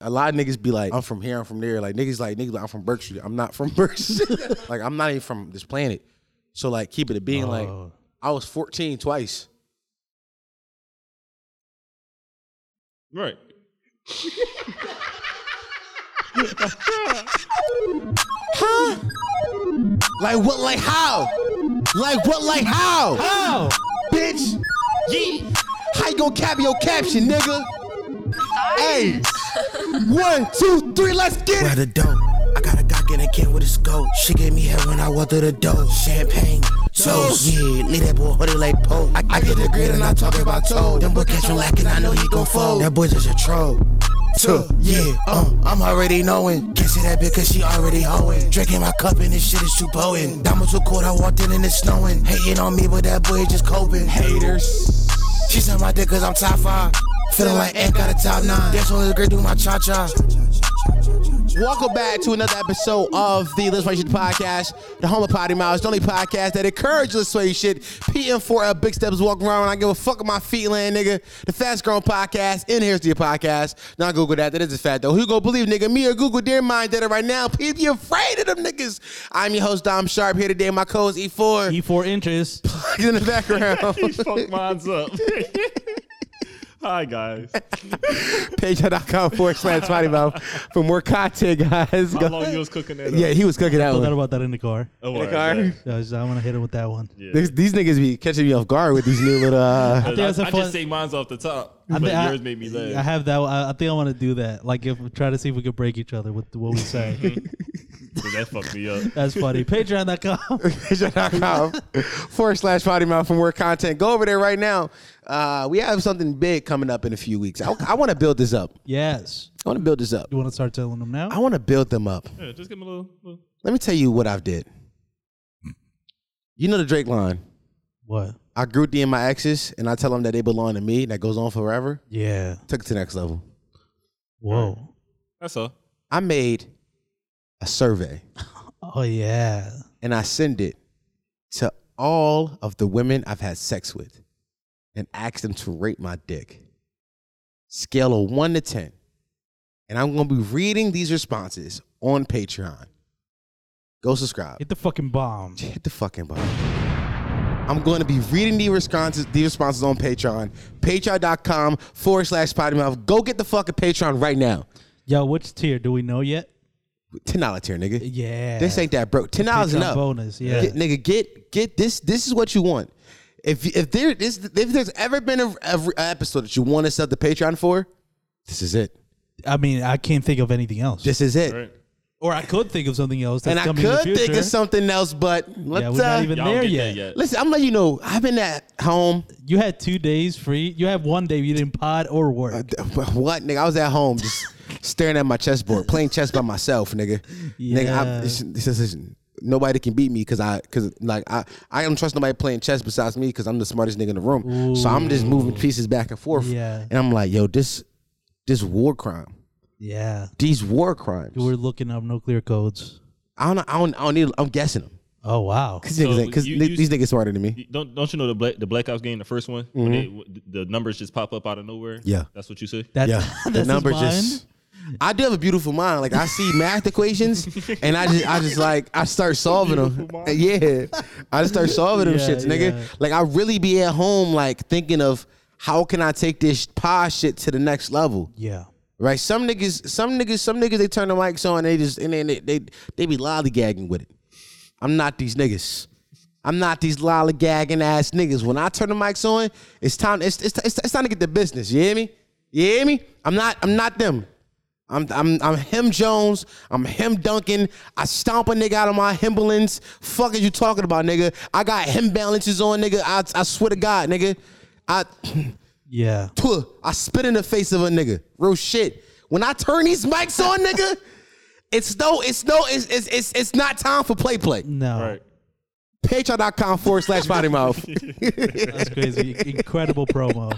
a lot of niggas be like, I'm from here, I'm from there. Like niggas like niggas like I'm from Berkshire. I'm not from Berkshire. like I'm not even from this planet. So like keep it a being like Oh. I was 14 twice. Right. Huh? Like what like how? Like what like how? Oh. Bitch! Yeah. How you gonna cap your caption, nigga? Hey! One, two, three, let's get it! Grab the dope. I got a Glock in a can with a scope. She gave me head when I walked through the door. Champagne, toast. Yeah, leave that boy hoodie like Pope. I, I get the grid and I talk about toe. Them boy catch him lacking, I know he gon' fold. That boy just a troll. Tuh, Yeah, uh, I'm already knowing. Can't see that bitch cause she already hoeing. Drinking my cup and this shit is too potent. Diamonds too cold, I walked in and it's snowing. Hating on me, but that boy just coping. Haters. She said my dick cause I'm top five. Feeling like Ant got a top nine. That's what the great do my cha cha. Welcome back to another episode of the Let's Play Shit podcast, the home of Potty Miles, the only podcast that encourages Let's Play Shit. PM4L uh, Big Steps walking around and I give a fuck about my feet land, nigga. The fast growing podcast, and here's to your podcast. Now Google that. That is a fact, though. Who gonna believe, nigga? Me or Google? Dear mind that right now. Please be afraid of them niggas. I'm your host, Dom Sharp, here today. My co host, E E4. E4 interest. He's in the he background. fucked mine's up. Hi guys. Patreon.com forward slash Potty Mouth for more content, guys. How long you was cooking that? Yeah, Up? he was cooking that Forgot one. about that in the car. Oh, the alright, car. yeah. I, was- I want to hit him with that one. Yeah. These, these niggas be catching me off guard with these new little. Uh, think that's a I, I fun- just say mine's off the top, I but think I- yours made me I laugh. have that. one. I, I think I want to do that. Like, if try to see if we could break each other with what we say. So that fucked me up. That's funny. Patreon.com. Patreon.com forward slash potty mouth for more content. Go over there right now. Uh, we have something big coming up in a few weeks. I, want to build this up. Yes. I want to build this up. You want to start telling them now? I want to build them up. Yeah, just give him a little. little- Let me tell you what I've did. You know the Drake line. What? I grew D in my exes, and I tell them that they belong to me. That goes on forever. Yeah. Took it to the next level. Whoa. That's all. I made a survey, Oh yeah. and I sent it to all of the women I've had sex with, and asked them to rate my dick. scale of one to 10. And I'm going to be reading these responses on Patreon. Go subscribe. Hit the fucking bomb. Hit the fucking button. I'm going to be reading the responses, the responses on Patreon. Patreon.com forward slash potty mouth. Go get the fucking Patreon right now. Yo, which tier do we know yet? Ten dollar tier, nigga. Yeah. This ain't that broke. Ten dollars and Patreon up. bonus, yeah. Get- nigga, get get this. This is what you want. If if there is if there's ever been a, a episode that you want to sell the Patreon for, this is it. I mean, I can't think of anything else. This is it. Right. or I could think of something else. That's and I coming in the could think future. of something else, but Yeah, let's we're not uh, even Y'all there don't get yet. that yet. listen. I'm letting you know. I've been at home. You had two days free. You had one day you didn't pod or work. What nigga? I was at home just staring at my chessboard, playing chess by myself, nigga. Nigga, I, Yeah. listen, listen, listen. nobody can beat me because I because like I I don't trust nobody playing chess besides me because I'm the smartest nigga in the room. So I'm just moving pieces back and forth. Yeah. and I'm like, yo, this this war crime, yeah. these war crimes. You were looking up nuclear codes. I don't know- I don't I don't need. I'm guessing them Oh wow. because So because you- you- these niggas smarter than me. Don't don't you know the black the Black Ops game, the first one, when they, w- the numbers just pop up out of nowhere. Yeah. that's what you say. That, Yeah, that's his mind? I do have a beautiful mind. Like I see math equations, and I just, I just like I start solving them. Yeah, I just start solving them Yeah, shits, nigga. yeah. Like I really be at home, like thinking of how can I take this pod shit to the next level, Yeah. right? Some niggas, some niggas, some niggas, they turn the mics on, they just and then they they, they be lollygagging with it. I'm not these niggas. I'm not these lollygagging ass niggas. When I turn the mics on, it's time. It's it's, it's, it's time to get the business. You hear me? You hear me? I'm not. I'm not them. I'm I'm I'm him Jones. I'm him Duncan. I stomp a nigga out of my himbalance. Fuck is you talking about, nigga? I got him balances on, nigga. I I swear to God, nigga. I Yeah. Puh, I spit in the face of a nigga. Real shit. When I turn these mics on, nigga, it's no, it's no, it's it's it's, it's not time for play play. No. Right. Patreon.com forward slash body mouth. That's crazy. Incredible promo.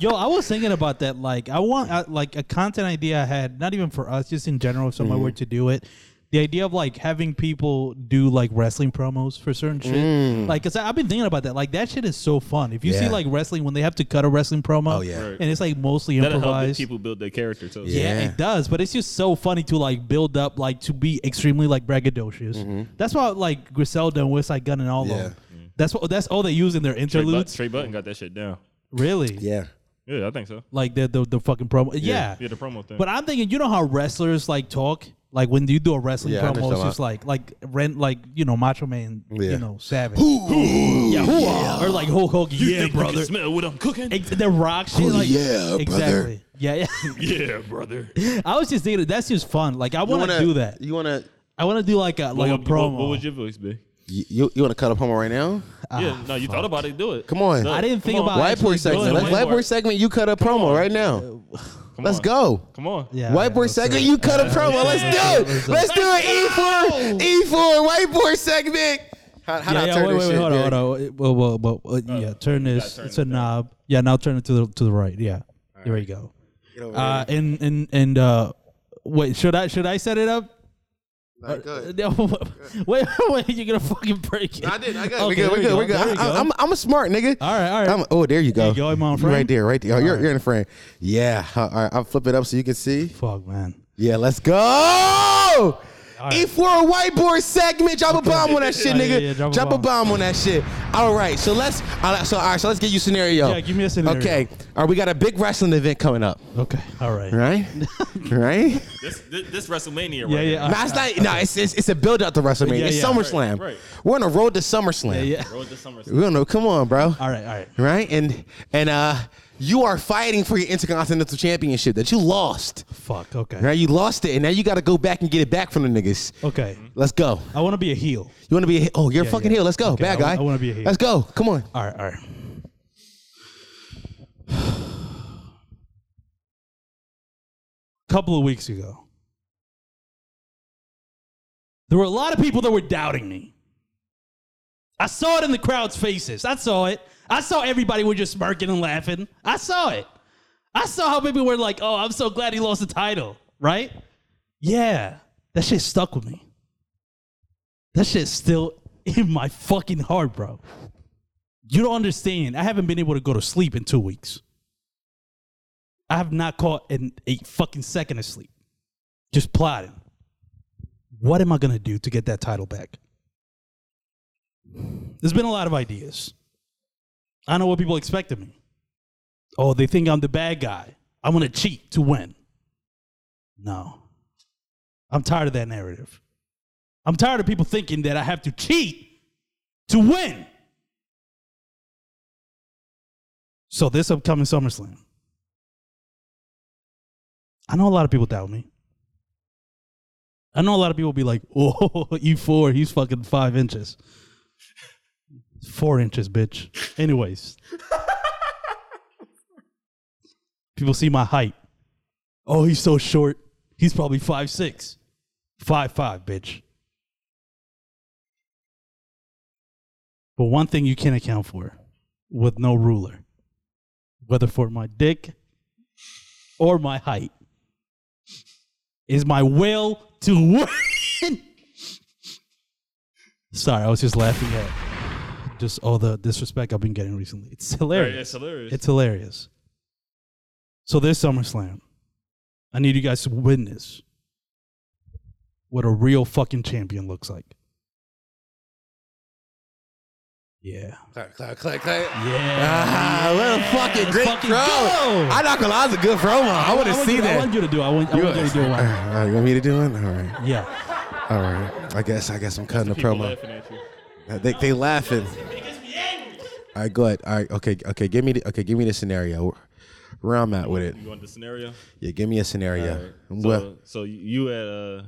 Yo, I was thinking about that. Like, I want uh, like a content idea I had, not even for us, just in general. If somebody were to do it, the idea of like having people do like wrestling promos for certain shit. Like, cause I- I've been thinking about that. Like, that shit is so fun. If you see Yeah. like wrestling when they have to cut a wrestling promo, Oh, yeah. Right. and it's like mostly That'll help improvised. people build their character too. Yeah. Yeah, it does, but it's just so funny to like build up, like to be extremely like braggadocious. That's why like Griselda and Westside Gun and all Mm-hmm. Yeah. of them. That's what that's all they use in their Trey, but- interludes. Trey Button got that shit down. Really? Yeah. Yeah, I think so. Like the, the the fucking promo. Yeah. Yeah, the promo thing. But I'm thinking, you know how wrestlers like talk. Like when you do a wrestling Yeah, I promo, understand it's just like like rent like you know Macho Man, Yeah. you know Savage, yeah, hoo-ah. or like Hulk Hogan, you yeah, think you brother. can smell what I'm cooking? Ex- The Rock shit, like Oh, yeah, brother. exactly, yeah, yeah. yeah, brother. I was just thinking that's just fun. Like I You want to do that. You wanna I want to do like a What like a would- promo. What, what would your voice be? you, you, you wanna cut a promo right now? yeah, no, you thought about it. Do it. Ah, Come on. No, I didn't come think on. about White boy actually segment. doing Let's it. white boy segment. You cut a promo right now. Come Let's on. go. Come on. Yeah, White yeah, boy let's do segment. it. You cut a promo. Let's do Let's it. do it. Let's do it. E for E for white boy segment. How, how do Yeah, I yeah, turn wait, this wait, wait, shit? hold yeah. on, hold on. Well, well, well, uh, yeah, turn this. turn it's it a down. knob. Yeah, now turn it to the to the right. Yeah, there we go. Uh, and and and uh, wait, should I should I set it up? All right, go ahead. No, wait, wait, you're gonna fucking break it. I did. I got. Okay, we good. there We good. We good. There I, we go. am I'm a smart nigga. All right, all right. I'm, oh, there you go. you go. I'm on You frame? Right there. Right there. Oh, you're you're in frame. Yeah. All right. I'll flip it up so you can see. Fuck, man. Yeah. Let's go. right. Oh, E for a whiteboard segment. Drop a bomb on that shit, Yeah, yeah, nigga. yeah, drop, a, bomb. on that shit. All right. So let's. All right, so all right. So let's get you scenario. Yeah, give me a scenario. Okay. All right. We got a big wrestling event coming up. Okay, all right. Right. right. This, this, this WrestleMania right Yeah, here. yeah. No, uh, it's not. No, it's it's, it's a build up to WrestleMania. Yeah, it's yeah. SummerSlam. Right, right. We're on a road to SummerSlam. yeah, yeah. Road to SummerSlam. We don't know. Come on, bro. All right, all right. right? And and uh, you are fighting for your intercontinental championship that you lost. Fuck. Okay. Right? You lost it, and now you got to go back and get it back from the niggas. Okay. Let's go. I want to be a heel. You want to be? A, oh, you're a Yeah, fucking yeah. heel. Let's go, Okay, bad I wa- guy. I wanna be a heel. Let's go. Come on. All right, all right. Couple of weeks ago, there were a lot of people that were doubting me. I saw it in the crowd's faces. I saw it. I saw everybody were just smirking and laughing. I saw it. I saw how people were like, "Oh, I'm so glad he lost the title." Right? Yeah, that shit stuck with me. That shit's still in my fucking heart, bro. You don't understand. I haven't been able to go to sleep in two weeks. I have not caught an, a fucking second of sleep. Just plotting. What am I going to do to get that title back? There's been a lot of ideas. I know what people expect of me. Oh, they think I'm the bad guy. I'm going to cheat to win. No. I'm tired of that narrative. I'm tired of people thinking that I have to cheat to win. So this upcoming SummerSlam, I know a lot of people doubt me. I know a lot of people be like, "Oh, E4, he's fucking five inches, four inches, bitch." Anyways, people see my height. Oh, he's so short. He's probably five six, five five, bitch. But one thing you can't account for with no ruler, whether for my dick or my height, is my will to win. Sorry, I was just laughing at just all the disrespect I've been getting recently. It's Right, hilarious. it's hilarious. It's hilarious. So this SummerSlam, I need you guys to witness what a real fucking champion looks like. Yeah. Clap, clap, clap, clap. Yeah. Ah, what a fucking Let's great fucking promo! go. I not gonna lie, it's a good promo. I, want to want see you, I that. want you to do. it. I want, I want you to do All one. right, you want me to do it? All right, Yeah. all right. I guess I guess I'm cutting the People promo. Uh, laughing at you. They they laughing. All right, go ahead. All right, okay, okay. Give me the okay. Give me the scenario. Where I'm at with it. You want the scenario? Yeah, give me a scenario. Alright. Well, So, so you at uh,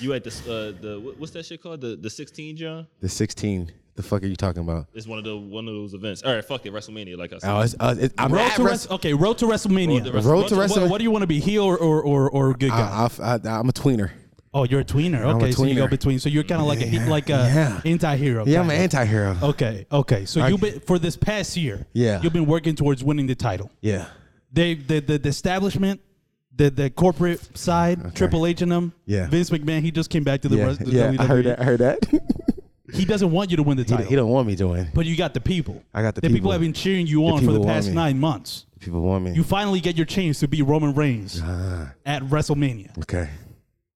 you at the uh, the what- what's that shit called? The the 16 John. the 16. The fuck are you talking about? It's one of the one of those events. All right, fuck it, WrestleMania. Like I said, Oh, it's, uh, it, I'm Road at to rest- Wrest- okay, road to WrestleMania. Road to Road to WrestleMania. Wrestling. what, what do you want to be, heel or, or, or, or good guy? I, am a tweener. oh, you're uh, a tweener. I'm a Okay, so you go tweener. between. So you're kind of like a like a yeah. anti-hero. Yeah, I'm kinda. an anti-hero. Okay, okay. So you've been for this past year. Yeah. you've been working towards winning the title. Yeah. They the, the the establishment, the the corporate side, Triple H and them. Yeah. Vince McMahon, he just came back to the, Yeah, rest the E yeah, WWE. I heard that. I heard that. He doesn't want you to win the he, title, he don't want me to win. but you got the people. I got the people. people. have been cheering you on for people the want past me. nine months. People want me. You finally get your chance to be Roman Reigns Ah. at WrestleMania. okay.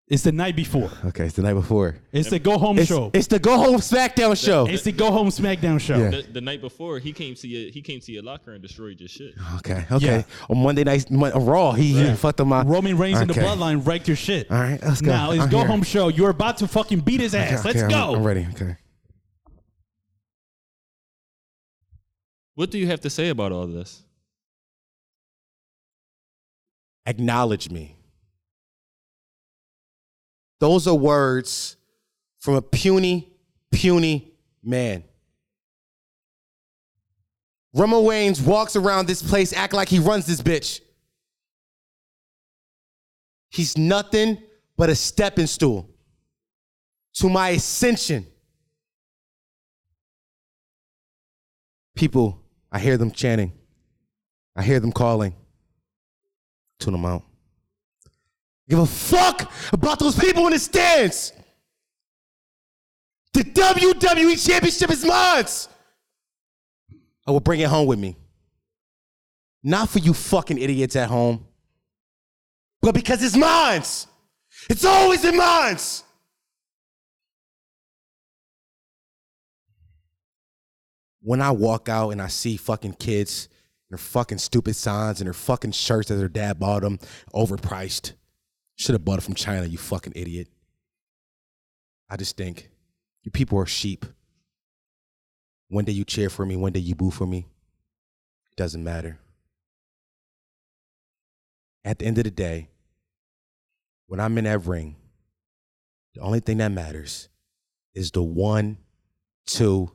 It's the night before. Okay. It's the night before. It's the go home It's, show. It's, it's the go home SmackDown show. the go home SmackDown show. Yeah. The, the night before, he came to your he came to your locker and destroyed your shit. Okay. Okay. Yeah. On Monday night, Mon- on Raw, he, he fucked up my Roman Reigns and the Okay. Bloodline wrecked your shit. All right, let's go. Now it's I'm go here. home show. You're about to fucking beat his Okay, ass. okay, Let's I'm- go. I'm ready. Okay. What do you have to say about all this? acknowledge me. Those are words from a puny, puny man. Roman Reigns walks around this place, act like he runs this bitch. He's nothing but a stepping stool to my ascension. People, I hear them chanting. I hear them calling tune them out. Give a fuck about those people in the stands. The WWE Championship is mine. I will bring it home with me. Not for you fucking idiots at home, but because it's mine. It's always in mine. When I walk out and I see fucking kids and their fucking stupid signs and their fucking shirts that their dad bought them overpriced. Should have bought it from China, you fucking idiot. I just think you people are sheep. One day you cheer for me, one day you boo for me. It doesn't matter. At the end of the day, when I'm in that ring, the only thing that matters is the one, two,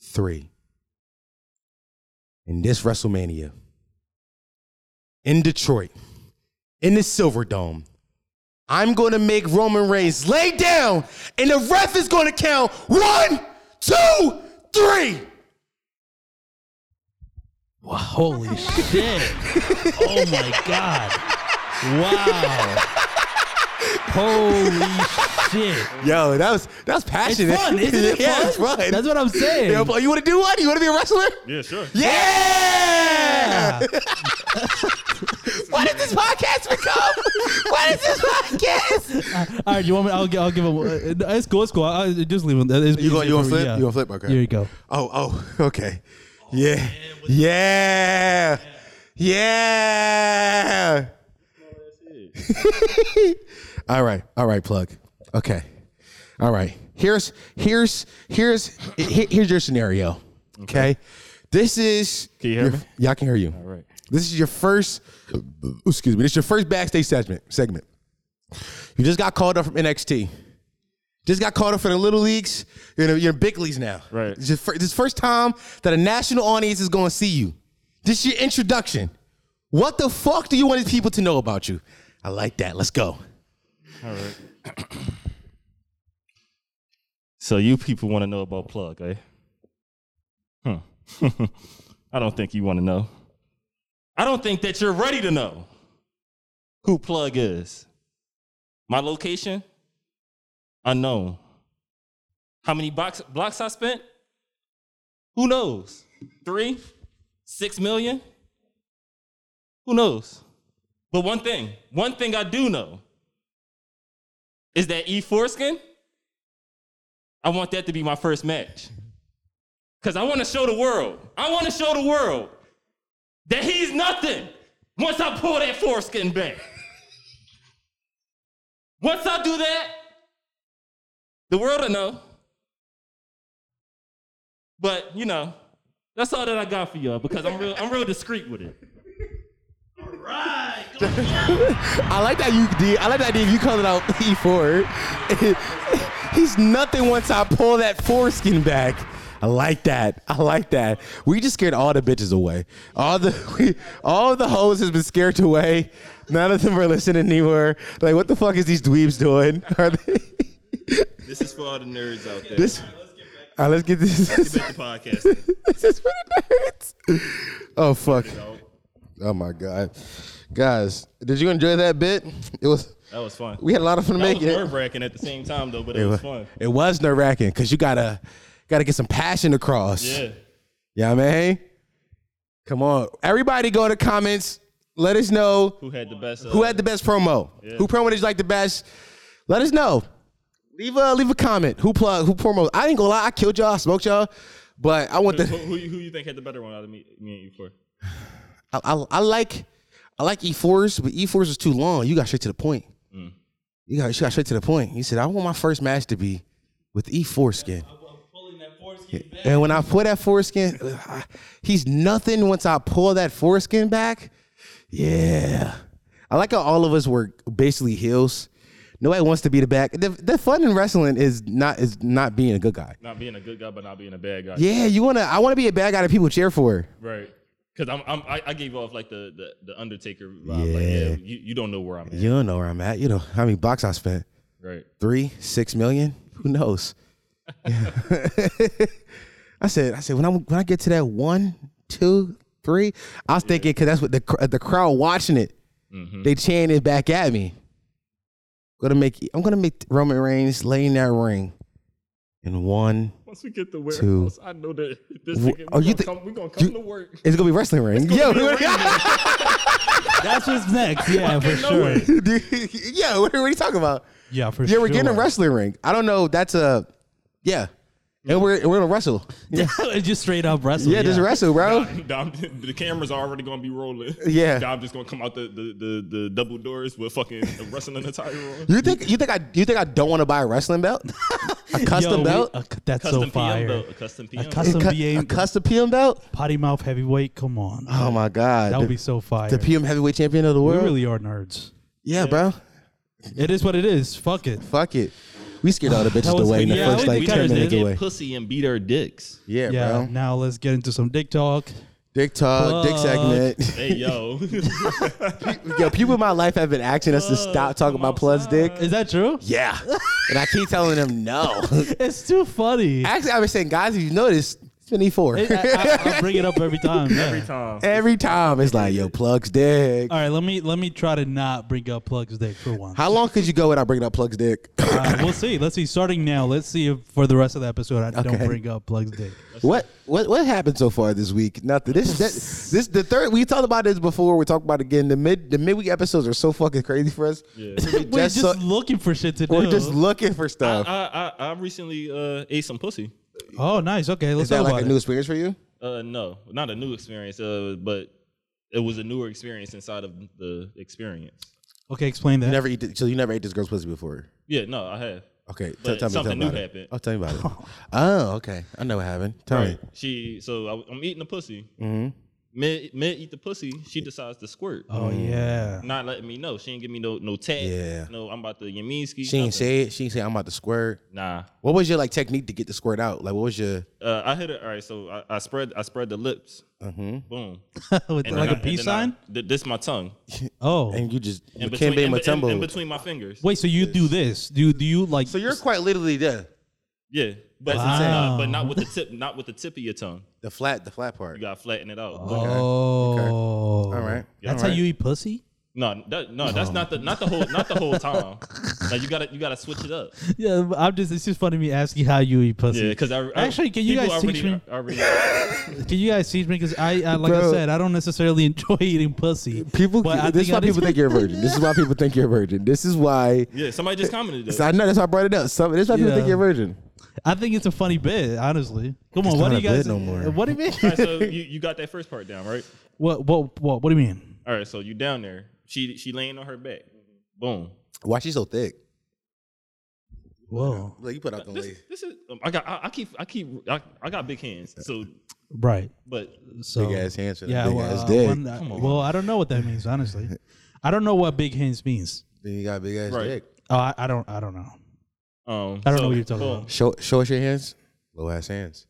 three in this WrestleMania in Detroit, in the Silver Dome, I'm going to make Roman Reigns lay down, and the ref is going to count one, two, three. Wow, holy shit. Oh my god. Wow. Holy shit. Yo, that was that was It's passionate. fun, isn't it? yeah, fun? it's fun. That's what I'm saying. Yo, you want to do what? You want to be a wrestler? Yeah, sure. Yeah. Yeah. What did this podcast become? what is this podcast? All right, you want me? I'll, gi- I'll give him. uh, It's cool. It's cool. I, I just leave him. It's You going? easier You want for me, flip? yeah. You want flip? Okay. Here you go. Oh, oh, okay. yeah. yeah. Yeah. all right. All right, plug. Okay. All right. Here's here's here's he- here's your scenario. Okay. This is Can you hear your, me? Yeah, I can hear you. All right. This is your first excuse me. This is your first backstage segment segment. You just got called up from NXT. Just got called up for the little leagues. You know, you're in big leagues now. Right. This is fir- this is first time that a national audience is going to see you. This is your introduction. What the fuck do you want these people to know about you? I like that. Let's go. All right. so you people want to know about plug, eh? Huh. I don't think you want to know. I don't think that you're ready to know who plug is. My location? Unknown. How many box, blocks I spent? Who knows? Three? Six million? Who knows? But one thing, one thing I do know is that E foreskin. I want that to be my first match. Cause I want to show the world. I want to show the world that he's nothing once I pull that foreskin back. once I do that, the world will know. But you know, that's all that I got for y'all because I'm real, I'm real discreet with it. I like that you did. I like that Dave. You called it out E4. He's nothing once I pull that foreskin back. I like that. I like that. We just scared all the bitches away. All the we, all the hoes has been scared away. None of them are listening anywhere. Like, what the fuck is these dweebs doing? Are they? This is for all the nerds out there. This. All right, let's get this. the podcast. this is for the nerds. Oh fuck. Oh my god. Guys, did you enjoy that bit? It was. That was fun. We had a lot of fun that was making it. nerve wracking at the same time though, but it, was fun. It was nerve wracking because you gotta gotta get some passion across. Yeah. Yeah, man. Come on, everybody, go to comments. Let us know Who had the best? Uh, who had the best promo. Who promo did you like the best? Let us know. Leave a leave a comment. Who plug? Who promo? I ain't gonna lie. I killed y'all. Smoked y'all. But I want who, the. who, you- who you think had the better one out of me, me and you for? I, I, I like. I like E4s, but E4s was too long. You got straight to the point. You got she got straight to the point. He said, "I want my first match to be with E4 skin." And when I pull that foreskin, I- he's nothing once I pull that foreskin back. Yeah. I like how all of us were basically heels. Nobody wants to be the back. The, the fun in wrestling is not is not being a good guy. Not being a good guy, but not being a bad guy. Yeah, you wanna I wanna be a bad guy that people cheer for. Right. Because I'm, I'm I, I gave off like the the, the Undertaker vibe. Yeah. Like, yeah. You, you don't know where I'm at. You don't know where I'm at. You know how many bucks I spent. Right. three, six million. Who knows? I said, I said when I when I get to that one, two, three, I was thinking because that's what the cr- the crowd watching it, they chanting it back at me. gonna make I'm gonna make Roman Reigns lay in that ring in one. Once we get to warehouse, I know that this Wh- nigga, oh, we're you gonna, thi- come, we gonna come you- to work. It's gonna be wrestling ring. Yo, We're gonna be a ring That's what's next. Yeah, for no sure. way. yeah, what are you talking about? Yeah, for Yeah, sure. we're getting a wrestling ring. I don't know. That's a yeah, and we're we're gonna wrestle. Yeah, just straight up wrestling. yeah, just wrestle, bro. Dom, the cameras are already gonna be rolling. Yeah. Dom just gonna come out the the, the, the double doors with fucking a wrestling attire on. You think you think I you think I don't want to buy a wrestling belt? A custom Yo, we- belt? uh, c- that's custom so fire. PM though. A custom PM. custom- a, cu- BA a custom PM belt? Potty mouth heavyweight. Come on. Oh my god. that would the, be so fire. the PM heavyweight champion of the we world. really are nerds. yeah, bro. It is what it is. Fuck it. Fuck it. We scared all the bitches was- away in the yeah, first we- like we ten kinda minute did. giveaway. pussy and beat our dicks. Yeah, Yeah. bro. Now let's get into some dick talk. Dick talk, dick Fuck. segment. Hey yo. Yo, people in my life have been asking us to stop talking about plus dick. Is that true? Yeah, and I keep telling them no. It's too funny. I, Actually, I was saying, guys, if you notice, it's been E four I- I bring it up every time. Every time. every time. It's like, yo, plugs dick. All right, let me let me try to not bring up plugs dick for once. How long could you go without bringing up plugs dick? Uh, we'll see. Let's see. Starting now, let's see if for the rest of the episode I Okay. don't bring up plugs dick. What what what happened so far this week? Nothing. This that, this the third. We talked about this before. We talked about it again. The mid the midweek episodes are so fucking crazy for us. Yeah. We We're just, just so- looking for shit to do. we're just looking for I, stuff. I, I I recently uh, ate some pussy. oh, nice. Okay, let's Is that talk like about a it. new experience for you? Uh, no, not a new experience. Uh, but it was a newer experience inside of the experience. Okay, explain You that. never eat. th- So you never ate this girl's pussy before. Yeah, no, I have. Okay, t- But tell me something tell me about new it. happened. Oh, tell me about it. oh, okay. I know what happened. Tell me. She so I, I'm eating the pussy. Mm-hmm. Mid mid eat the pussy. She decides to squirt, Oh yeah. not letting me know. She ain't give me no no tag. Yeah. No, I'm about to Yaminski. She ain't say it. She ain't say I'm about to squirt. Nah. What was your like technique to get the squirt out? Like what was your? Uh, I hit it. All right. So I, I spread I spread the lips. Mm-hmm. Boom. With And then like a I- peace and then I- sign. th- this my tongue. Oh. And you just you In can't be in, my be- in, in tumble. between my fingers. Wait, so you do this? Do do you like? So you're quite literally there. Yeah. But Wow. uh, but not with the tip. Not with the tip of your tongue. The flat the flat part. You gotta flatten it out. All Oh. right. That's All how you eat pussy. No, that, no, that's not the not the whole not the whole time. like you gotta you gotta switch it up. Yeah, but I'm just. It's just funny me asking how you eat pussy. Yeah, because I, I Actually, can you people guys already, teach me? Already, Can you guys teach me? Because I, I like Bro. I said, I don't necessarily enjoy eating pussy. People, But I this is think I why people just- think you're a virgin. This is why people think you're a virgin. This is why. yeah, somebody just commented. So That. I know that's why I brought it up. Some, this is why people Yeah. think you're a virgin. I think it's a funny bit, honestly. Come on, It's what do not you a guys? bit no more. What do you mean? All right, so you, you got that first part down, right? what what what? What do you mean? All right, so you down there. She she laying on her back. Boom. Why she so thick? Whoa, Like you put out the This, this is um, I got I, I keep I keep I, I got big hands. So right. but So Big ass hands and a Yeah, big well, ass uh, dick. one- uh, well, I don't know what that means, honestly. I don't know what big hands means. Then you got a big ass Right. dick. Oh, I, I don't. I don't know. um I don't so, know what you're talking boom. about. Show, show us your hands. Low ass hands.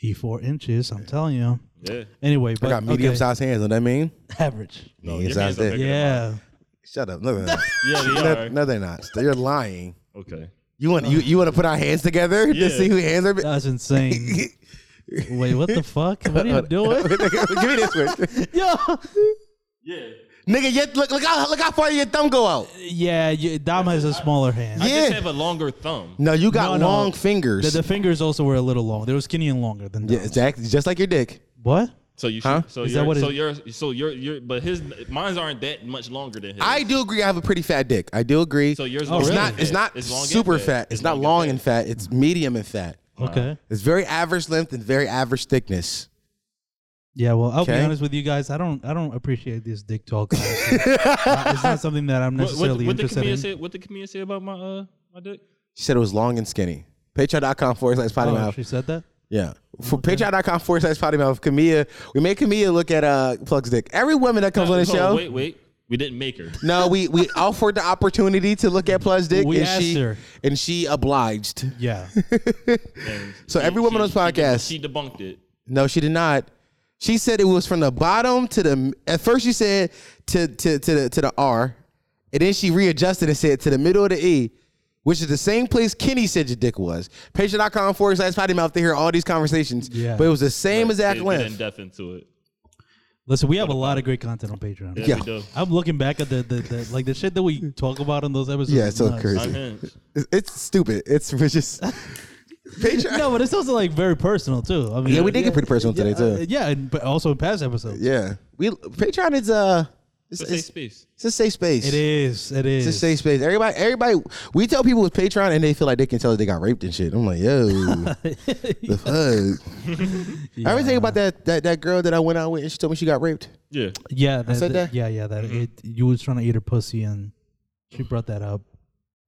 E four inches. I'm telling you. Yeah. Anyway, but I got medium okay. sized hands. Know what I mean? average. No, Medium your hands sized are dick. bigger. Yeah. Shut up. No, they're not. Yeah, they no, are. no, they're not. You're lying. Okay. You want you, you want to put our hands together Yeah. to see who hands are. big? That's insane. Wait, what the fuck? What are you doing? Give me this one. Yo, Yeah. Nigga, yet look look how look how far your thumb go out. Yeah, you, Dom has a smaller hand. I just Yeah. have a longer thumb. No, you got No, no. long fingers. The, the fingers also were a little long. They were skinny and longer than yeah, Dom's. exactly. Just like your dick. What? So you Huh? should, so Is that you're, what it so is? you're so you're you're but his mines aren't that much longer than his. I do agree. I have a pretty fat dick. I do agree. so yours Oh, is it's really? not. It's not It's long and super fat. fat. It's, not long and fat. It's medium and fat. Okay. It's very average length and very average thickness. Yeah, well, I'll be Okay. honest with you guys. I don't, I don't appreciate this dick talk. honestly. Uh, it's not something that I'm What, what, necessarily what the interested comedian in. say? What the comedian say about my uh my dick? She said it was long and skinny. Patreon.com forward slash potty Oh, mouth. she said that. Yeah. For patreon.com forward slash potty mouth. Camilla, we made Camilla look at uh Plug's dick. Every woman that comes on the Hold show. Oh, Wait, wait. We didn't make her. No, we we offered the opportunity to look at Plug's dick We and asked she her. and she obliged. Yeah. And So she- every woman she- on this she deb- podcast- she debunked it. No, she did not. She said it was from the bottom to the. At first, she said to to to the to the R, and then she readjusted and said to the middle of the E, which is the same place Kenny said your dick was. Patreon.com forward slash potty mouth. They hear all these conversations, Yeah. but it was the same exact They- they Didn't length. deaf into it. Listen, we have a lot of great content on Patreon. Yeah, Yeah. we do. I'm looking back at the, the, the like the shit that we talk about on those episodes. Yeah, is so nuts. crazy. Unhinged. It's- It's stupid. It's, it's just Patreon. No, but it's also like very personal too. I mean, Yeah, we did get pretty personal yeah, today too. uh, yeah, and, but also in past episodes. Yeah, we Patreon is uh, it's, It's a safe it's, space. it's a safe space. It is. It is. It's a safe space. Everybody, everybody, we tell people with Patreon and they feel like they can tell us they got raped and shit. I'm like, yo, the fuck. I ever think about that, that that girl that I went out with and she told me she got raped. Yeah. Yeah, that, said that- that? Yeah, yeah. That Mm-hmm. it, you was trying to eat her pussy, and she brought that up.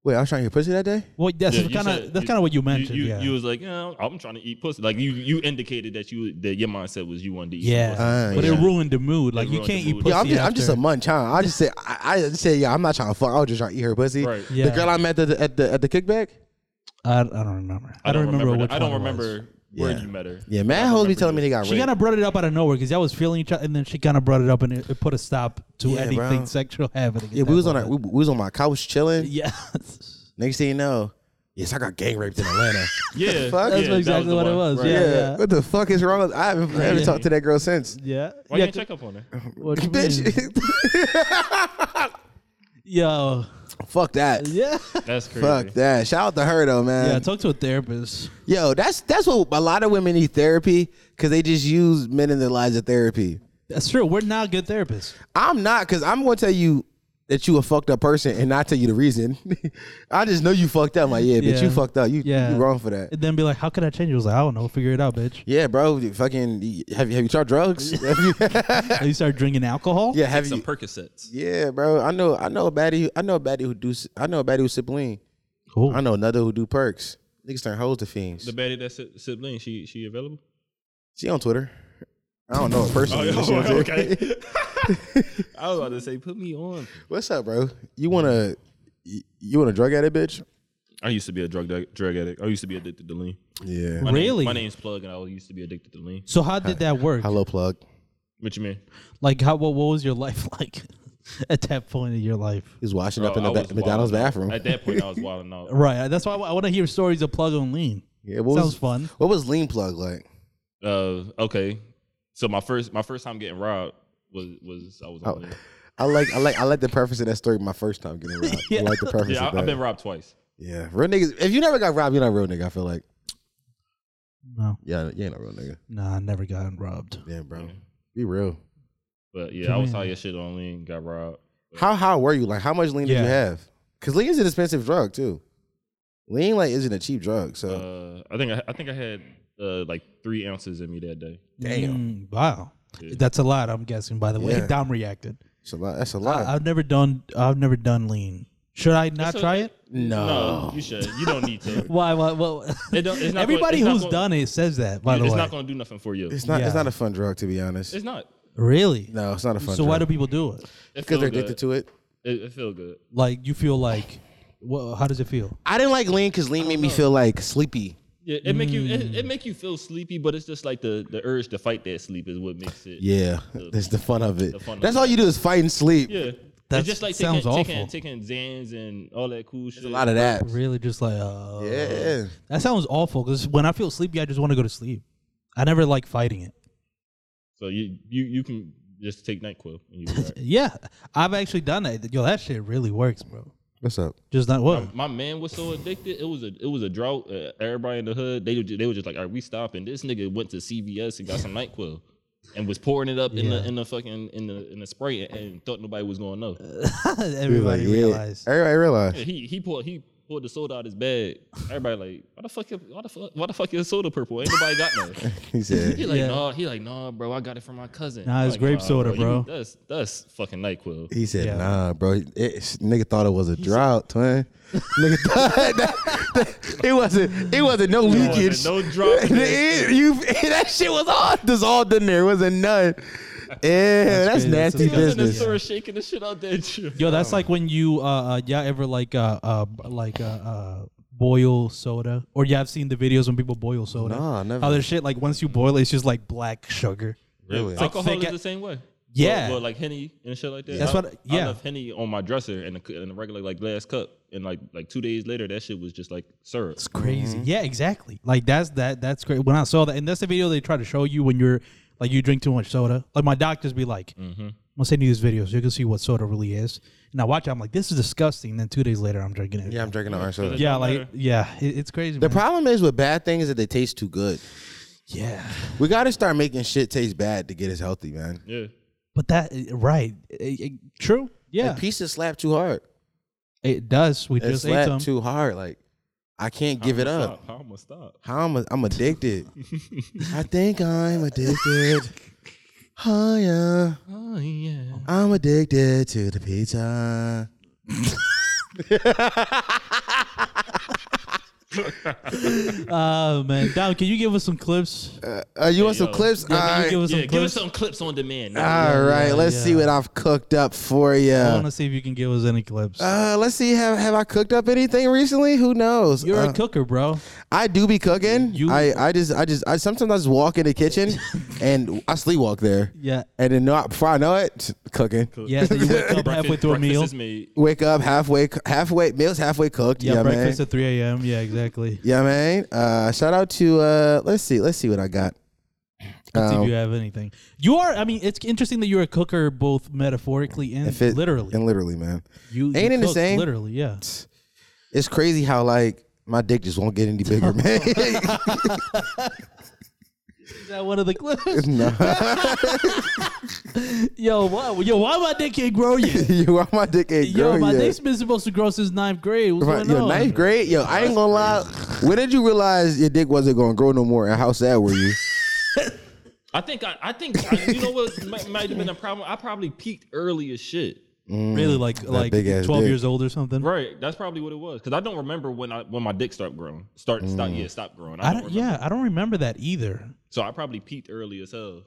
Wait, I was trying to get pussy that day. Well, that's Yeah, you kind said- of that's kind of what you mentioned. You, yeah. you was like, yeah, I'm trying to eat pussy. Like you, you indicated that you that your mindset was you wanted to eat. yeah, Pussy. Uh, but yeah. it ruined the mood. Like you ruined can't the eat mood. pussy. Yeah, Yeah, I'm just, I'm after- just a munch, huh? I just said, I, I just said, yeah, I'm not trying to fuck. I was just trying to eat her pussy. Right. Yeah. The girl I met at the at the, at the kickback. I, I don't remember. I don't remember. which I don't one it was. remember where Yeah. you met her. Yeah, man, hoes be remember telling me this. they got She raped. kind of brought it up out of nowhere because y'all was feeling each other, and then she kind of brought it up and it, it put a stop to Yeah, anything bro. sexual happening. at yeah, that we was on our, moment. we, we was on my couch chilling. Yeah, Next thing you know, yes, I got gang raped in Atlanta. Yeah, yeah, fuck? that That's was exactly the what it one. was, Right. yeah. What the fuck is wrong? with I haven't, I haven't Yeah. talked to that girl since. yeah. Why yeah, you didn't check up on her? what you mean? Bitch, Yo, fuck that. yeah, That's crazy. Fuck that. Shout out to her though, yeah. man. Talk to a therapist. Yo, that's that's what a lot of women need therapy because they just use men in their lives as therapy. That's true. We're not good therapists. I'm not because I'm gonna tell you that you a fucked up person and not tell you the reason. I just know you fucked up. I'm like, yeah, bitch, you Yeah. fucked up. You Yeah. you wrong for that. And then be like, "How could I change?" it? I was like, "I don't know. Figure it out, bitch." Yeah, bro. you Fucking have you have you tried drugs? Have you- And you start drinking alcohol. yeah, have Some you? Percocets. Yeah, bro. I know I know a baddie. I know a baddie who do. I know a baddie who sip lean. Cool. I know another who do perks. Niggas turn hoes to fiends. The baddie that si- sibling, she she available? She on Twitter. I don't know her personally. but she on Twitter. Oh, I was about to say, put me on. What's up, bro? You wanna you, you wanna drug addict, bitch? I used to be a drug drug addict. I used to be addicted to lean. Yeah. My name- Really? my name's Plug, and I used to be addicted to lean. So how did that work? Hello, plug. What you mean? Like, how what, what was your life like at that point in your life? He's washing up Bro, in the Uh, I ba- was McDonald's wilding out. bathroom. At that point, I was wilding out. Right. That's why I, want to hear stories of plug on lean. yeah, what Sounds was, fun. What was lean plug like? Uh, okay. So my first my first time getting robbed was was I was Oh. on lean. I like I like I like the preface of that story. My first time getting robbed. I like the preface. Yeah, of I, that. I've been robbed twice. yeah, real niggas. If you never got robbed, you're not a real nigga. I feel like. No, Yeah, you ain't a real nigga. nah, I never gotten robbed. Damn, bro. Be real. But yeah, I was out your shit on lean, got robbed. How high were you? Like, how much lean did Yeah. you have? Because lean is an expensive drug too. Lean like isn't a cheap drug. So Uh, I think I, I think I had uh like three ounces in me that day. Damn. Mm, wow. That's a lot. I'm guessing. By the way, Yeah. Dom reacted. it's a lot. That's a I, lot. have never done. I've never done lean. Should I not That's try okay. it? No, you should. You don't need to. Why? Why? Well, It don't- it's not everybody gonna- it's who's not done it says that. By the it's way, not going to do nothing for you. it's not. yeah. It's not a fun drug to be honest. It's not. really. no, it's not a fun. so drug. why do people do it? because they're addicted to it. It, it feel good. Like you feel like, wha how does it feel? I didn't like lean because lean made me feel like sleepy. Yeah, it make you it, it make you feel sleepy, but it's just like the the urge to fight that sleep is what makes it. Yeah, that's the fun of it. fun of That's it. all you do is fight and sleep. yeah. That it's just like sounds taking, awful. taking taking Zans and all that cool shit. A lot of that. Really, just like uh, Yeah, That sounds awful. Because when I feel sleepy, I just want to go to sleep. I never like fighting it. So you you you can Just take NyQuil. And you be all right. Yeah, I've actually done that. Yo, that shit really works, bro. What's up? Just not what? My man was so addicted. It was a it was a drought. Uh, everybody in the hood, they were ju- they were just like, "Are we stopping?" This nigga went to CVS and got some Nyquil, and was pouring it up in the Yeah. in the fucking in the in the spray and, and thought nobody was gonna know. Uh. Everybody realized. Everybody realized. He he poured he poured the soda out of his bag. Everybody like, "Why the fuck? Why the fuck? Why the fuck is soda purple? Ain't nobody got none." He said, He like, Yeah. "Nah." He like, "Nah, bro. I got it from my cousin." Nah, I'm it's like, grape soda, you- bro." That's that's fucking Nyquil. He said, Yeah. "Nah, bro. It, nigga thought it was a drought, twin. nigga thought that, that- it wasn't. It wasn't no leakage. no drought in It- you- that shit was all dissolved in there. It wasn't none. Yeah, that's, crazy. That's nasty disgusting. Cousin in the business. store shaking the shit out there. too. Yo, Um, that's like when you uh, uh y'all ever like uh, uh b- like uh, uh boil soda or y'all have seen the videos when people boil soda. Nah, never. How their shit like once you boil it, it's just like black sugar. Really? like Alcohol thick- is the same way. Yeah. Well, well, like henny and shit like that. That's I, what- yeah. I left henny on my dresser in a, cu- in a regular like glass cup, and like like two days later, that shit was just like syrup. It's crazy. Mm-hmm. Yeah, exactly. Like that's that that's great. When I saw that, and that's the video they try to show you when you're like you drink too much soda. Like my doctors be like, Mm-hmm. I'm gonna send you these videos so you can see what soda really is. And I watch it, I'm like, this is disgusting. then two days later, I'm drinking it. Yeah, I'm drinking orange soda. Yeah, don't like matter. yeah, it, it's crazy. The man. problem is with bad things that they taste too good. yeah, We got to start making shit taste bad to get us healthy, man. Yeah. but that eh, right, It- it- true. Yeah, Like, pizza slapped too hard. It does. We It just ate them. slapped too hard. Like I can't give it up. Stop. How am I stop? How I'm, I'm addicted. I think I'm addicted. Oh yeah, Oh yeah. I'm addicted to the pizza. Oh man, Don, can you give us some clips? Uh, you want some yo. clips? Yeah, all can you right, give us Yeah. some Give us clips? Ah, some clips on demand. All right, let's see yeah. what I've cooked up for you. I want to see if you can give us any clips. Uh, let's see. Have have I cooked up anything recently? Who knows? You're Uh, a cooker, bro. I do be cooking. You- I, I just I just I sometimes I just walk in the kitchen and I sleepwalk there. Yeah. And then know, before I know it, cooking. Yeah, so you wake up Breakfast- halfway through a breakfast meal. is made. Wake up halfway halfway meals halfway cooked. Yeah, Yeah, man. breakfast at 3 a.m. Yeah, exactly. Yeah, man. Uh, shout out to uh, let's see, let's see what I got. Let's see Um, if you have anything. You are. I mean, it's interesting that you're a cooker, both metaphorically and if it- literally. and literally, man. you you ain't it the cook same? Literally, yeah. It's crazy how like my dick just won't get any bigger, man. Is that one of the clips? no, yo, why, yo, why my dick can't grow yet? you are my dick ain't Yo, growing my yet. dick's been supposed to grow since ninth grade. What's Right, going yo, on? ninth grade, yo, I ain't gonna lie. When did you realize your dick wasn't gonna grow no more, and how sad were you? I think I, I think I, you know what might, might have been a problem. I probably peaked early as shit. Really, like like Mm, big ass 12 dick. years old or something. Right. That's probably what it was. Cause I don't remember when I when my dick stopped growing. Start stop yeah stop growing. Mm. I I don't, don't yeah, I don't remember that either. So I probably peaked early as hell.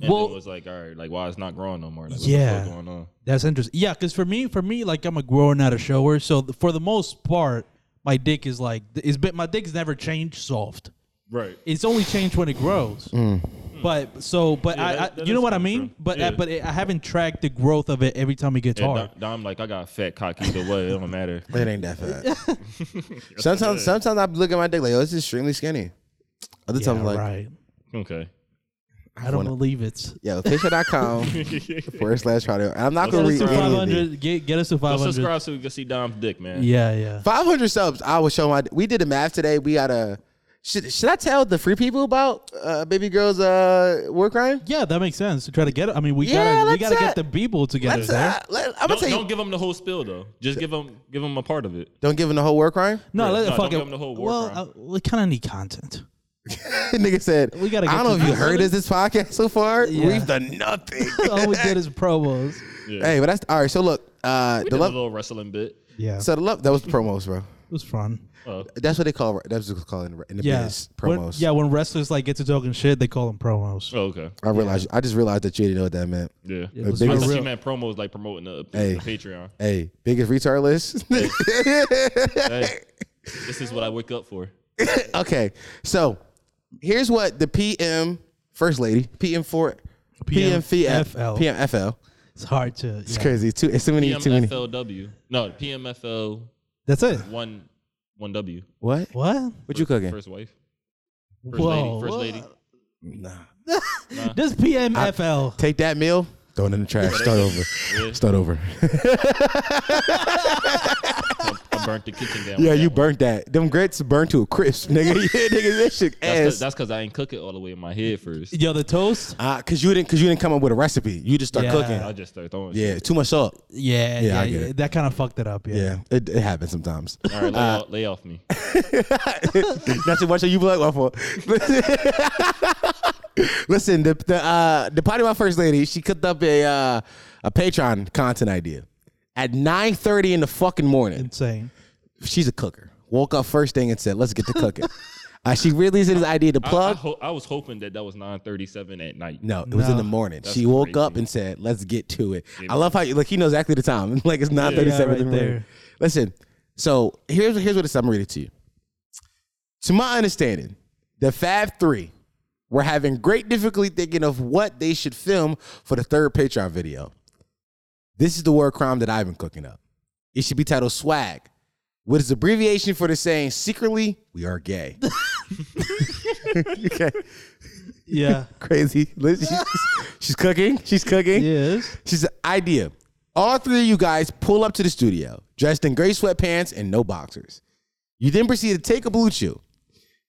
And Well- well, was like, all right, like why it's not growing no more? Like, Yeah. What the fuck going on? That's interesting. Yeah, because for me, for me, like I'm a grower, not a shower. So th- for the most part, my dick is like is been my dick's never changed soft. Right. It's only changed when it grows. Mm. But so, but I, that- I that you know is what I kinda mean. true. But uh, Yeah. but it, I haven't tracked the growth of it every time it gets Yeah, hard. Dom, Dom like I got fat cock either way. It don't matter. It ain't that fat. sometimes, sometimes I look at my dick like, oh, it's extremely skinny. Other times, Yeah, I'm like, right. Okay. I don't wanna- believe it. yo, picture.com forward slash audio. And I'm not Get gonna Get read us to any of 500. these. Get, get us to Go 500. subscribe so we can see Dom's dick, man. Yeah, yeah. 500 subs. I will show my. We did the math today. We got a. Should, should I tell the free people about uh, baby girl's uh, war crime? Yeah, that makes sense to try to get it. I mean, we Yeah, gotta we let's, gotta uh, get the people together. Let's, there. uh, let, I'm gonna Don't, tell you. don't give him the whole spill though. Just give him give him a part of it. Don't give him the whole war crime. No, let's no, don't fuck give it. them the whole war well, crime. uh, we kind of need content. Nigga said, We gotta I get don't know to if you that. heard of this podcast so far. Yeah. We've done nothing. All we did is promos. Hey, but that's all right. So look, uh, We the did a love. little wrestling bit. Oh. Yeah, so, So the love that was the promos, bro. it was fun. That's what they call. That's what they call it in the, in the Yeah, biz When- promos. yeah, when wrestlers like get to talking shit, they call them promos. Oh, okay. I realized. I just realized that you didn't know what that meant. Yeah. It was big I For thought real. you meant promos like promoting the, the Hey. Patreon. Hey, biggest retard list. Hey, this is what I wake up for. okay, so here's what the PM first lady PM four PM PMFL. PMFL. It's hard to. It's yeah. crazy. Too. It's too many. Too many. PMFLW. No, PMFL That's it. one one W. What? What? What you cooking? First wife. First Whoa, lady. First what? lady. Nah. This PMFL. Take that meal. Throw it in the trash. Start over. Start over. I burnt the kitchen down. yeah, with you that one. burnt that. Them grits burned to a crisp, nigga. Yeah, nigga, that shit That's 'cause- ass. That's because I ain't cook it all the way in my head first. Yo, the toast. Ah, cause you didn't, cause you didn't come up with a recipe. You just start Yeah. I cooking. just started throwing. shit. Yeah, too much salt. Yeah, yeah, I get yeah. it. that kind of fucked it up. Yeah. Yeah, it, it happens sometimes. All right, lay, Uh, off, lay off me. Not too much of you black waffle. Listen, the the uh, the party my first lady, she cooked up a uh, a Patreon content idea at nine thirty in the fucking morning. Insane. She's a cooker. Woke up first thing and said, "Let's get to cooking." uh, she really is this idea to I, I, plug. ho- I was hoping that that was 9:37 at night. no, it was in No. the morning. That's She woke crazy. up and said, "Let's get to it." I love how you look. He knows exactly the time. like it's nine Yeah, thirty-seven right in the morning. there. Listen, so here's here's what it's, I'm reading to you. To my understanding, the Fab Three were having great difficulty thinking of what they should film for the third Patreon video. This is the word crime that I've been cooking up. It should be titled swag, which is abbreviation for the saying secretly we are gay. okay, Yeah. crazy. Liz, She's, she's cooking. She's cooking. yes. She's an idea. All three of you guys pull up to the studio dressed in gray sweatpants and no boxers. You then proceed to take a blue chew.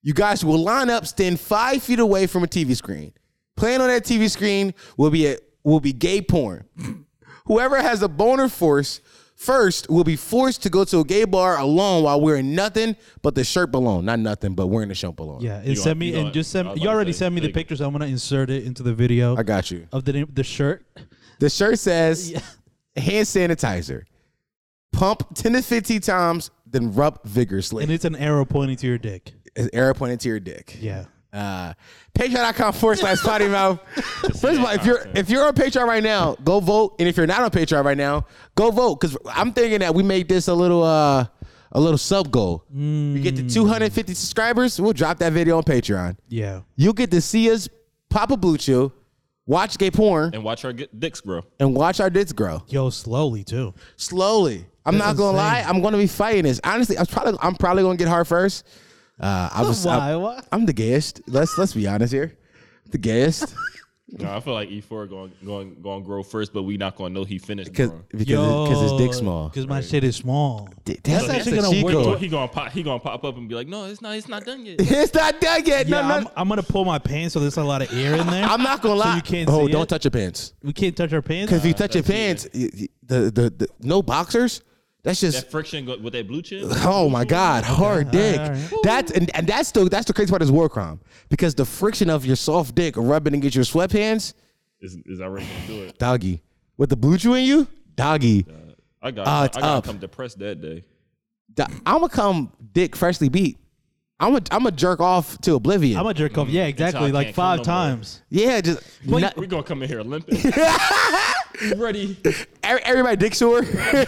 You guys will line up, stand five feet away from a TV screen. Playing on that TV screen will be a, will be gay porn. Whoever has a boner force first will be forced to go to a gay bar alone while wearing nothing but the shirt balloon. Not nothing, but wearing the shirt balloon. Yeah. And You send want- me you and want- just I send. was You about to already say, sent me the like- pictures. I'm gonna insert it into the video I got you. of the name- the shirt. The shirt says Yeah. hand sanitizer. Pump 10 to 50 times, then rub vigorously. And it's an arrow pointing to your dick. is arrow pointed to your dick. Yeah. Uh, Patreon.com forward slash potty mouth. First of all, if you're if you're on Patreon right now, go vote. And if you're not on Patreon right now, go vote. Cause I'm thinking that we make this a little uh a little sub goal. We get to Mm. 250 subscribers, we'll drop that video on Patreon. Yeah. You'll get to see us pop a blue chew, watch gay porn, And watch her get dicks, bro. and watch our dicks grow. Yo, slowly too. Slowly. I'm That's not gonna lie, insane. I'm gonna be fighting this. Honestly, I was probably I'm probably gonna get hard first. Uh I was I- Why? Why? I'm the gayest. Let's let's be honest here. The gayest. No, I feel like E E4 going going going grow first, but we not gonna know he finished. Cause, growing. because his, his dick's small. Because my shit is small. Dick- That's So actually that's gonna gonna work work. to- he gonna pop he gonna pop up and be like, no, it's not it's not done yet. It's not done yet. Yeah, no, no. I'm, I'm gonna pull my pants so there's a lot of air in there. I'm, not gonna lie. So you can't oh, see don't it? Ah, touch your pants. we can't touch our pants. Because if you touch your pants, y- y- the, the the no boxers. That's just That friction go, with that blue chin. Oh my God, hard dick. all right. That's and, and that's the that's the crazy part of this war crime because the friction of your soft dick rubbing against your sweatpants, Is is already gonna do it. doggy. With the blue chew in you, doggy. I got Ah, I it's gotta up. come depressed that day. I'm gonna come dick freshly beat. I'm a I'm a jerk off to oblivion. I'm a jerk off. Yeah, exactly. I Like can't come five no more. times. yeah, just not- We gonna come in here limping. You ready? every- everybody dick sore. You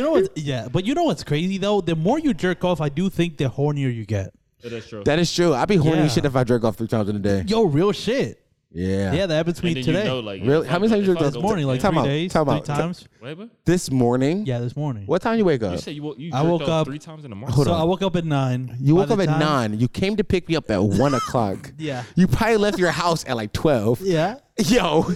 know what? Yeah, but you know what's crazy though? The more you jerk off, I do think the hornier you get. Yeah, that's true. That is true. I'd be horny Yeah. as shit if I jerk off three times in a day. Yo, real shit. Yeah. Yeah, that happened to and me then today. you know, like Really? if How I many go- times you if jerk I go off? this morning, like Ah. Time three out, days, time three out, time- times. Wait, what? This morning. Yeah, this morning. What time you wake up? You said you, wo- you I jerked woke off up- three times in the morning. Hold So on. I woke up at nine. you By woke the up at time- nine. You came to pick me up at one o'clock. Yeah. You probably left your house at like twelve. Yeah. Yo,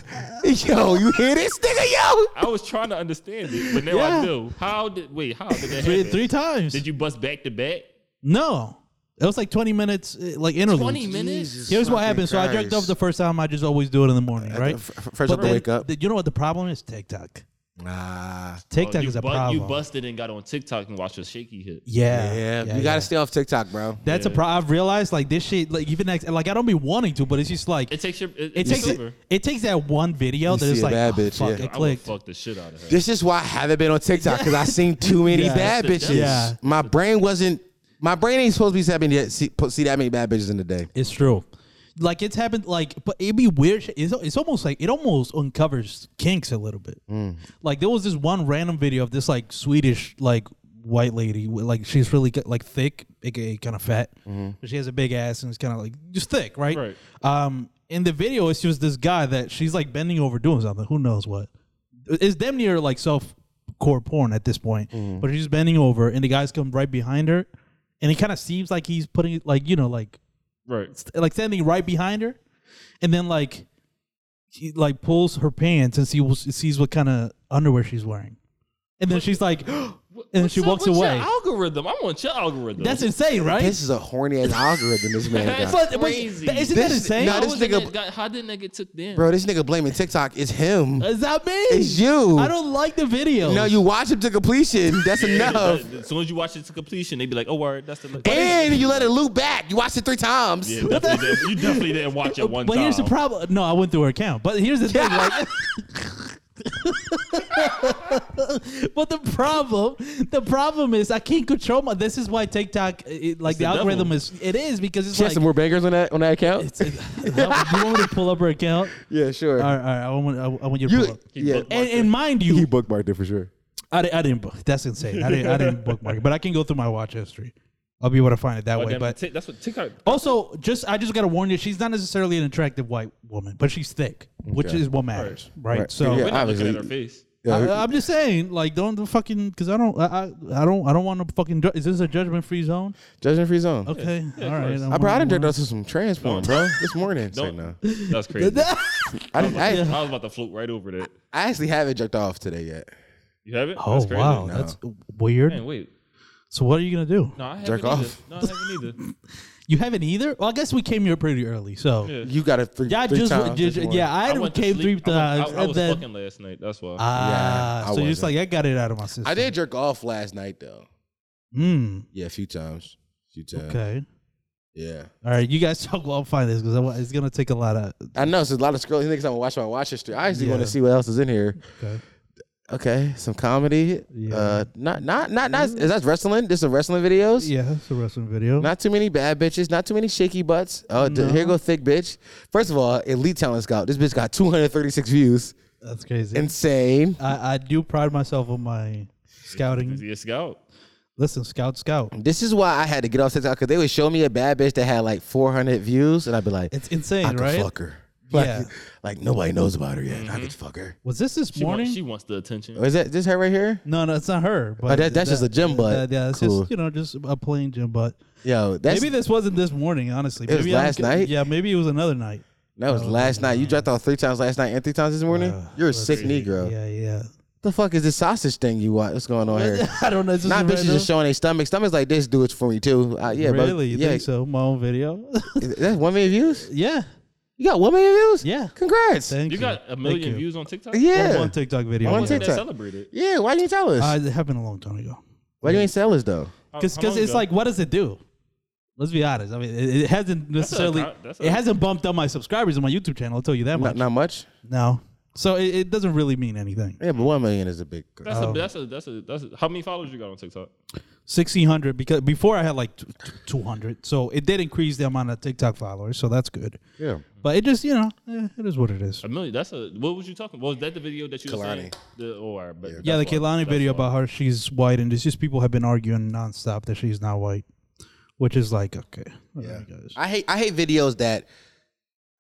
yo, you hear this nigga? Yo. I was trying to understand it, but now Yeah. I do. How did wait? How did that Three, happen? three times. Did you bust back to back? No. It was like 20 minutes, uh, like interlude. 20 minutes? Here's what happened. So I jerked off the first time. I just always do it in the morning, right? f- f- first up, I then- wake up. then you know what the problem is? TikTok. Nah. TikTok Oh, you is a bu- problem. You busted and got on TikTok and watched a shaky hit. yeah, Yeah, you yeah. gotta stay off TikTok, bro. That's a problem. I've realized like this shit, like even next, like I don't be wanting to, but it's just like It it, takes your. It, it's takes it, over. takes that one video that see is a like bad oh, bitch, fuck, yeah. it I would clicked. fuck the shit out of her. This is why I haven't been on TikTok because I seen too many Yeah. bad bitches. Yeah. My brain wasn't. My brain ain't supposed to be having yet. See, see that many bad bitches in a day. It's true. Like it's happened, like but it'd be weird. shit. It's, it's almost like it almost uncovers kinks a little bit. Like there was this one random video of this like Swedish like white lady, with, like she's really g- like thick, aka kind of fat. But she has a big ass and it's kind of like just thick, right? Right. Um, in the video, it's just this guy that she's like bending over doing something. Who knows what? It's damn near like self core porn at this point. But she's bending over and the guys come right behind her, and it kind of seems like he's putting like you know like Right. like standing right behind her, and then like she like pulls her pants and see sees what kind of underwear she's wearing, and then she's like, and then What's she up walks with your away. algorithm. I want your algorithm. That's insane, right? This is a horny ass algorithm this man got. but, but crazy. isn't that This- insane? nah, How this was it nigga- that got- how did that get took down? Bro, this nigga blaming TikTok is him. is that me? It's you. I don't like the video. No, you watch him to completion. That's enough. As soon as you watch it to completion, they be like, "Oh, word, that's the." And you let it loop back. You watched it three times. Yeah, definitely didn't- you definitely didn't watch it one But time. here's the problem. No, I went through her account. But here's the thing. Like, but the problem, the problem is I can't control my. This is why TikTok, it, like the, the algorithm devil. is, it is because it's She had like. some more bangers on that on that account. it's, it, you want me to pull up her account? Yeah, sure. All right, all right. I want, I, I want you to pull You, up. yeah, bookmarked And, and mind you, he bookmarked it for sure. I, di- I didn't book. That's insane. I didn't, I didn't bookmark it, but I can go through my watch history. I'll be able to find it that Oh, way. damn, But Tik- that's what TikTok. also, just I just got to warn you, she's not necessarily an attractive white woman, but she's thick, which is what matters, right? Right. So Yeah. We're not looking obviously- at her face. uh, I, I'm just saying, like, don't do fucking because I don't, I, I, I don't, I don't want to fucking. Ju- is this a judgment free zone? Judgment free zone. Okay, all of right. course. I I'm bro, I on- done jerked off to some trans porn, bro. This morning. Say Don't. no. That's crazy. I, didn't, I, I was about to float right over that. I actually haven't jerked off today yet. You have it? Oh that's crazy. wow, No. that's weird. Man, wait. So what are you gonna do? No, I haven't Jerk either. off. No, I haven't either. You haven't either. Well, I guess we came here pretty early, so yeah, Yeah. You got it three, I three just, times. just- this morning. yeah, I, I went to came three uh, sleep. I, went- times, I, I and was then fucking last night. That's why. ah, I so you're just wasn't. like I got it out of my system. I did jerk off last night though. Mm, Yeah, a few times. A few times. okay. Yeah. All right, you guys talk. Well, I'll find this because it's gonna take a lot of. I know, so a lot of scrolling niggas I'm gonna watch my watch history. I actually want Yeah. to see what else is in here. Okay. Okay, some comedy. Yeah. Uh not not not not is that wrestling? There's some wrestling videos. Yeah, it's a wrestling video. Not too many bad bitches. Not too many shaky butts. Oh, d- No. here go thick bitch. First of all, elite talent scout. This bitch got 236 views. That's crazy. Insane. I, I do pride myself on my scouting. Easy as scout. Listen, scout, scout. This is why I had to get off TikTok because they would show me a bad bitch that had like 400 views, and I'd be like, It's insane, I could right? fuck her. Like, Yeah. Mm-hmm. like nobody knows about her yet. I could fuck her. Was this this She morning? wants, she wants the attention. Oh, is that this her right here? no, no, it's not her. But that- that's just a gym butt. yeah, it's Cool. just you know just a plain gym butt. Yo, that's maybe this wasn't this morning. Honestly, It was Maybe I'm last g- night? Yeah, maybe it was another night. that was last night. You dropped off three times last night and three times this morning. Oh, Uh, You're a let's sick see. Negro. Yeah, yeah. The fuck is this sausage thing you want? What's going on here? I don't know. It's just Not a bitches random- just showing their stomach. Stomachs like this do it for me too. Uh, yeah, really? but You yeah, think so? My own video. Is that one million views? yeah. You got one million views? Yeah. Congrats. Thank you. You got a Thank million you. views on TikTok? yeah. One TikTok video. One yeah. They TikTok. celebrated. yeah. Why didn't you tell us? Uh, it happened a long time ago. why you ain't tell us though? Because it's like, what does it do? Let's be honest. I mean, it, it hasn't a- necessarily. that's a- it hasn't bumped up my subscribers on my YouTube channel. I'll tell you Not, that much. not much. No, so it, it doesn't really mean anything. Yeah, but one million is a big. That's, oh. a, that's, a, that's, a, that's a. How many followers you got on TikTok? Sixteen hundred because before I had like two hundred, so it did increase the amount of TikTok followers. So that's good. yeah. But it just you know eh, it is what it is. A million. Mm-hmm. That's a. What was you talking? Was that the video that you were saying? Kalani. The, oh, all right, but yeah, the that's why- Kehlani that's video why. about her she's white, and it's just people have been arguing nonstop that she's not white, which is like okay, yeah. guys. I hate I hate videos that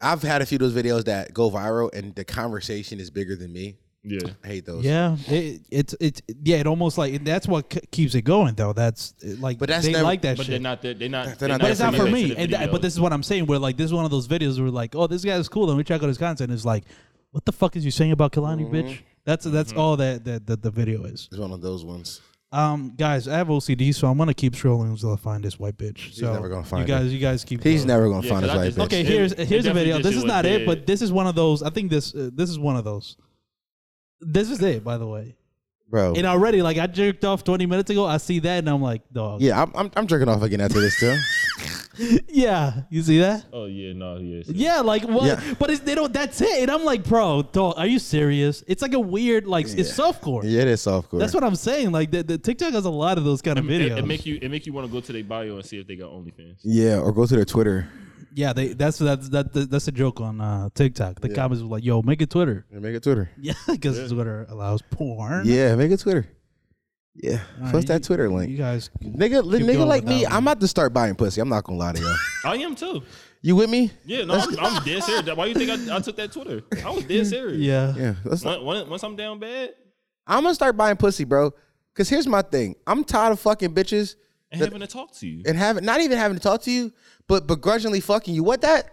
I've had a few of those videos that go viral and the conversation is bigger than me. Yeah. I hate those. Yeah, it, it's it's yeah, it almost like and that's what c- keeps it going though. That's uh, like, But that's they never- like that But they're shit. not. They're not. They're, not that not. but it's not for committed me. And that, but this is what I'm saying. Where like this is one of those videos where like, oh, this guy is cool, and we check out his content. It's like, what the fuck is you saying about Kalani, Mm-hmm. bitch? That's that's Mm-hmm. all that, that that the video is. It's one of those ones. Um, guys, I have OCD, so I'm gonna keep scrolling until I find this white bitch. So never gonna find you guys. You guys keep. He's going. never gonna Yeah, find 'cause his I life. just- bitch. Okay, It- here's it here's a definitely video. did This you is a not it, big- but this is one of those. I think this uh, this is one of those. This is it, by the way. bro. And already, like I jerked off 20 minutes ago. I see that, and I'm like, dog. Yeah, I'm, I'm I'm jerking off again after this too. Yeah, you see that? Oh yeah, no, yeah. it's- Yeah, like what? Yeah. But it's, they don't. That's it. And I'm like, bro, dog, are you serious? It's like a weird, like it's softcore. yeah, it is softcore. That's what I'm saying. Like the, the TikTok has a lot of those kind of It, videos. it make you. It make you want to go to their bio and see if they got OnlyFans. yeah, or go to their Twitter yeah, they, that's that's that, that- that's a joke on uh, TikTok. The comments were like, "Yo, make a Twitter." and make a Twitter. Yeah, because Twitter allows porn. Yeah, make a Twitter. Yeah, All post right, that you- Twitter You link. guys, Nigga, li- keep nigga going like me, without I'm about to start buying pussy. I'm not gonna lie to y'all. I am too. You with me? Yeah, no, I'm, I'm dead serious. Why you think I, I took that Twitter? I was dead serious. yeah, Yeah. Let's, Once, once- once I'm down bad, I'm gonna start buying pussy, bro. Cause here's my thing. I'm tired of fucking bitches and having to talk to you. and having not even having to talk to you, but begrudgingly fucking you. What that?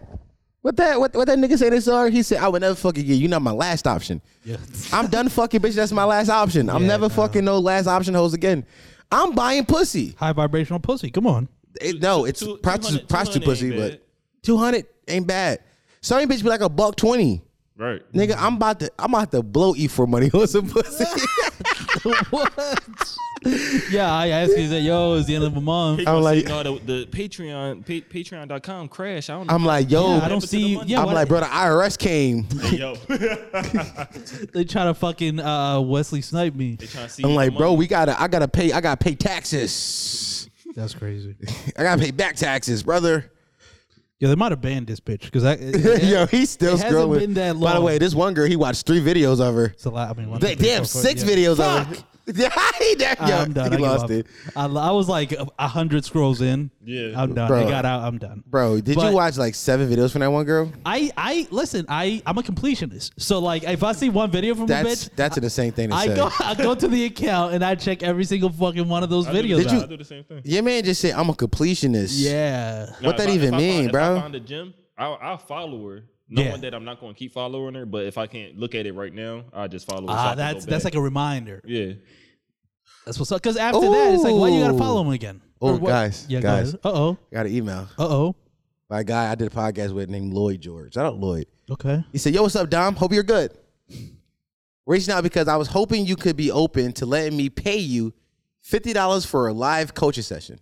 What that what, what that nigga say this are? He said, I would never fuck again. You not my last option. Yeah. I'm done fucking bitch. That's my last option. I'm Yeah, never no. fucking no last option hoes again. I'm buying pussy. High vibrational pussy. Come on. It- no, it's Two- prostitute, 200 prostitute 200 pussy, ain't but bad. two hundred ain't bad. Certain bitch be like a buck twenty. Right. Nigga, I'm about to I'm about to blow E for money on some pussy. what? yeah, I asked you that. Yo, it's the end of the month. I'm like- no, the, the Patreon, pa- Patreon.com crash. I don't know. I'm like, yo, Yeah, I don't see you. Yeah, I'm why- like, bro, the IRS came. yo, they they try to fucking uh, Wesley snipe me. tryna see I'm the like, bro, money. we gotta I gotta pay I gotta pay taxes. That's crazy. I gotta pay back taxes, brother. Yo, they might have banned this bitch because Yo, he's still it hasn't scrolling. been that By the long. way, this one girl, he watched three videos of her. It's a lot. I mean, one, Da- two, three, damn, four, four, six yeah. videos of her. Yeah, he, that, yo, I'm done. he I give lost up. it, I, I was like a hundred scrolls in. Yeah. I'm done. Bro. I got out. I'm done, bro. Did But- you watch like seven videos from that one girl? I I listen. I I'm a completionist. So like, if I see one video from That's a bitch, that's an insane thing to I say. go I go to the account and I check every single fucking one of those I do the- videos. Did you- I do the same thing. Your man just said I'm a completionist. Yeah. Nah, What if that I- even if I mean, find, bro? If I find a gym, I'll, I'll follow her, knowing Yeah. that I'm not going to keep following her. But if I can't look at it right now, I just follow. her so I Ah, can go that's that's back. like a reminder. yeah. That's what's up. Because after that, it's like, why you gotta Ooh. follow him again? Oh, Or what- guys, Yeah, guys. Uh oh. Got an email Uh oh. by a guy I did a podcast with named Lloyd George. Shout out Lloyd. Okay. He said, "Yo, what's up, Dom? Hope you're good. Reaching out because I was hoping you could be open to letting me pay you fifty dollars for a live coaching session.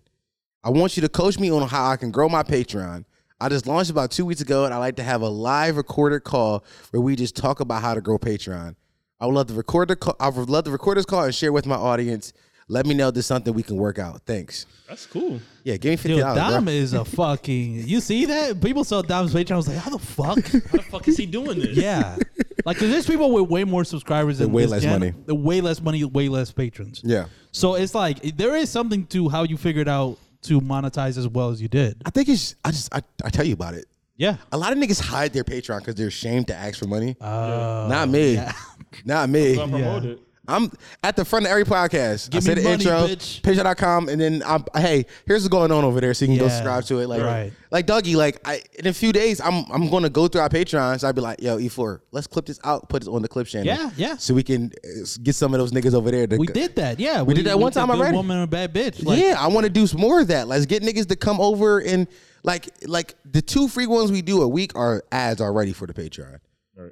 I want you to coach me on how I can grow my Patreon. I just launched about two weeks ago, and I like to have a live recorded call where we just talk about how to grow Patreon. I would love to record the call. I would love to record this call and share with my audience. Let me know if there's something we can work out. Thanks. That's cool. Yeah, give me fifty Dude, dollars. Dom is a fucking. You see that? People saw Dom's Patreon. I was like, how the fuck? How the fuck is he doing this? yeah. Like, 'cause there's people with way more subscribers than way this less gen- money. the Way less money, way less patrons. Yeah. So it's like there is something to how you figured out to monetize as well as you did. I think it's. I just. I, I tell you about it. Yeah. A lot of niggas hide their Patreon because they're ashamed to ask for money. Oh, Not me. Not So I me. promote Uh, Yeah. it. I'm at the front of every podcast. I Give say me the money, intro, bitch. patreon.com, and then I'm, hey, here's what's going on over there, so you can go Yeah. subscribe to it. Like, Right. like Dougie, like I, in a few days, I'm I'm going to go through our Patreon. So I'd be like, yo, E4, let's clip this out, put it on the clip channel. Yeah, yeah. So we can uh, s- get some of those niggas over there. To We go- did that. Yeah. We, did that one did time Good already. Woman and a bad bitch. Like, yeah, I want to do some more of that. Let's get niggas to come over and like like the two free ones we do a week are ads already for the Patreon.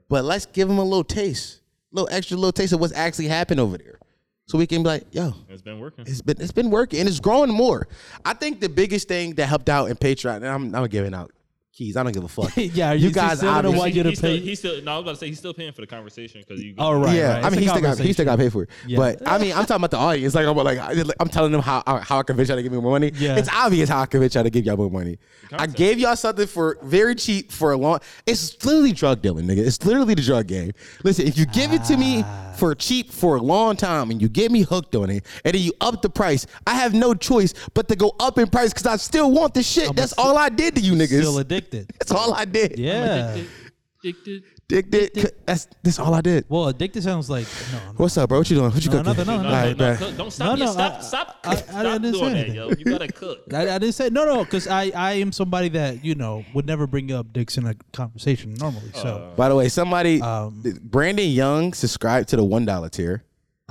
But let's give them a little taste, little extra little taste of what's actually happened over there, so we can be like, yo, It's been working. it's been it's been working and it's growing more. I think the biggest thing that helped out in Patreon, and I'm I'm giving out keys. I don't give a fuck. Yeah, are you still gonna obviously- why you to he's still, pay- he's still. No, I was about to say he's still paying for the conversation because you. All right. yeah, right. I It's mean a he still got he conversation. still got paid for it. Yeah. But I mean I'm talking about the audience. Like I'm like I just- like, I'm telling them how how I convince y'all to give me more money. Yeah. It's obvious how I convince y'all to give y'all more money. I gave y'all something for very cheap for a long. It's literally drug dealing, nigga. It's literally the drug game. Listen, if you give it to me Ah. for cheap for a long time and you get me hooked on it, and then you up the price, I have no choice but to go up in price because I still want the shit. That's all I did to you Still niggas. addicted. That's all I did. Yeah. Addicted. Dick, dick. That's that's all I did. Well, addicted sounds like no. no. What's up, bro? What you doing? What you No, cooking? nothing, no, no, No, All right, no, no, bet. cook. Don't stop. No, No, no, stop. I- stop. I- I stop didn't doing say that, anything. yo. You gotta cook. I, I didn't say no, no, because I, I am somebody that you know would never bring up dicks in a conversation normally. So By the way, somebody Um, Brandon Young subscribed to the one dollar tier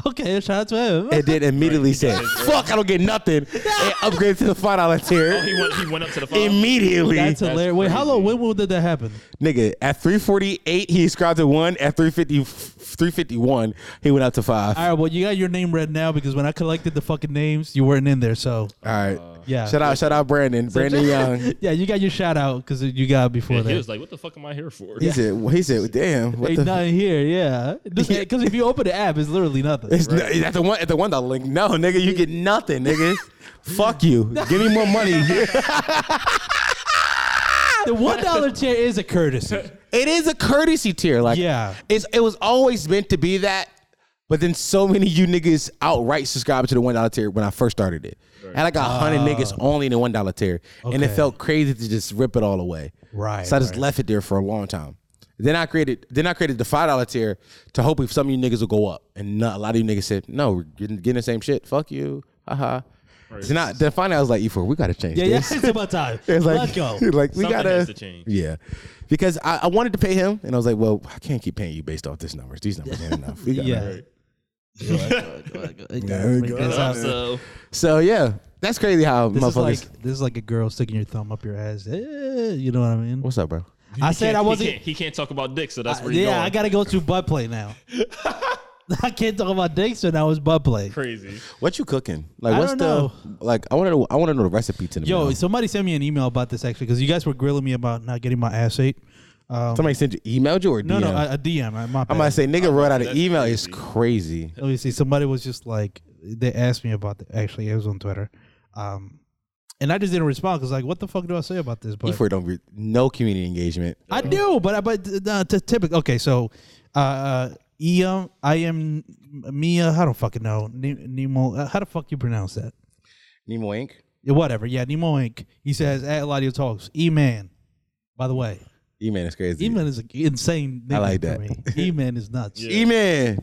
okay, shout out to him. and then immediately said, "Fuck, I don't get nothing," and upgraded to the five dollar tier He went. He went up to the phone. immediately. That's hilarious. Wait, how long? When, when did that happen? Nigga, at three forty eight he subscribed to one. At 350, 351, he went up to five. All All right, well, you got your name read now because when I collected the fucking names, you weren't in there. So right, yeah, shout out, shout out, Brandon, Brandon Young. yeah, you got your shout out because you got it before And that. He was like, "What the fuck am I here for?" He said, he said, damn, what Ain't the. nothing here, yeah. Because if you open the app, it's literally nothing. It's not- at the one at the one dollar link. No, nigga, you get nothing, nigga. Fuck you. Give me more money. it the one dollar tier is a courtesy. is a courtesy tier. Like Yeah. It's it was always meant to be that, but then so many you niggas outright subscribed to the one dollar tier when I first started it, and I got a hundred niggas only in the one dollar tier, and it Ah. Okay. felt crazy to just rip it all away. Right, So I just right. left it there for a long time. Then I created then I created the five dollar tier to hope if some of you niggas will go up, and not, a lot of you niggas said no, we're getting, getting the same shit. Fuck you, haha. It's not. Then finally, I was like, "E4, we gotta change Yeah, yeah, this." it's about time. It's like, Let's go. Like we Something gotta has to change. Yeah, because I, I wanted to pay him, and I was like, "Well, I can't keep paying you based off these numbers. These numbers ain't enough." We gotta- Yeah. There we go. so So yeah, that's crazy how This is motherfuckers. like this is like a girl sticking your thumb up your ass. Eh, you know what I mean? What's up, bro? I said I He wasn't. can't, he can't talk about dick, so that's I- where yeah, you're I gotta go to butt play now. I can't talk about dicks, so now it's butt play. crazy. What you cooking? Like, I what's don't the know. like? I want to. I want to know the recipe to the Yo, meal. somebody sent me an email about this actually because you guys were grilling me about not getting my ass ate. Um, Somebody sent you emailed you or DM? no, no, a, a DM. I, my I'm bad. gonna say nigga wrote out an that's email. It's crazy. crazy. obviously somebody was just like they asked me about the, actually it was on Twitter, um, and I just didn't respond because like what the fuck do I say about this? But E4 E don't re- no community engagement. I do, but I but uh, to typical. Okay, so uh, uh, Iam, I am Mia. I don't fucking know Ne- Nemo. Uh, how the fuck you pronounce that? Nemo Inc. Yeah, whatever. Yeah, Nemo Inc. He says at Ladio Talks. E Man. By the way, E-man is crazy. E Man is an insane. I like nickname for that. me. E Man is nuts. E-man.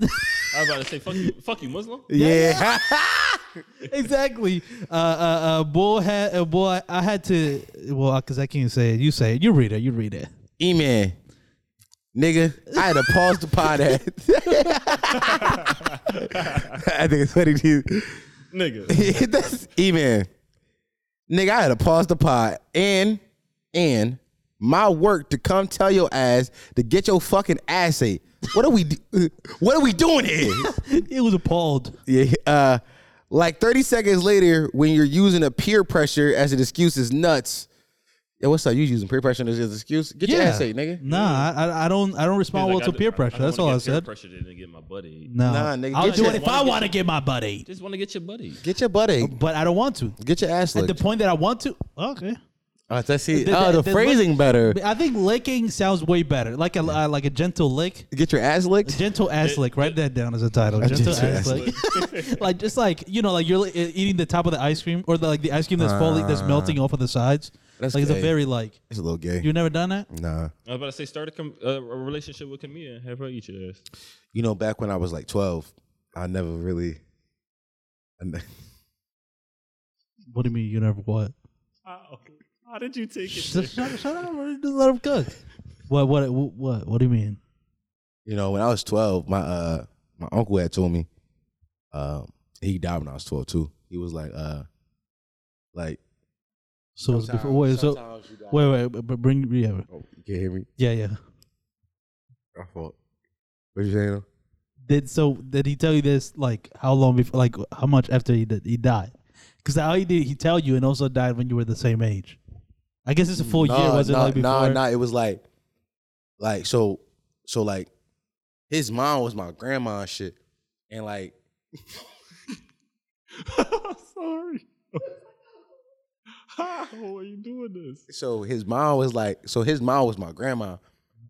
I was about to say, fuck you, fuck you, Muslim. yeah. exactly. Uh, uh, uh, boy, had, uh, boy, I had to. Well, because I can't say it. You say it. You read it. You read it. E-man. Nigga, I had to pause the pod at. I think it's funny too. Nigga. That's E-man. Nigga, I had to pause the pod and and my work to come tell your ass to get your fucking ass ate. What are we do- what are we doing here? It was appalled. Yeah. Uh, like 30 seconds later, when you're using a peer pressure as an excuse is nuts. Yo, what's up? You using peer pressure as an excuse? Get your ass ate, nigga. Nah, I- I, I don't. I don't respond well Like, to I- peer I- pressure. I don't That's wanna all get I peer said. Pressure didn't get my buddy. No, Nah, nigga, I'll get do your- it if I want to get my butt ate, Just want to get your buddy. Get your butt ate. but I don't want to. Get your ass At the licked. point that I want to, okay. oh, that's it. the- oh, the, the- the- phrasing better. I think licking sounds way better. Like a uh, like a gentle lick, Get your ass a licked. gentle ass lick. Write that down as a title. Gentle ass lick. like just like you know, like you're like, eating the top of the ice cream or the, like the ice cream that's falling, that's melting off of the sides. That's like it's gay. a very like It's a little gay. you never done that. nah. I was about to say, start a, com- uh, a relationship with Camille and have her eat your ass. You know, back when I was like 12, I never really. I ne- What do you mean you never what? How did you take shut, shut, shut up! or Just let him cook. What what what what do you mean? you know, when I was 12, my uh my uncle had told me, uh, he died when I was 12 too. He was like, uh, like, So it's before. Wait, so wait, wait, but but bring yeah, oh, you can't hear me? yeah, yeah. My fault. What you saying? Did so? Did he tell you this? Like how long before? Like how much after he did, he died? Because how he did he tell you and also died when you were the same age? I guess it's a full year. Was it like before? No, no, it was like, like so, so like, his mom was my grandma and shit, and like, Sorry. How are you doing this? so his mom was like, so his mom was my grandma,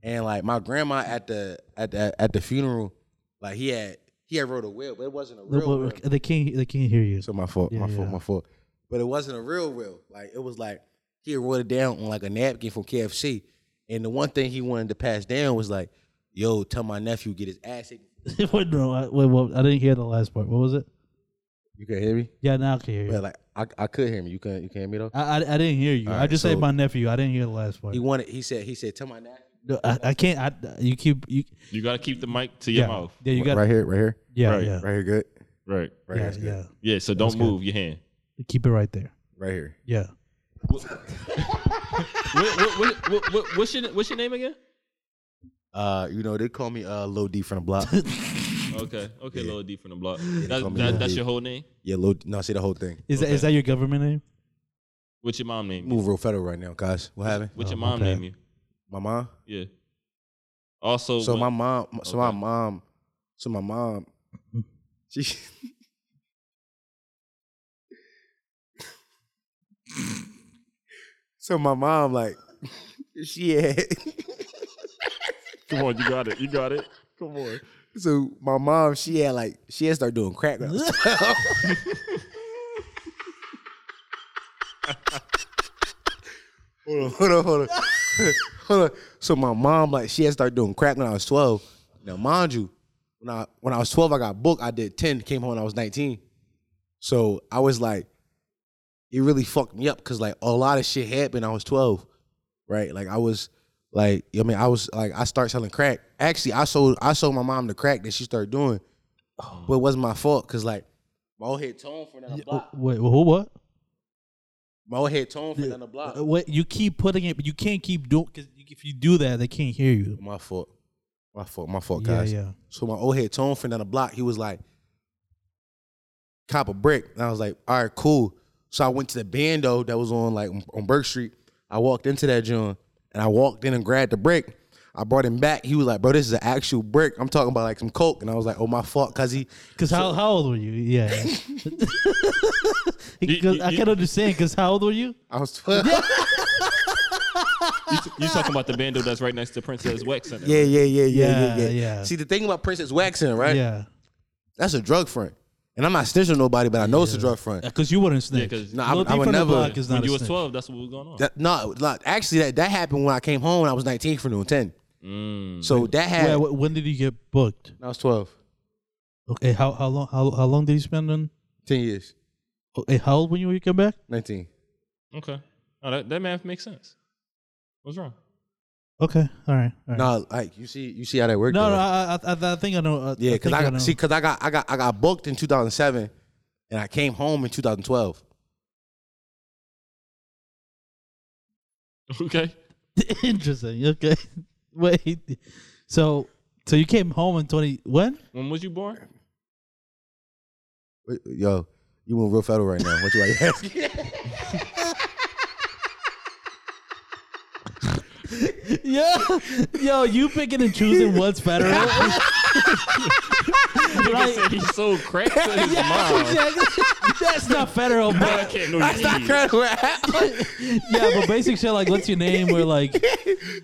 and like my grandma at the at the at the funeral, like he had he had wrote a will, but it wasn't a They- real will. They can't. They can't hear you. So my fault, my Yeah, fault, yeah. my fault. But it wasn't a real will. Like it was like he had wrote it down on like a napkin from KFC, and the one thing he wanted to pass down was like, "Yo, tell my nephew get his ass." eaten." wait, no, I, wait, what- I didn't hear the last part. What was it? You can hear me? Yeah, now I can hear you. Well, like I, I could hear me. You couldn't. You can't hear me though. I, I, I didn't hear you. I Alright, just said so- my nephew. I didn't hear the last part. He wanted. He said. He said. Tell my nephew. No, I, I can't. I, you keep. You, You got to keep the mic to your yeah, mouth. yeah. You got. right here. Right here. yeah, right, yeah, Right here. Good. Right. Right yeah, here. yeah. Yeah, so don't move your hand. Keep it right there. Right here. Yeah. what, what, what, what, what, what's, your, what's your name again? Uh, you know they call me uh Low D from the block. Okay. Okay, Lil D from the block. they call That, me Lil that, that's D. your whole name? yeah, Low. D- No, I say the whole thing. Is that is that your government name? What's your mom name? Move real federal right now, guys. What happened? What's Oh, your my mom bad. name you? My mom. Yeah. Also, So when- my mom. So my Okay. mom. So my mom. She. so my mom like. She had. come on, you got it. You got it. Come on. So my mom, she had like she had started doing crack. when I was 12. hold on, hold on, hold on, hold on. So my mom, like, she had started doing crack when I was twelve. Now, mind you, when I when I was twelve, I got booked. I did ten, came home when I was nineteen. So I was like, it really fucked me up because like a lot of shit happened. I was twelve, right? Like I was like I mean I was like I started selling crack. Actually, I sold I sold my mom the crack that she started doing, but it wasn't my fault because like my old head tone for another block. Wait, who? What? My old head tone for another block. Uh, What? You keep putting it, but you can't keep doing because if you do that, they can't hear you. My fault. My fault. My fault, Yeah, guys. yeah. So my old head tone friend on the block, he was like, cop a brick. And I was like, all right, cool. So I went to the bando that was on like on Burke Street. I walked into that joint and I walked in and grabbed the brick. I brought him back. He was like, bro, this is an actual brick. I'm talking about like some coke. And I was like, oh my fault, cause he Because how, how old were you? Yeah. yeah. 'Cause you- I you- can't understand. Because how old were you? I was 12. You, you talking about the bando that's right next to Princess Wex Center? yeah, yeah, yeah, yeah, yeah, yeah, Yeah, yeah. See the thing about Princess Waxing, right? Yeah. That's a drug front. And I'm not snitching on nobody, but I know it's a drug front. Because you wouldn't snitch. 'cause No, I would- Lil I Peep would from the never. block is when not a you was snitch. twelve, that's what was going on. That, no, like, actually, that, that happened when I came home and I was 19 from New 10. Mm-hmm. Mm. So that Yeah, happened. wh- when did you get booked? I was 12. Okay, how, how long how, how long did you spend on? 10 years. Okay, how old when you you come back? 19. Okay, no, that, that math makes sense. What's wrong? Okay, all right. all right. No, like you see, you see how that worked. no, though. no, I, I- I, I think I know. I, yeah, I because I, think know. got see, because I got, I got, I got booked in 2007, and I came home in 2012. Okay, Interesting. Okay, wait. So, so you came home in twenty when? when was you born? Wait, Yo, you went real federal right now. What you like asking? Yeah, yo, you picking and choosing what's federal. Nigga Like- said he's so cracked to his mom. Exactly. That's not federal, Bro, but I can't know your age. yeah, but basic shit like what's your name? We're like,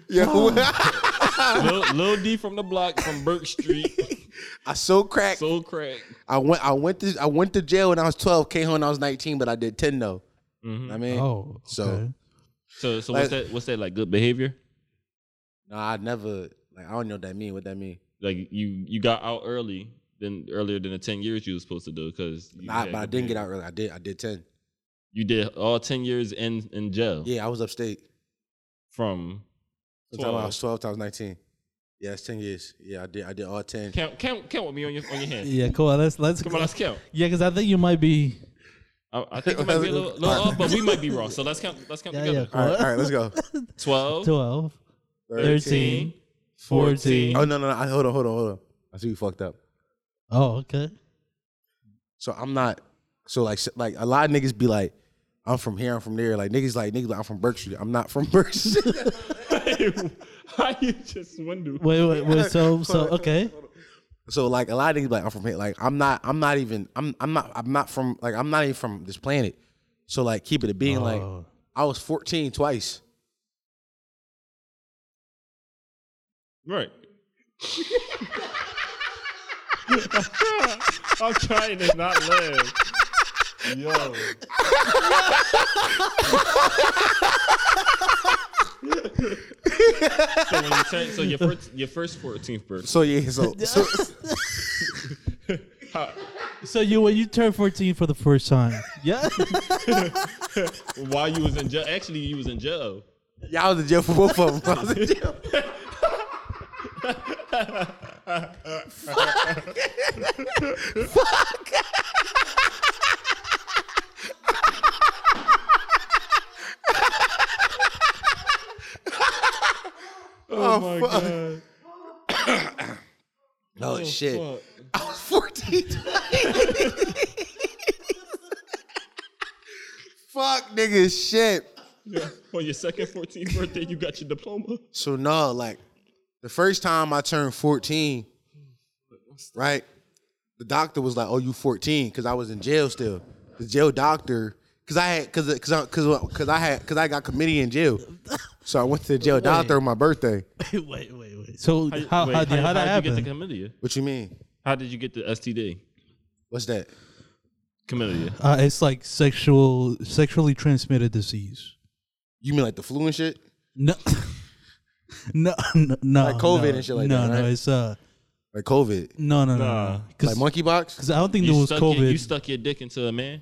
Yo, Lil, Lil D from the block from Burke Street. I so cracked. So cracked. I went, I went to, I went to jail when I was 12. Came home when I was 19, but I did 10 though. I mean, oh, So- okay. Mm-hmm. So so Like- what's that what's that like good behavior? no, I never. Like, I don't know what that mean. What that mean? Like you you got out early than earlier than the ten years you was supposed to do because Nah, but I didn't get out early. I did, I did 10. You did all ten years in in jail. Yeah, I was upstate. From From the time I 12. was 12 times 19. Yeah, it's 10 years. Yeah, I did, I did all 10. count count count with me on your on your hand. yeah, cool. Let's let's Come on, let's count. yeah, because I think you might be I, I think it might be a little, little off, but we might be wrong. So let's count. Let's count yeah, yeah, together. cool. All right, all right, let's go. 12, 12, 13, 14. Oh no, no, no! I- Hold on, hold on, hold on. I see you fucked up. Oh, okay. So I'm not. So like, s- like a lot of niggas be like, I'm from here, I'm from there. Like niggas, like niggas, like, I'm from Berkshire. I'm not from Berkshire. How you just wonder? Wait, wait, wait. So, so okay. so like a lot of niggas be like, I'm from here. Like I'm not, I'm not even, I'm, I'm not, I'm not from. Like I'm not even from this planet. So like, keep it a being. Like Oh. I was 14 twice. Right. I'm trying to not laugh. Yo. so when you turn, so your first, your first 14th birthday. So yeah, so, so So you when you turned 14 for the first time. Yeah. While you was in jail, actually you was in jail. y'all was in jail for both of them. I was in jail. Oh, my god. Oh, shit. fuck. I was 14 Fuck niggas shit. Yeah. On your second 14th birthday, you got your diploma. So no, like the first time I turned 14, right? The doctor was like, "Oh, you 14 cuz I was in jail still. The jail doctor cuz I had cuz cuz I- cuz cuz I had cuz I got committee in jail. So I went to the jail doctor on my birthday. wait, wait, wait. So how how, Wait, did, how, that did you get happen? the chlamydia? What you mean? How did you get the STD? What's that? Chlamydia. uh, it's like sexual sexually transmitted disease. You mean like the flu and shit? No. No, no, no, Like COVID no. and shit like no, that, No, right? it's uh, Like COVID. no, no, no, Nah. no, Like because monkeypox? I don't think You there was stuck COVID. Your, you stuck your dick into a man.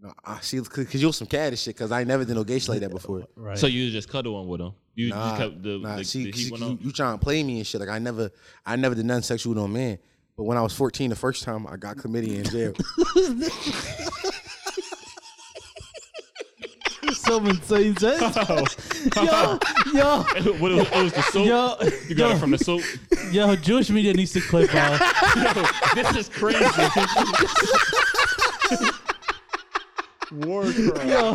No, I see, cause you Ah, was some cat and shit. Cause I ain't never did no gay shit like that before. Right. So you just cuddle on with him. You Nah, just kept the, nah, the, she, the heat she- went you, on. you trying to play me and shit. Like I never, I never did nothing sexual to a man. But when I was 14, the first time I got chlamydia in jail. something so you said. yo, Oh. yo, what it was, it was the soap. yo, you got yo. it from the soap. yo, Jewish media needs to clip out. this is crazy. War crime. Yo,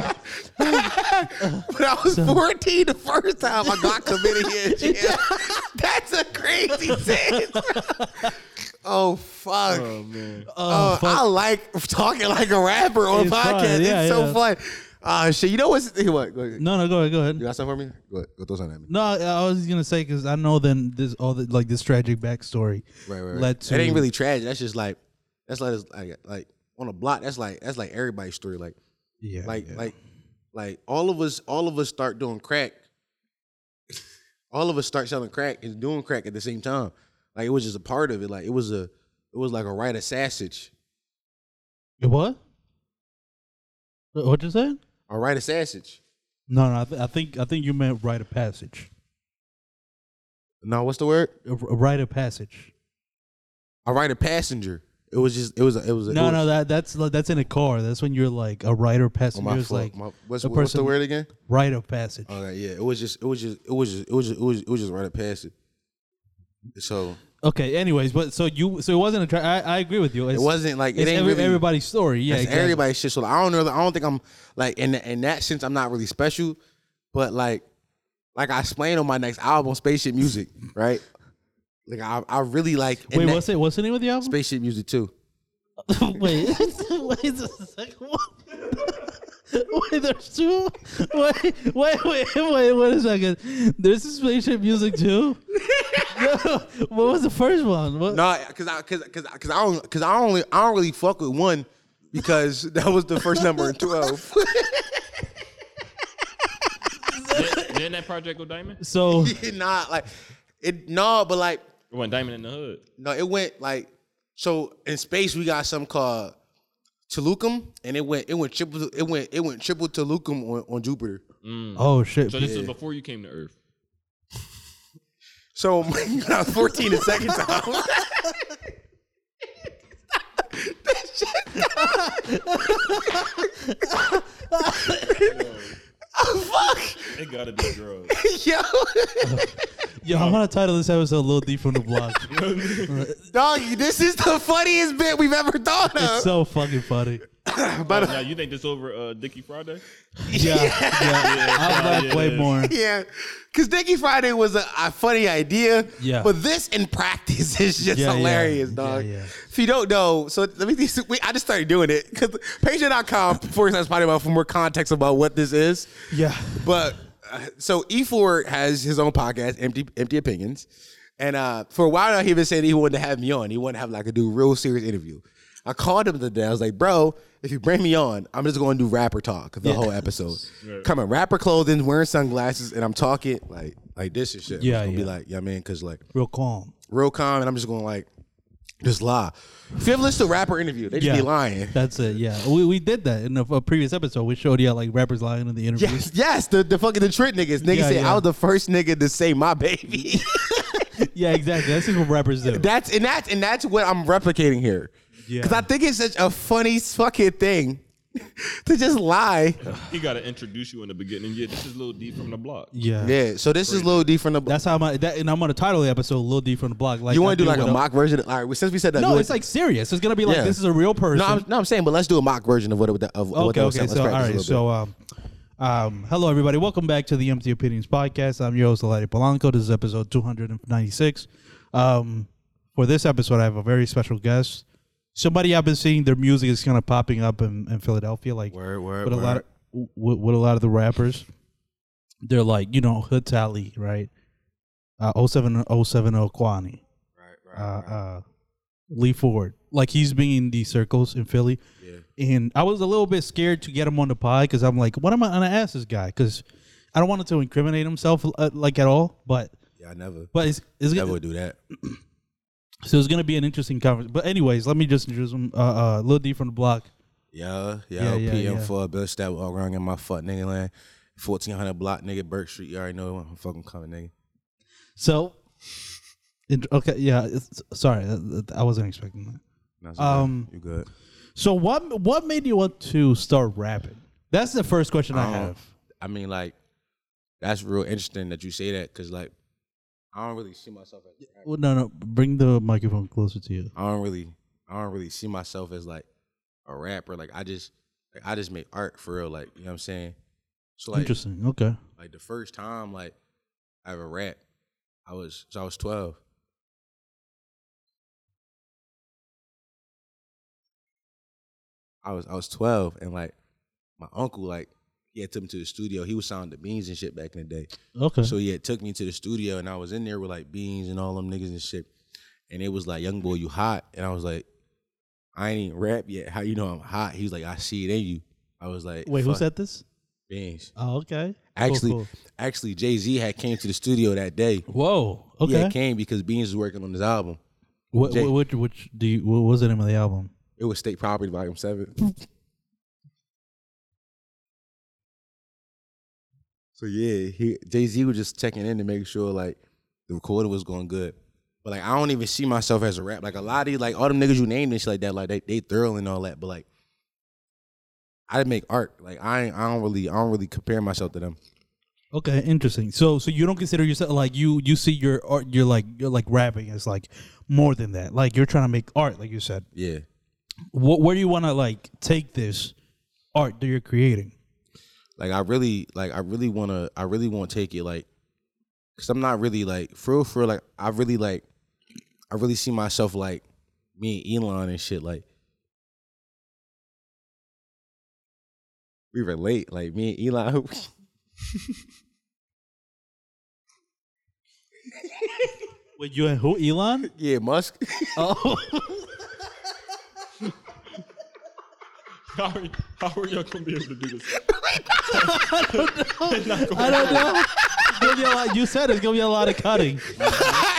when I was 14, the first time I got chlamydia in jail. That's a crazy sentence. bro. oh fuck. Oh man. I like talking like a rapper on It's fun, podcast. yeah, it's so yeah. fun. Ah shit. You know what's what? Go ahead. no, no, go ahead, go ahead. You got something for me? Go ahead. Go throw something at me. No, I I was gonna say because I know then this all the like this tragic backstory Right, right, right. led to That ain't really tragic. That's just like that's like like, like on a block. That's like that's like everybody's story. Like yeah, like yeah. like like all of us all of us start doing crack. all of us start selling crack and doing crack at the same time. Like it was just a part of it. Like it was a it was like a rite of sausage. what? Wha- What'd you say? A rite of sausage. No, no, I, th- I think I think you meant rite of passage. No, what's the word? A, a rite of passage. A rite of passenger. It was just it was a, it was a, No, it no, was, that that's li- that's in a car. That's when you're like a rite of Oh, passage. my It's fault. like My- what's, a what's the person- word again? rite of passage. Oh yeah, it was just it was just it was just it was just it was, it was just a rite of passage. So Okay. Anyways, but so you so it wasn't a tra- I, I agree with you. It's, it wasn't like it it's ain't every- really everybody's story. Yeah. That's exactly. everybody's shit. So like, I don't know. I don't think I'm like in in that sense. I'm not really special, but like like I explained on my next album, Spaceship Music, right? Like I I really like in Wait, that- what's it? What's the name of the album? Spaceship Music too. Wait, wait a second. What? Wait, there's two. Wait, wait, wait, wait, wait a second. There's a spaceship music too. No, what was the first one? What? No, cause I cause cause cause I don't cause I only I don't really fuck with one because that was the first number in twelve. Didn't- Didn't that project go diamond? So Not like it. No, but like It went diamond in the hood. No, it went like so in space we got something called Tolucum, and it went it went triple it went it went triple Tolucum on, on Jupiter. oh shit. So this is before you came to Earth. So when I was 14 the second time. It gotta be drugs. Yo, Yo, I'm gonna title this episode a little deep from the block. doggy, this is the funniest bit we've ever thought of. it's so fucking funny. now you think this over uh, Dickie Friday? Yeah, yeah. I like way more. yeah, because Dicky Friday was a, a funny idea. Yeah. but this in practice is just Yeah, yeah. hilarious, Yeah, dog. yeah. If you don't know, so let me. see- We, I just started doing it because Patreon.com forward slash potty mouth for more context about what this is. Yeah. But uh, so E4 has his own podcast, Empty Empty Opinions. And uh, for a while now, he been saying he wanted to have me on. He wanted to have like a do real serious interview. I called him today. I was like, bro, if you bring me on, I'm just going to do rapper talk the whole episode. Come in rapper clothing, wearing sunglasses, and I'm talking like like this and shit. Yeah, I'm just gonna be yeah. like, yeah, man, because like Real calm. real calm, and I'm just going to like just lie. If you ever listen to rapper interview, they just Yeah. be lying. That's it. Yeah. We, we did that in a, a previous episode. We showed you like rappers lying in the interview. Yes, yes, the, the fucking Detroit niggas. Niggas Yeah, said yeah. I was the first nigga to say my baby. Yeah, exactly. That's just what rappers do. That's and that's and that's what I'm replicating here. Yeah. Cause I think it's such a funny fucking thing to just lie. He gotta introduce you in the beginning. Yeah, this is Lil D from the block. yeah. Yeah. So this is Lil D from the. That's how I'm. That, and I'm gonna title the episode "Lil D from the Block." Like you want I to do like with a mock version? Of, all right. well, Since we said that, you No, wanna- it's like serious. It's gonna be like Yeah. this is a real person. No, I'm, no, I'm saying, but let's do a mock version of what it would- of, of what okay, that was. okay. Let's So all practice a right. little bit. So um, um, hello everybody. Welcome back to the Empty Opinions podcast. I'm your host Eladio Polanco. This is episode 296. Um, for this episode, I have a very special guest. Somebody I've been seeing their music is kind of popping up in, in Philadelphia, like with a lot of with, with a lot of the rappers. They're like you know Hood Tally, right? Uh, 07 070 Kwani. uh, uh, Lee Ford. Like he's been in these circles in Philly. And I was a little bit scared to get him on the pod because I'm like, what am I gonna ask this guy? Because I don't want him to incriminate himself uh, like at all. But yeah, I never, but it's, it's never would do that. so it's gonna be an interesting conversation. But anyways, let me just introduce him. Uh, uh, Lil D from the block. Yeah, Yeah, yeah, yeah, PM yeah. for a bitch that walk around in my fuck nigga land. 1400 block nigga, Burke Street. You already know I'm fucking coming, nigga. So, in- okay, yeah. it's- Sorry, uh, uh, I wasn't expecting that. That's Um, okay. you good. So what what made you want to start rapping? That's the first question I Um, have. I mean, like, that's real interesting that you say that because, like, I don't really see myself as. a rapper. Well, no, no, bring the microphone closer to you. I don't really, I don't really see myself as like a rapper. Like, I just, like, I just make art for real. Like, you know what I'm saying? So like, Interesting. Okay. like the first time like I ever rap, I was, so I was 12. I was I was 12 and like my uncle like he had took me to the studio. He was sounding the beans and shit back in the day. Okay. So yeah, it took me to the studio and I was in there with like beans and all them niggas and shit. And it was like, young boy, you hot. And I was like, I ain't even rap yet. How you know I'm hot? He was like, I see it in you. I was like, Wait, who fuck, said this? beans? Oh, okay. Cool, Actually, cool. actually, Jay Z had came to the studio that day. Whoa. He Okay. had came because Beans was working on his album. What, Jay- what, which, which do you, what was the name of the album? It was State Property Volume Seven. so yeah, he Jay Z was just checking in to make sure like the recording was going good. But like I don't even see myself as a rap. Like a lot of these, like all them niggas you named and shit like that, like they they thorough and all that. But like I didn't make art. Like I ain't, I don't really I don't really compare myself to them. Okay, interesting. So, so you don't consider yourself like you you see your art. You're like you're like rapping is like more than that. Like you're trying to make art, like you said. Yeah. Wh- where do you want to like take this art that you're creating? like I really like I really wanna I really want to take it like because I'm not really like for real for real, like I really like I really see myself like me and Elon and shit like we relate like me and Elon Wait, you and who? Elon? yeah Musk Oh, How are, how are y'all gonna be able to do this? I don't know. It's gonna be a lot- you said it's gonna be a lot of cutting.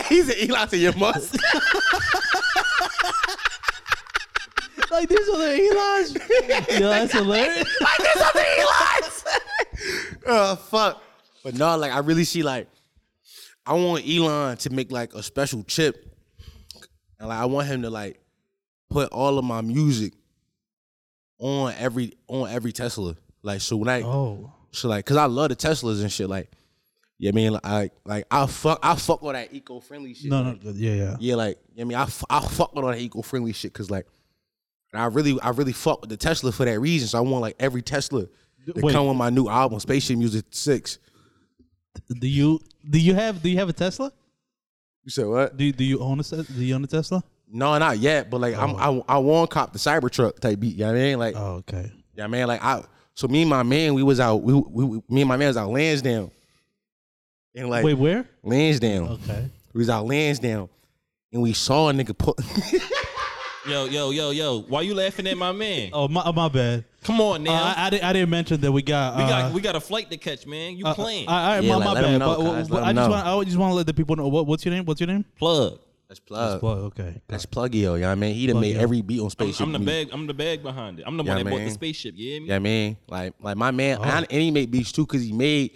he's an Elon to your Musk Like these are the Elons. Yo, that's hilarious. oh fuck but no like I really see like I want Elon to make like a special chip and like I want him to like put all of my music on every on every Tesla. Like so when I Oh, so like cause I love the Teslas and shit. Like yeah, I mean like like I fuck I fuck with that eco friendly shit. no, like, no, yeah, yeah. yeah, like I mean, I, f- I fuck with all that eco friendly shit because like, and I really I really fuck with the Tesla for that reason. So I want like every Tesla to Wait. come with my new album, Spaceship Music Six. Do you do you have do you have a Tesla? You said what? Do do you own a Tes- do you own a Tesla? No, not yet. But like I'm I I want cop the Cybertruck type beat. You know what I mean? Like Oh, okay. Yeah, man. Like I, so me and my man, we was out. We, we, we- me and my man was out Lansdowne, and like Wait, where? Lansdowne. Okay. We was out Lansdowne, and we saw a nigga pull. Yo, yo, yo, yo. Why you laughing at my man? Oh my, my bad. Come on Uh, now. I, I, didn't, I didn't mention that we got. we uh, got we got a flight to catch, man. You uh, playing. uh, all right, Yeah, my, like, my let 'em bad. know, but, guys, let I 'em just know. want I just want to let the people know what, what's your name? What's your name? Plug. That's plug. Uh, Well, okay. That's pluggio. Yeah, man. He done made Pluggio. every beat on I'm, spaceship. I'm the Music. bag. I'm the bag behind it. I'm the Yeah, one that bought the man. spaceship. You hear me? Yeah, man. Like like my man, Oh. and, and he made beats too, cause he made.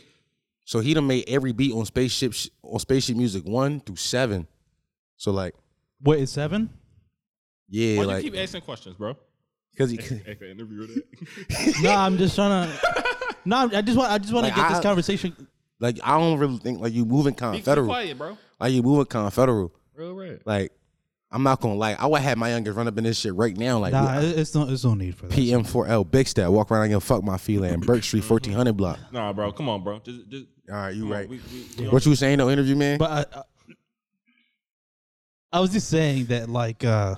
So he done made every beat on spaceship sh- on spaceship music one through seven. So like Wait, it's seven. yeah, Why like you keep asking questions, bro? cause he. Okay, interview that. no, I'm just trying to. No, I'm- I just want I just want Like, to get I- this conversation. Like I don't really think like you moving Be federal. confederal. quiet, bro. Like you moving confederal. Real red. Like, I'm not gonna lie. I would have my youngest run up in this shit right now. Like, Nah, it- it's no it's no need for that. PM4L Big Stat, walk around and fuck my feeling. and Burke Street, 1400 block. Nah, bro. Come on, bro. Just, just. All right, you come on. right. We, we, we What you was saying, no interview, man? But I, I, I was just saying that, like, uh,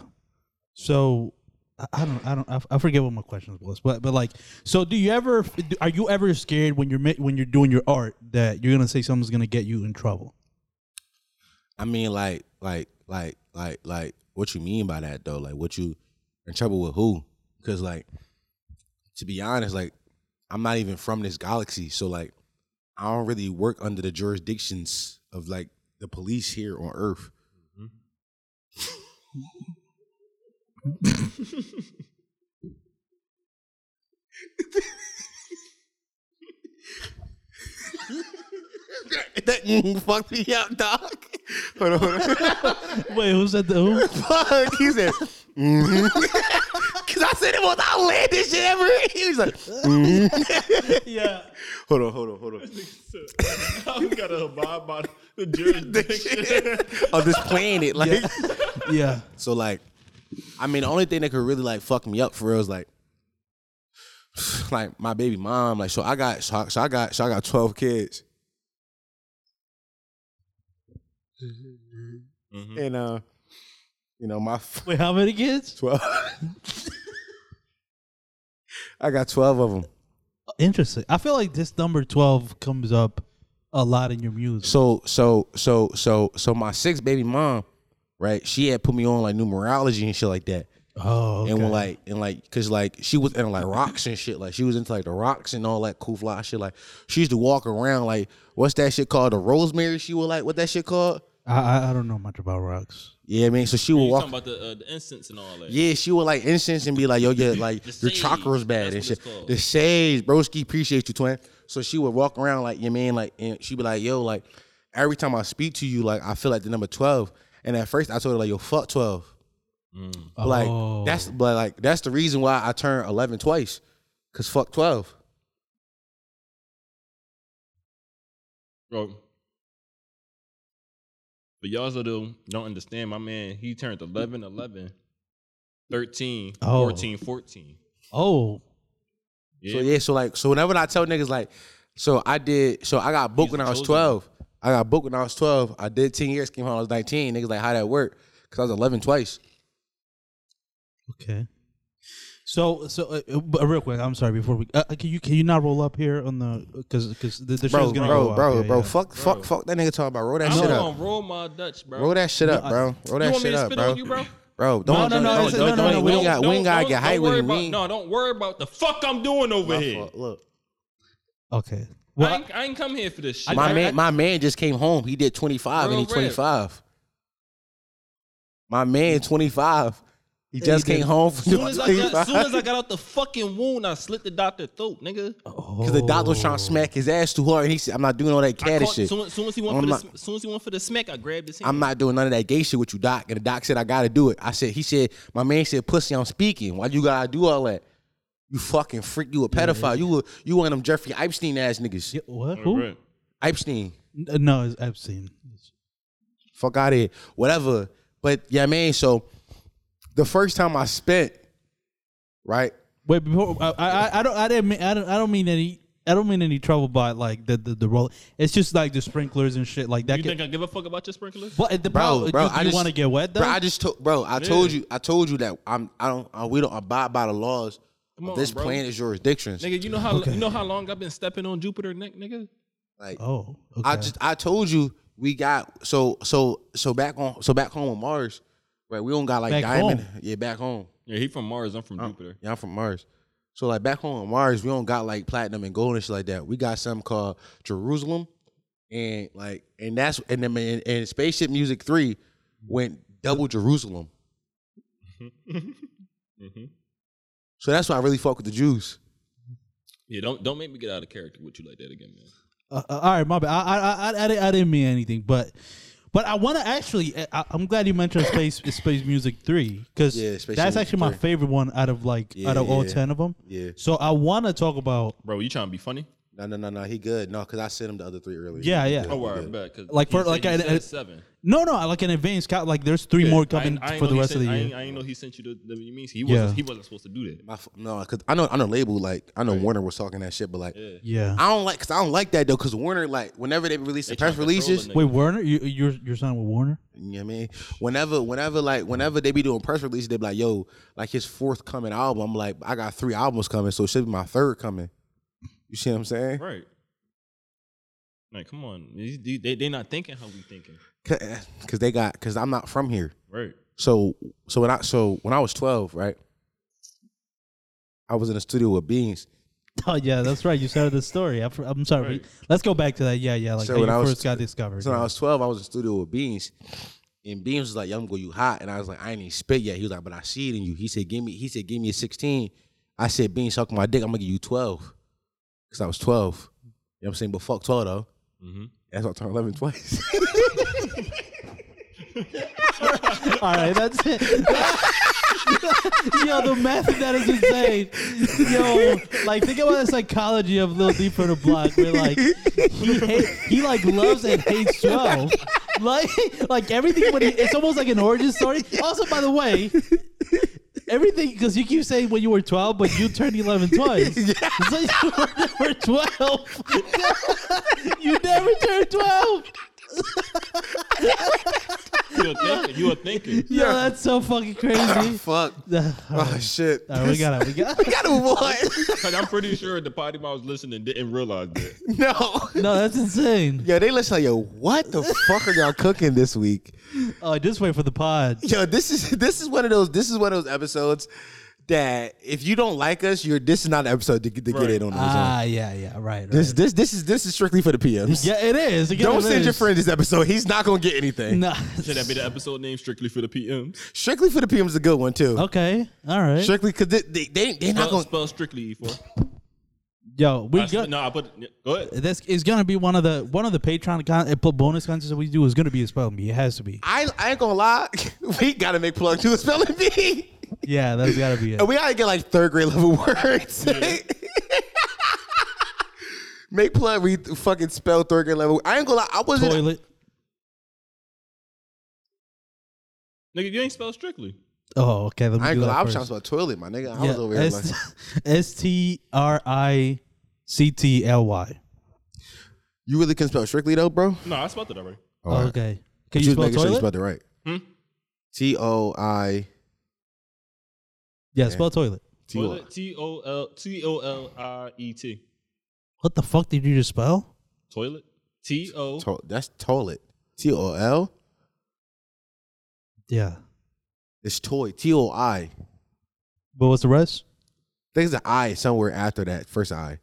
so I, I don't, I don't, I, f- I forget what my question was, but but like, so do you ever, do- are you ever scared when you're ma- when you're doing your art that you're gonna say someone's gonna get you in trouble? I mean, like, like, like, like, like, what you mean by that though? Like, what you in trouble with who? Because, like, to be honest, like, I'm not even from this galaxy, so like, I don't really work under the jurisdictions of like the police here on Earth. that mm, fucked me up, dog. Hold on, hold on. Wait, who said the who? Fuck. He said, "Mm-hmm." because I said it was outlandish shit ever. He was like, yeah. Mm-hmm. hold on, hold on, hold on. You gotta abide by the jurisdiction. of this planet. Like, Yeah. so like, I mean, the only thing that could really like fuck me up for real is like, like my baby mom. Like, so I got, so I- so I got, so I got twelve kids. And uh, you know my f- Wait, how many kids? twelve. I got twelve of them. Interesting. I feel like this number 12 comes up a lot in your music. So so so so so my sixth baby mom, right? She had put me on like numerology and shit like that. Oh, okay. And when like and like cause like she was into like rocks and shit. Like she was into like the rocks and all that cool fly shit. Like she used to walk around like what's that shit called? The rosemary she would like what that shit called? I, I I don't know much about rocks. Yeah, I mean, so she would You walk talking about the, uh, the instance and all that? Yeah, she would like incense and be like, "Yo, yeah, like your sage, chakras bad that's and shit." what it's called. The sage, broski, appreciate you, twin. So she would walk around like, "You mean like?" And she'd be like, "Yo, like every time I speak to you, like I feel like the number 12. And at first, I told her like, "Yo, fuck 12. Mm. But, Like Oh. that's but like that's the reason why I turned eleven twice, cause fuck twelve. Bro. But y'all also do, don't understand. My man, he turned 11, 11, 13, Oh. 14, 14. Oh, Yeah. So yeah, so like so whenever I tell niggas like, so I did, so I got booked when He's the I was chosen twelve. I got booked when I was twelve. I did ten years, came home when I was nineteen. Niggas like, how that work? Cause I was eleven twice. okay. So so uh, uh, but real quick, I'm sorry. Before we uh, uh, can you can you not roll up here on the because because the, the bro, show's gonna bro, go up. bro, Yeah, bro, yeah. fuck, fuck, fuck that nigga talking about. Roll that I'm shit gonna up. roll my Dutch, bro. Roll that shit up, I- bro. Roll that you want me shit to up, spit on bro. you, bro? Bro, don't, no, no, don't, it's- no, no, no, we ain't don't- got, we ain't got to get hype worry with about, me. No, don't worry about the fuck I'm doing over here. Look, Okay. Well, I, ain't, I ain't come here for this shit. my I- man, my man just came home. He did twenty five and Real he rap. twenty five. My man, twenty five. He just he did. came home from As soon as, I twenty got, five. soon as I got out the fucking wound, I slit the doctor's throat, nigga. Cause oh, the doctor was trying to smack his ass too hard, and he said, "I'm not doing all that I caddy caught, shit. soon, soon as he went I'm for the, not- sm- soon as he went for the smack, I grabbed his hand. I'm not doing none of that gay shit with you, doc." And the doc said, "I gotta do it." I said, "He said, my man said, pussy, I'm speaking. Why you gotta do all that? You fucking freak. You a pedophile. You a, you one of them Jeffrey Epstein ass niggas. yeah, what? Who? Right. Epstein, N- No, it's Epstein. fuck out of here, whatever." But yeah, man. So the first time I spent, right? Wait, before I, I, I don't, I didn't, mean, I don't, I don't mean any, I don't mean any trouble by like the the, the roll. It's just like the sprinklers and shit like that. You can- think I give a fuck about your sprinklers? What the Bro, problem- bro, do, do I you just- want to get wet though? Bro, I just told, bro, I told you, I told you that I'm, I don't, uh, we don't abide by the laws. Come of on, this bro. planet is jurisdictions. Nigga, you know how you know how long I've been stepping on Jupiter neck, nigga. Like, oh, okay. I just I told you we got so so so back on so back home on Mars, right? We don't got like Back diamond. home? Yeah, back home. Yeah, he from Mars. I'm from Jupiter. Yeah, I'm from Mars. So like back home on Mars, we don't got like platinum and gold and shit like that. We got something called Jerusalem, and like and that's and then and, and Spaceship Music Three went double Jerusalem. Mm-hmm. So that's why I really fuck with the Jews. Yeah, don't don't make me get out of character with you like that again, man. Uh, uh, all right, my bad. I, I, I, I, di- I didn't mean anything, but, but I want to actually. eh, I, I'm glad you mentioned space, space music three because Yeah, Space that's Music actually my 3. favorite one out of like Yeah, out of all yeah. ten of them. Yeah. So I want to talk about Bro, you trying to be funny? No, no, no, no. He good. No, because I sent him the other three earlier. Yeah, He yeah. good, Oh, he all right, good. bet, 'cause Like, you for- said like, you I- said I- seven. no, no, like an advanced count. Like there's three more coming I ain't- I ain't for know the he rest of said- the I year. ain't, I ain't know he sent you the, the you means he Yeah. wasn't he wasn't supposed to do that. My f- no, cause I know I know Label like I know Warner was talking that shit, but like yeah. I don't like cause I don't like that though, cause Warner like whenever they release the They trying press to control releases, a nigga. Wait, Warner, you, you're you're signing with Warner? you know what I mean? Whenever whenever like whenever they be doing press releases, they be like, yo, like his fourth coming album, I'm like, I got three albums coming, so it should be my third coming. You see what I'm saying? Right. Like, come on, These- these- they they not thinking how we thinking. Cause eh, 'cause they got cause I'm not from here. Right. So so when I so when I was twelve, right? I was in the studio with Beans. Oh yeah, that's right. You started the story. I, am sorry. Right. Let's go back to that. Yeah, yeah. Like So how you when I was- first got discovered. So when I was 12, I was in studio with Beans. And Beans was like, Yo, I'm gonna go you hot. And I was like, I ain't even spit yet. He was like, But I see it in you. He said, Give me, he said, Give me a 16. I said, Bean suck my dick, I'm gonna give you 12. Cause I was 12. You know what I'm saying? But fuck 12 though. That's why I turned 11 twice. All right, that's it. Yo, the method that is insane. Yo, like think about the psychology of Lil Deep Purple Block, where like he hate, he like loves and hates Joe. Like like everything when he, it's almost like an origin story. Also, by the way, everything because you keep saying when you were twelve, but you turned eleven twice. It's like you were never twelve. you never turned twelve. You a thinker. You a thinker. Yo, that's so fucking crazy. fuck. Oh shit. All right, we got it. We got. We gotta move on. Cause I'm pretty sure the potty mouth listening didn't realize that. no. No, that's insane. Yo, they listen like, yo, what the fuck are y'all cooking this week? Oh, I just wait for the pod. Yo, this is this is one of those this is one of those episodes that if you don't like us, you're this is not an episode to, get- to get Right. in on those. Ah, yeah, yeah, right. right. This this this is this is strictly for the PMs. yeah, it is. Again, Don't it send your is. Mm. friend this episode. He's not gonna get anything. Nah. Should that be the episode name strictly for the PMs? Strictly for the PMs is a good one too. Okay. All right. Strictly because they they they they not Spell, gonna. spell strictly E4. Yo, we I sp- got. no, I put go ahead. This is gonna be one of the one of the Patreon con- uh, bonus contests that we do is gonna be a spell me. It has to be. I, I ain't gonna lie, we gotta make plug to a spelling bee. Yeah, that's gotta be it. And we gotta get like third grade level words. make plug, we fucking spell third grade level. I ain't gonna lie, I wasn't. Toilet. Nigga, you ain't spelled strictly. Oh, okay. Let me I ain't do gonna that lie, I was first. trying to spell toilet, my nigga. I Yeah, was over here like. S- S T R I C T L Y. You really can spell strictly though, bro? No, I spelled it already. Alright. Oh, Okay. But Can you just spell making sure you toilet? spelled it right. Hmm? T O I yeah, spell toilet. T O. Toilet. T O L T O L I E T. What the fuck did you just spell? Toilet. T O. To- That's toilet. T O L. Yeah. It's toy. T O I. But what's the rest? There's an I somewhere after that first I,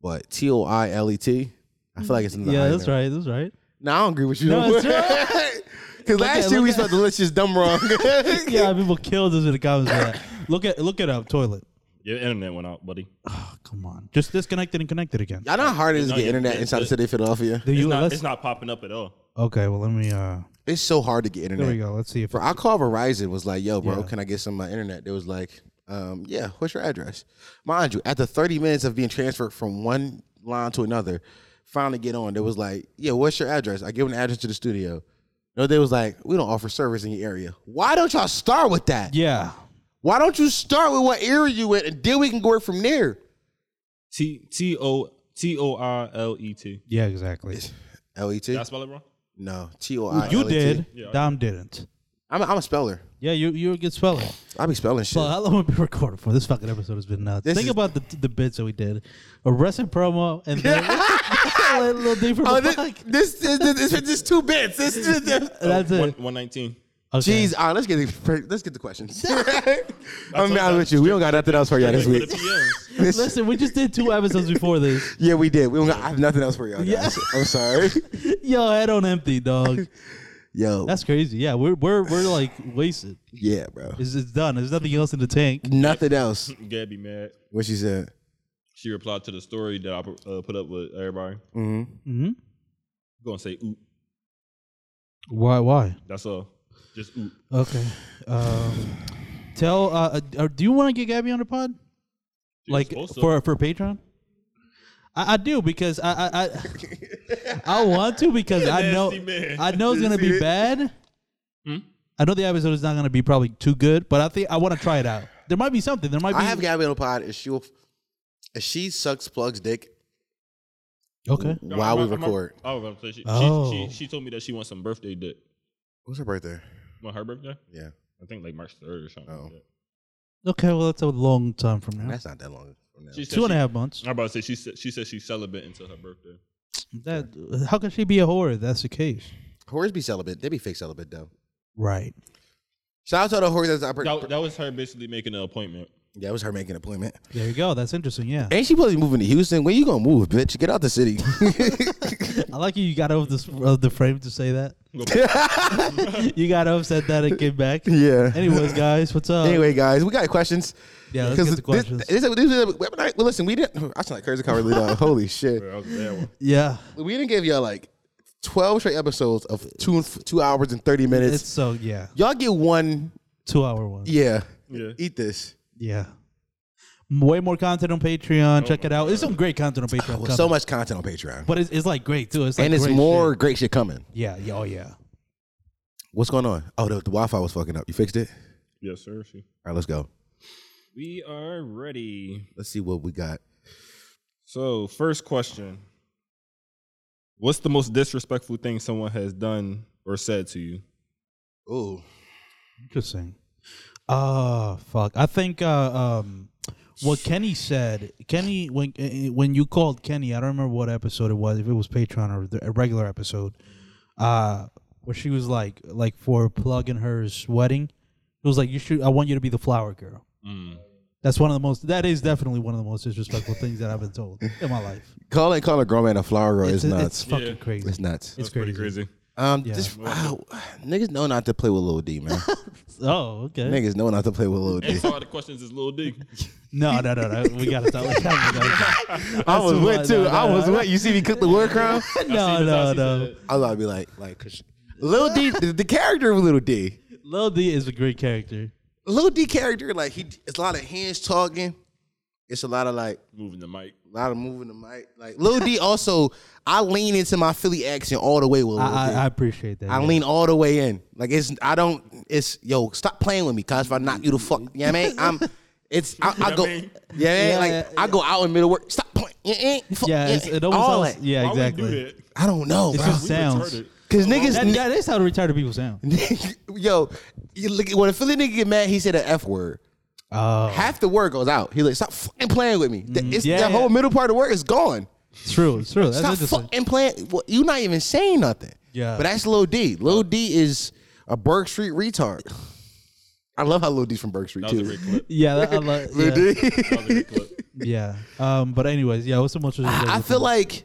but T O I L E T. I feel like it's another. Yeah, that's right. That's right. No, I don't agree with you. No, Because it's right. last at- year we look at- spelled delicious dumb wrong. Yeah, people killed us in the comments for that. Look at look it up, toilet. Your internet went out, buddy. Oh, come on. Just disconnect it and connect it again. Y'all know how hard it is to No, get you- internet it's inside the good. city of Philadelphia. Do It's you not, let's, it's not popping up at all. Okay, well let me uh It's so hard to get internet. there we go. Let's see if Bro, I called Verizon. Was like, yo, bro, Yeah. can I get some uh, internet? They was like, um, yeah. What's your address? Mind you, after 30 minutes of being transferred from one line to another, finally get on. They was like, yeah, what's your address? I give them the address to the studio. No, they was like, we don't offer service in your area. Why don't y'all start with that? Yeah. Why don't you start with what area you in, and then we can work from there? T T O T O I L E T. Yeah, exactly. L E T. Did I spell it wrong? No, T O I. You L E T. did. Yeah, I Dom didn't. I'm a, I'm a speller. Yeah, you you're a good speller. I be spelling shit. So how long have we been recording for? This fucking episode has been nuts. This Think is- about the the bits that we did. Arrested promo and then a little deeper. Oh, this, fuck. this, this, this, this, this two bits. This, this, this. That's Oh, One it. one nineteen. Okay. Jeez, all right, let's get the, let's get the questions. I'm you, be honest with you. We don't got nothing else for y'all this For the week. PMs. This- Listen, we just did two episodes before this. yeah, we did. We don't got, I have nothing else for y'all. Yeah. Guys. I'm sorry. Yo, head on empty, dog. Yo, That's crazy. Yeah, we're we're we're like wasted. yeah, bro. It's, it's done. There's nothing else in the tank. Nothing else. Gabby mad. What she said. She replied to the story that I uh, put up with everybody. I'm Mm-hmm. Mm-hmm. gonna say oop. Why? Why? That's all. Just oop. Okay. Um, tell. Uh, uh, do you want to get Gabby on the pod? You're like supposed to. for for Patreon? I, I do because I I I, I want to because I know Nasty man. I know it's gonna be bad. Hmm? I know the episode is not gonna be probably too good, but I think I want to try it out. There might be something. There might be. I have Gabby on the pod. If she, will- if she sucks plugs dick okay. No, while I'm we not- I'm not- record. I was about to say she, Oh. she, she, she told me that she wants some birthday dick. What's her birthday? On her birthday? Yeah, I think like March 3rd or something. Oh. Like that. Okay. Well, that's a long time from now. that's not that long. From now. She said Two and a she- half months. I'm about to say she said she said she's celibate until her birthday. That uh, how can she be a whore? if That's the case. Whores be celibate. They be fake celibate though. Right. Shout out to all the whores that's out. That, that was her basically making an appointment. Yeah, it was her making an appointment. There you go. That's interesting. Yeah. Ain't she supposed to be moving to Houston? When you gonna move, bitch? Get out the city. I like you. You got over this of the frame to say that. you got upset that it came back. yeah. Anyways, guys, what's up? uh, Anyway, guys, we got questions. Yeah, let's Because get this, the questions. this, this is a weapon night. Well, listen, we didn't. I sound like crazy car really loud. Holy shit! That was a bad one. yeah, We didn't give y'all like twelve straight episodes of two two hours and thirty minutes. it's so yeah. y'all get one. Two hour one. Yeah. Yeah. Eat this. Yeah. Way more content on Patreon. Check it out. There's some great content on Patreon. Well, so coming. much content on Patreon, but it's, it's like great too. It's like and it's great more shit. great shit coming. Yeah, yeah. Oh yeah. What's going on? Oh, the, the Wi-Fi was fucking up. You fixed it. Yes, sir. She- All right, let's go. We are ready. Let's see what we got. So, first question What's the most disrespectful thing someone has done or said to you? Ooh, Interesting. Ah, fuck. I think uh, um, what Kenny said. Kenny, when eh, when you called Kenny, I don't remember what episode it was. If it was Patreon or the, a regular episode, uh, where she was like, like for plugging her's wedding, it was like you should. I want you to be the flower girl. Mm. That's one of the most. That is definitely one of the most disrespectful things that I've been told in my life. calling calling a grown man a flower girl is it's, nuts. It's, fucking Yeah. crazy. nuts. It's Pretty crazy. crazy. Um, Yeah. just, wow, niggas know not to play with Lil D, man. Oh, okay. niggas know not to play with Lil D. Answer all the questions is Lil D. No, no, no, no. We gotta stop. We gotta, we gotta stop. I was That's wet what- too. no, I no, was no. wet. You see me cook the word crown? No, no, no. I thought I'd be like, like, 'cause Lil D, the, the character of Lil D. Lil D is a great character. Lil D character, like he, it's a lot of hands talking. It's a lot of like, Moving the mic. a lot of moving the mic. Like Lil D also, I lean into my Philly accent all the way with Lil D. I, I, I appreciate that. I yeah. lean all the way in. Like it's I don't it's yo, stop playing with me, cause if I knock you the fuck, you know what I mean? I'm it's I, I go yeah, mean? yeah, like Yeah, I go out in the middle of work, stop playing. Yeah, yeah, fuck, Yeah, yeah, it's, it almost all sounds, that. yeah, Why would exactly. we do that? I don't know, It bro. just We sounds. retarded. Cause niggas That, that is how retarded people sound. yo, you look, when a Philly nigga get mad, he said an F word. Oh, Half the word goes out. He like, stop fucking playing with me. Th- It's, Mm-hmm. Yeah, that whole yeah. middle part of the word is gone. true, it's true. That's Stop interesting. fucking playing. Well, you're not even saying nothing. Yeah. But that's Lil D. Lil D is a Burke Street retard. I love how Lil D's from Burke Street That was a too. great clip. yeah, that, I like, Lil yeah, D. That was a great clip. yeah. Um, but anyways, yeah. What's so much? I feel like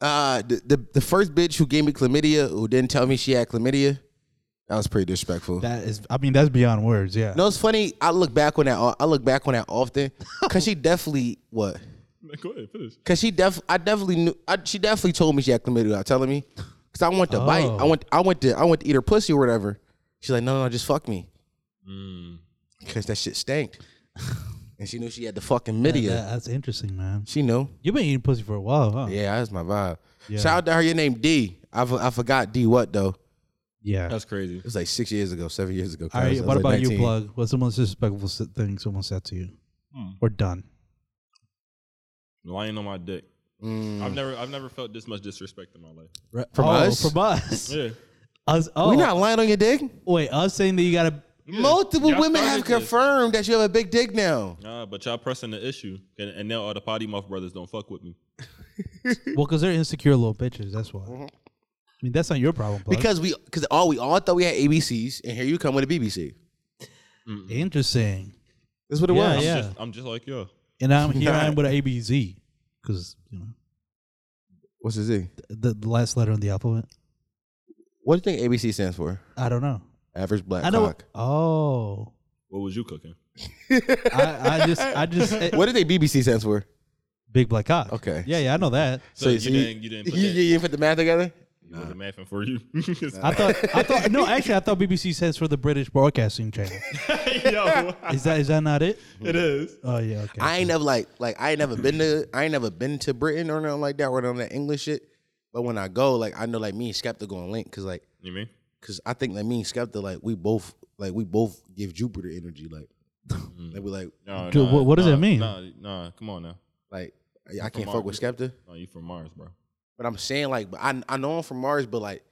uh, the, the the first bitch who gave me chlamydia, who didn't tell me she had chlamydia, that was pretty disrespectful. that is. I mean, that's beyond words. Yeah. no, it's funny. I look back on that. o- I look back on that often because she definitely what? Man, Go ahead, finish. Because she def I definitely knew. I, she definitely told me she had chlamydia without telling me. Because I went to bite. I Oh. went. I went to. I went to eat her pussy or whatever. She's like, no, no, no just fuck me. Mm, Because that shit stank. and she knew she had the fucking Yeah, midia. that's interesting, man. She knew. You've been eating pussy for a while, huh? Yeah, that's my vibe. Yeah. Shout out to her. Your name D. I, f- I forgot D what though. Yeah. That's crazy. It was like six years ago, seven years ago. cuz. All I right. was What like about you, 19. plug? What's the most disrespectful s- thing someone said to you? Hmm. We're done. Lying on my dick. I've never, I've never felt this much disrespect in my life. From oh, us? From us. Yeah. us oh, We not lying on your dick. wait. Us saying that you gotta. Multiple Y'all women started have this. confirmed that you have a big dick now. Nah, but y'all pressing the issue, and, and now all the potty mouth brothers don't fuck with me. Well, because they're insecure little bitches. That's why. I mean, that's not your problem. Plug. Because we, because all we all thought we had ABCs, and here you come with a BBC. Mm-hmm. interesting. That's what it Yeah, was. yeah. Just, I'm just like yo. And I'm here. I am with an ABZ because you know What's the Z? the, the last letter in the alphabet. What do you think ABC stands for? I don't know. Average black I know. cock. Oh, What was you cooking? I, I just, I just eh, What do they BBC stands for? big black cock. Okay. Yeah, yeah, I know that. So, you, so you- didn't, you didn't put You, that. you didn't put the math together. It wasn't mathing for you. I thought, I thought, no, actually, I thought BBC stands for the British Broadcasting Channel. Yo, Is that, is that not it? it is. Oh yeah. Okay. I ain't never like like I ain't never been to I ain't never been to Britain or nothing like that or none of that English shit. But when I go, like I know like me and Skepta going link because like You mean? because I think that me and Skepta like we both like we both give Jupiter energy like like we like No, Dude, nah, what- what does nah, that mean? Nah, nah, come on now. like I, I can't fuck Come on. with Skepta. No, you from Mars, bro. But I'm saying like but I I know I'm from Mars, but like Niggas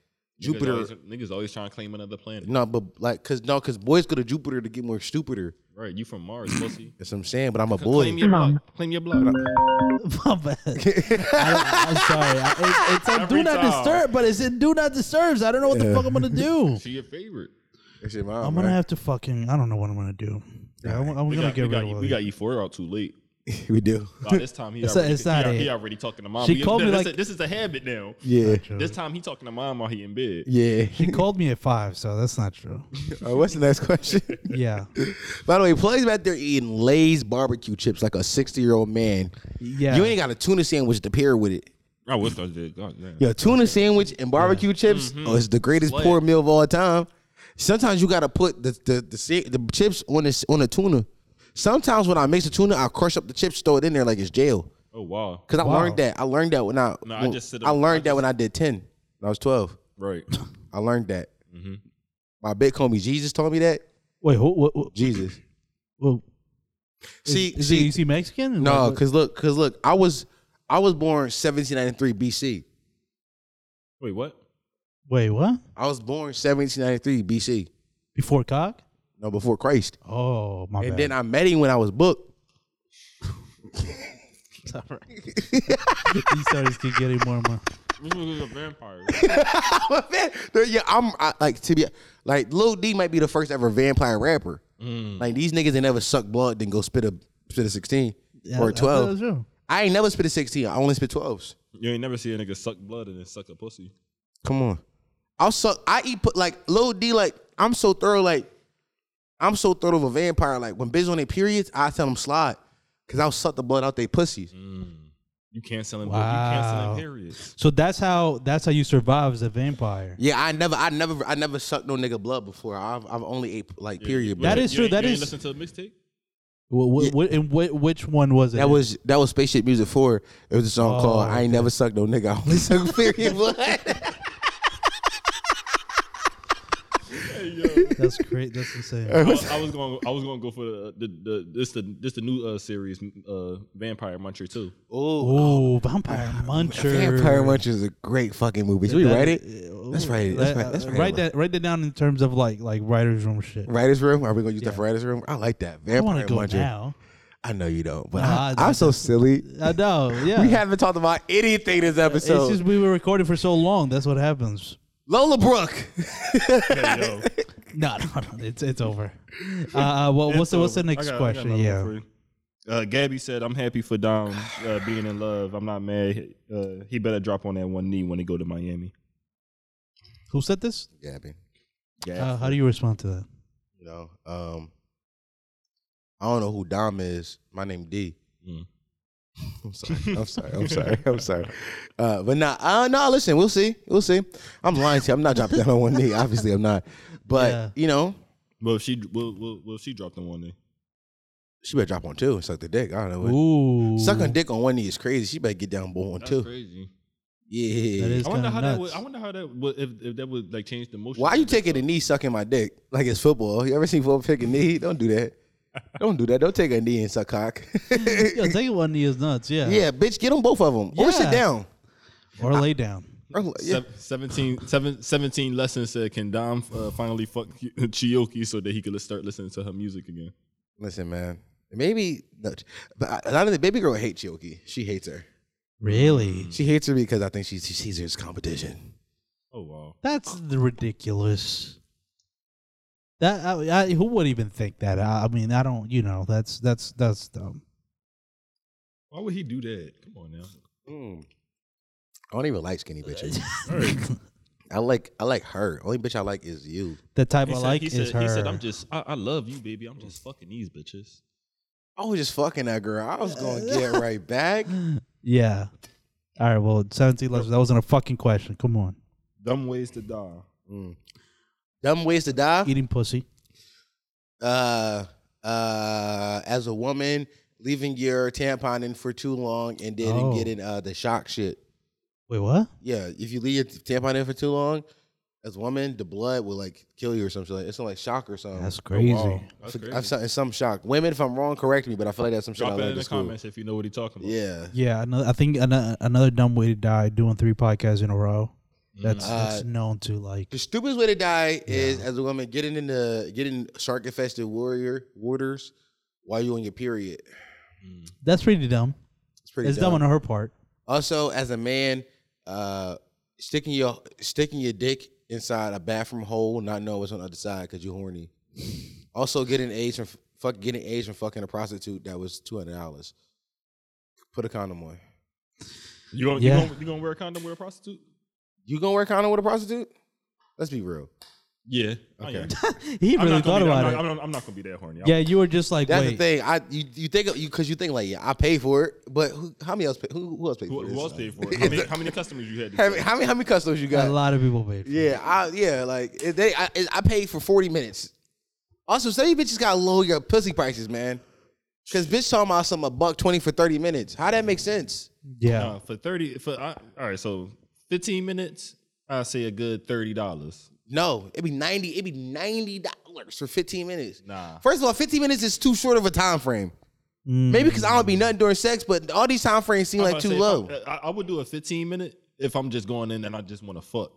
Jupiter always, niggas always trying to claim another planet. no, but like cause no cause boys go to Jupiter to get more stupider. Right, you from Mars, pussy. That's what I'm saying. But I'm a Claim boy. your blood. Claim your blood. My bad. I, am sorry. I, it, it's on Every do not time. disturb, but it's in do not disturbs. I don't know what the fuck I'm gonna do. She your favorite. That shit mine, I'm gonna man. have to fucking. I don't know what I'm gonna do. Yeah, I'm, I'm We gonna got, E, we get rid got, of all we these. got E4 out too late. we do. Wow, this time he It's already, a- it's he, not al- a- he already talking to mom. She He- called me this, like- this is a habit now. Yeah, This time he talking to mom while he in bed. yeah. He called me at five, so that's not true. All right, Uh, what's the next question? Yeah, By the way, Plug's back there eating Lay's barbecue chips like a sixty-year-old man. yeah. You ain't got a tuna sandwich to pair with it. I wish I did. God, damn. Yo, tuna sandwich and barbecue chips Mm-hmm. is the greatest Slay poor it. meal of all time. Sometimes you gotta put the the the, sa- the chips on this on the tuna. Sometimes when I mix the tuna, I crush up the chips, throw it in there like it's jail. Oh wow. Cause I Wow. learned that. I learned that when I No, I when- just sit I up- learned I that when I did ten. When I was twelve. Right. I learned that. My big homie Jesus told me that. Wait, who? What? what, Jesus. what is- See, is, see, he, is he Mexican? no, What- cause look, cause look, I was I was born 1793 BC. Wait, what? wait, what? I was born 1793 BC. Before cock? No, before Christ. Oh my And bad. then I met him when I was booked. These stories keep getting more and more. This nigga's a vampire. But man, there- yeah, I'm I, like to be like Lil D might be the first ever vampire rapper. Like these niggas ain't never suck blood, then go spit a spit a 16 Yeah, or I- a I thought that 12. was true. I, ain't never spit a 16. I only spit 12s. you ain't never see a nigga suck blood and then suck a pussy. Come on. I'll suck. I eat put like Lil D. Like I'm so thorough. Like I'm so thorough of a vampire. Like when bitches on their periods, I tell them slide because I'll suck the blood out their pussies. You canceling. Wow. You Wow. canceling periods. So that's how that's how you survive as a vampire. Yeah, I never, I never, I never sucked no nigga blood before. I've, I've only ate like period. blood. That You is ain't- true, You that ain't is- listen to a mixtape. Wha- wha- wha- and whi- which one was it? That was that was Spaceship Music Four. It was a song Oh, called "I Ain't Never Sucked No Nigga." I only suck period blood. that's great. That's insane. I, was- I was going. I was going to go for the the, the this the this the new uh, series uh, Vampire Muncher too. Ooh, Oh, Vampire Muncher. Vampire Munch is a great fucking movie. Should we That- write it? uh, Let's write it. Let's write, let's uh, write, write it. that. Write that down in terms of like like writers room shit. Writers room? Are we gonna use that for writers room? I like that. I Vampire want to go Muncher. now. I know you don't, but I, Nah, I I'm so don't. silly. I know. Yeah. We haven't talked about anything this it's episode. just we were recording for so long. That's what happens. Lola Brooke. Yo, No, no, no it's it's over. Uh, uh, well, what's the, what's the I next got- I got question? another one Yeah. for you. Uh, Gabby said, "I'm happy for Dom uh, being in love. I'm not mad. Uh, he better drop on that one knee when he go to Miami." Who said this? Gabby. Uh, how do you respond to that? You know, um, I don't know who Dom is. My name D. Mm. I'm sorry. I'm sorry. I'm sorry. I'm sorry. Uh, but nah, uh, no. Listen, we'll see. We'll see. I'm lying to you. I'm not dropping down on one knee. Obviously, I'm not. But Yeah. you know, Well, if she well, well, well, if she dropped on one knee. she better drop on two and suck the dick. I don't know. What. Ooh. Sucking dick on one knee is crazy. She better get down on That's two. crazy. Yeah. That is I wonder kinda how nuts. that would. I wonder how that would if, if that would like change the motion. Why you taking a knee sucking my dick like it's football? You ever seen football take a knee? Don't do that. Don't do that. Don't take a knee and suck cock. Yo, take it one knee is nuts. Yeah. yeah, bitch, get on both of them or sit Yeah. down. Or lay down. Or- yeah. Sev- 17, seven, 17 lessons said, can Dom uh, finally fuck Chiyoki so that he could start listening to her music again? Listen, man. Maybe, no, but I- a lot of the baby girl hates Yoki. She hates her. Really? She hates her because I think she, she sees her as competition. Oh, wow. That's the ridiculous. That I, I, who would even think that? I, I mean, I don't. You know, that's that's that's dumb. Why would he do that? Come on now. I don't even like skinny bitches. I like I like her. Only bitch I like is you. The type He I said, like he is said, her. He said, I'm just, I, I love you, baby. I'm just fucking these bitches. I was just fucking that girl. I was gonna get right back. yeah. All right. Well, seventeen lessons. That wasn't a fucking question. Come on. Dumb ways to die. Hmm. Dumb ways to die. Eating pussy. uh, uh, as a woman leaving your tampon in for too long and then Oh. getting uh, the shock shit. Wait, what? Yeah, if you leave your tampon in for too long, as a woman, the blood will like kill you or something. Like, it's something like shock or something. That's crazy. That's I've- crazy. I've some, it's some shock. Women, if I'm wrong, correct me, but I feel like that's some shit I Drop it learned in in the school. comments if you know what he's talking about. Yeah. Yeah. Another, I think another, another dumb way to die doing three podcasts in a row. That's Uh, that's known to like. The stupidest way to die is as a woman getting in the getting shark infested warrior waters while you're on your period. Mm-hmm. That's pretty dumb. It's pretty it's dumb. on her part. Also, as a man, uh, sticking your sticking your dick inside a bathroom hole, not knowing what's on the other side because you're horny. also, getting AIDS from fuck getting AIDS from fucking a prostitute that was two hundred dollars. Put a condom on. You gonna, Yeah. you, gonna, you gonna wear a condom with a prostitute? You gonna wear a condom with a prostitute? Let's be real. Yeah. Okay. He I'm really not thought gonna be- about I'm it. Not, I'm, not, I'm not gonna be that horny. yeah, you were just like, That's wait. the thing. I you, you think you because you think like yeah I pay for it, but who, how many else pay, who, who else paid Who, for this? who else paid for it? How many, how many customers you had? to- How many, how many how many customers you A got? lot of people paid. For it. uh, Yeah, I, yeah. Like if they I, if I paid for forty minutes. Also, some of you bitches got low your pussy prices, man. Cause bitch talking about something a buck twenty for thirty minutes. How that make sense? yeah. Nah, for thirty. For I, all right, so fifteen minutes. I say a good thirty dollars. No, it'd be ninety. It'd be ninety dollars for fifteen minutes. Nah. First of all, fifteen minutes is too short of a time frame. Maybe because I don't be nothing during sex, but all these time frames seem I'm like about too to say, low. if I, I- I would do a 15 minute if I'm just going in and I just want to fuck.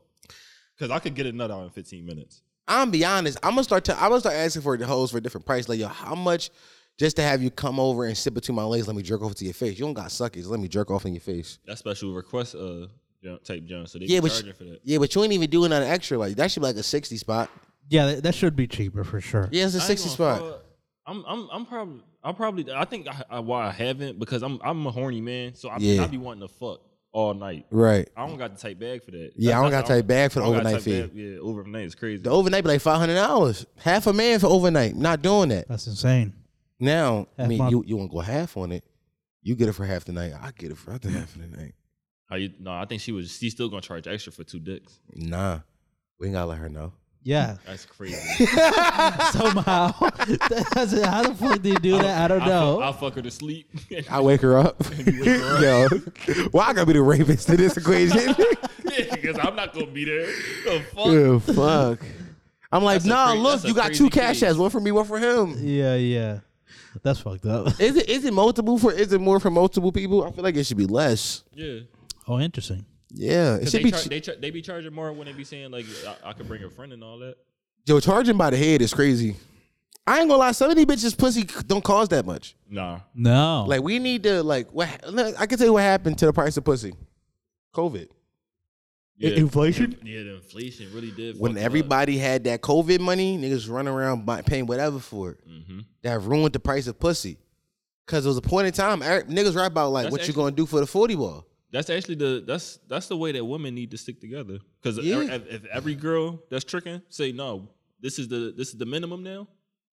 Cause I could get another hour in 15 minutes. I'm be honest. I'm gonna start. i am I'm gonna start asking for the hoes for a different price. Like yo, how much just to have you come over and sit between my legs? Let me jerk off to your face. You don't got suckers. Let me jerk off in your face. That special request uh John- type John. So they Yeah, be but charging you- for that. yeah, but you ain't even doing nothing extra. Like that should be like a sixty spot. Yeah, that, that should be cheaper for sure. Yeah, it's a I ain't sixty gonna spot. front. I'm I'm I'm probably I probably I think I, I why I haven't because I'm I'm a horny man. So I Yeah. I be wanting to fuck all night. Right. I don't got the tight bag for that. Yeah, I don't got the tight bag for the I don't got overnight tight fee. bag- Yeah, overnight is crazy. The overnight be like five hundred dollars. Half a man for overnight. Not doing that. That's insane. Now, I Half mean, month. you you want to go half on it? You get it for half the night. I get it for other half of the night. How you, no, I think she was she's still gonna charge extra for two dicks. Nah, we ain't gotta let her know. Yeah. That's crazy. Somehow. That's- how the fuck do you do that? I don't know. I'll fuck her to sleep. I wake her up. Yo, why I gotta be the rapist in this equation? because I'm not gonna be there. The fuck? Ew, fuck. I'm like, That's a nah, cra- look, that's a you got crazy two cash case." apps, one for me, one for him. yeah, yeah. That's fucked up. Is it is it multiple for is it more for multiple people? I feel like it should be less. Yeah. Oh, interesting. Yeah, it 'Cause should They, be. char- ch- they, char- they be charging more when they be saying like I, I could bring a friend and all that. Yo, charging by the head is crazy. I ain't gonna lie, some of these bitches pussy don't cost that much. Nah. Oh. No. Like we need to like what look, I can tell you what happened to the price of pussy. COVID. Yeah. inflation? Yeah, the inflation really did. When everybody had that COVID money, niggas run around buy, paying whatever for it. Mm-hmm. That ruined the price of pussy. Cause it was a point in time, er- niggas right about like That's what you actually- gonna do for the forty ball. That's actually the that's that's the way that women need to stick together. Because Yeah. if, if every girl that's tricking say no, this is the this is the minimum now.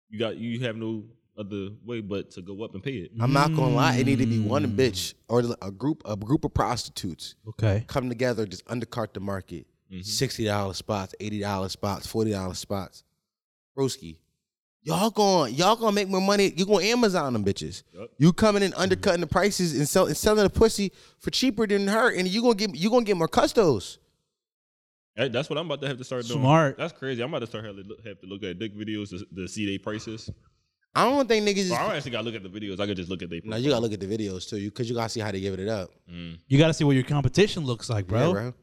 You got you have no other way but to go up and pay it. I'm not gonna lie, it need to be Mm. one bitch or a group a group of prostitutes Okay. come together, just undercart the market. Mm-hmm. Sixty dollars spots, eighty dollars spots, forty dollars spots. Broski, y'all going y'all gonna make more money. You going Amazon them bitches. Yup. Mm-hmm. You coming in undercutting the prices and, sell, and selling the pussy for cheaper than her, and you gonna get you gonna get more custos. That- That's what I'm about to have to start doing. Smart. That's crazy. I'm about to start have to look, have to look at dick videos to, to see their prices. I don't think niggas. Is, Well, I don't actually got to look at the videos. I could just look at their. now you gotta look at the videos too, you cause you gotta see how they give it up, You got to see what your competition looks like, bro. Yeah, All right,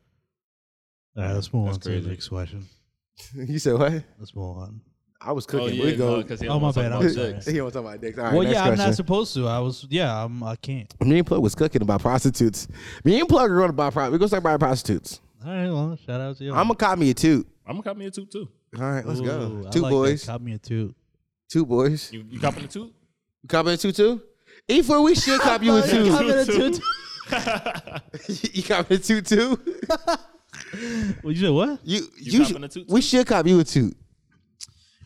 let's move That's on to crazy. the next question. you said what? Let's move on. I was Oh cooking. yeah, we go. no, 'cause he Oh, don't my want to bad, talk I'm about sorry. sex. he don't talk about dicks. All right, well, next yeah, I'm question. not supposed to. I was, yeah, I'm, I can't. Me and Plug was cooking about prostitutes. Me and Plug are going to buy pro- We're going to start buying prostitutes. All right, well, shout out to you. I'm going to cop me a toot. I'm gonna cop me a toot too. All right, let's Ooh, go. I Two like that. boys. Cop me a toot. Two boys. You, you copping a toot? You cop me a toot too? E4, we should cop you a Cop toot. me a toot. you cop me a toot too? Well, you said what? You, You you copping a should, toot, we should cop you a toot.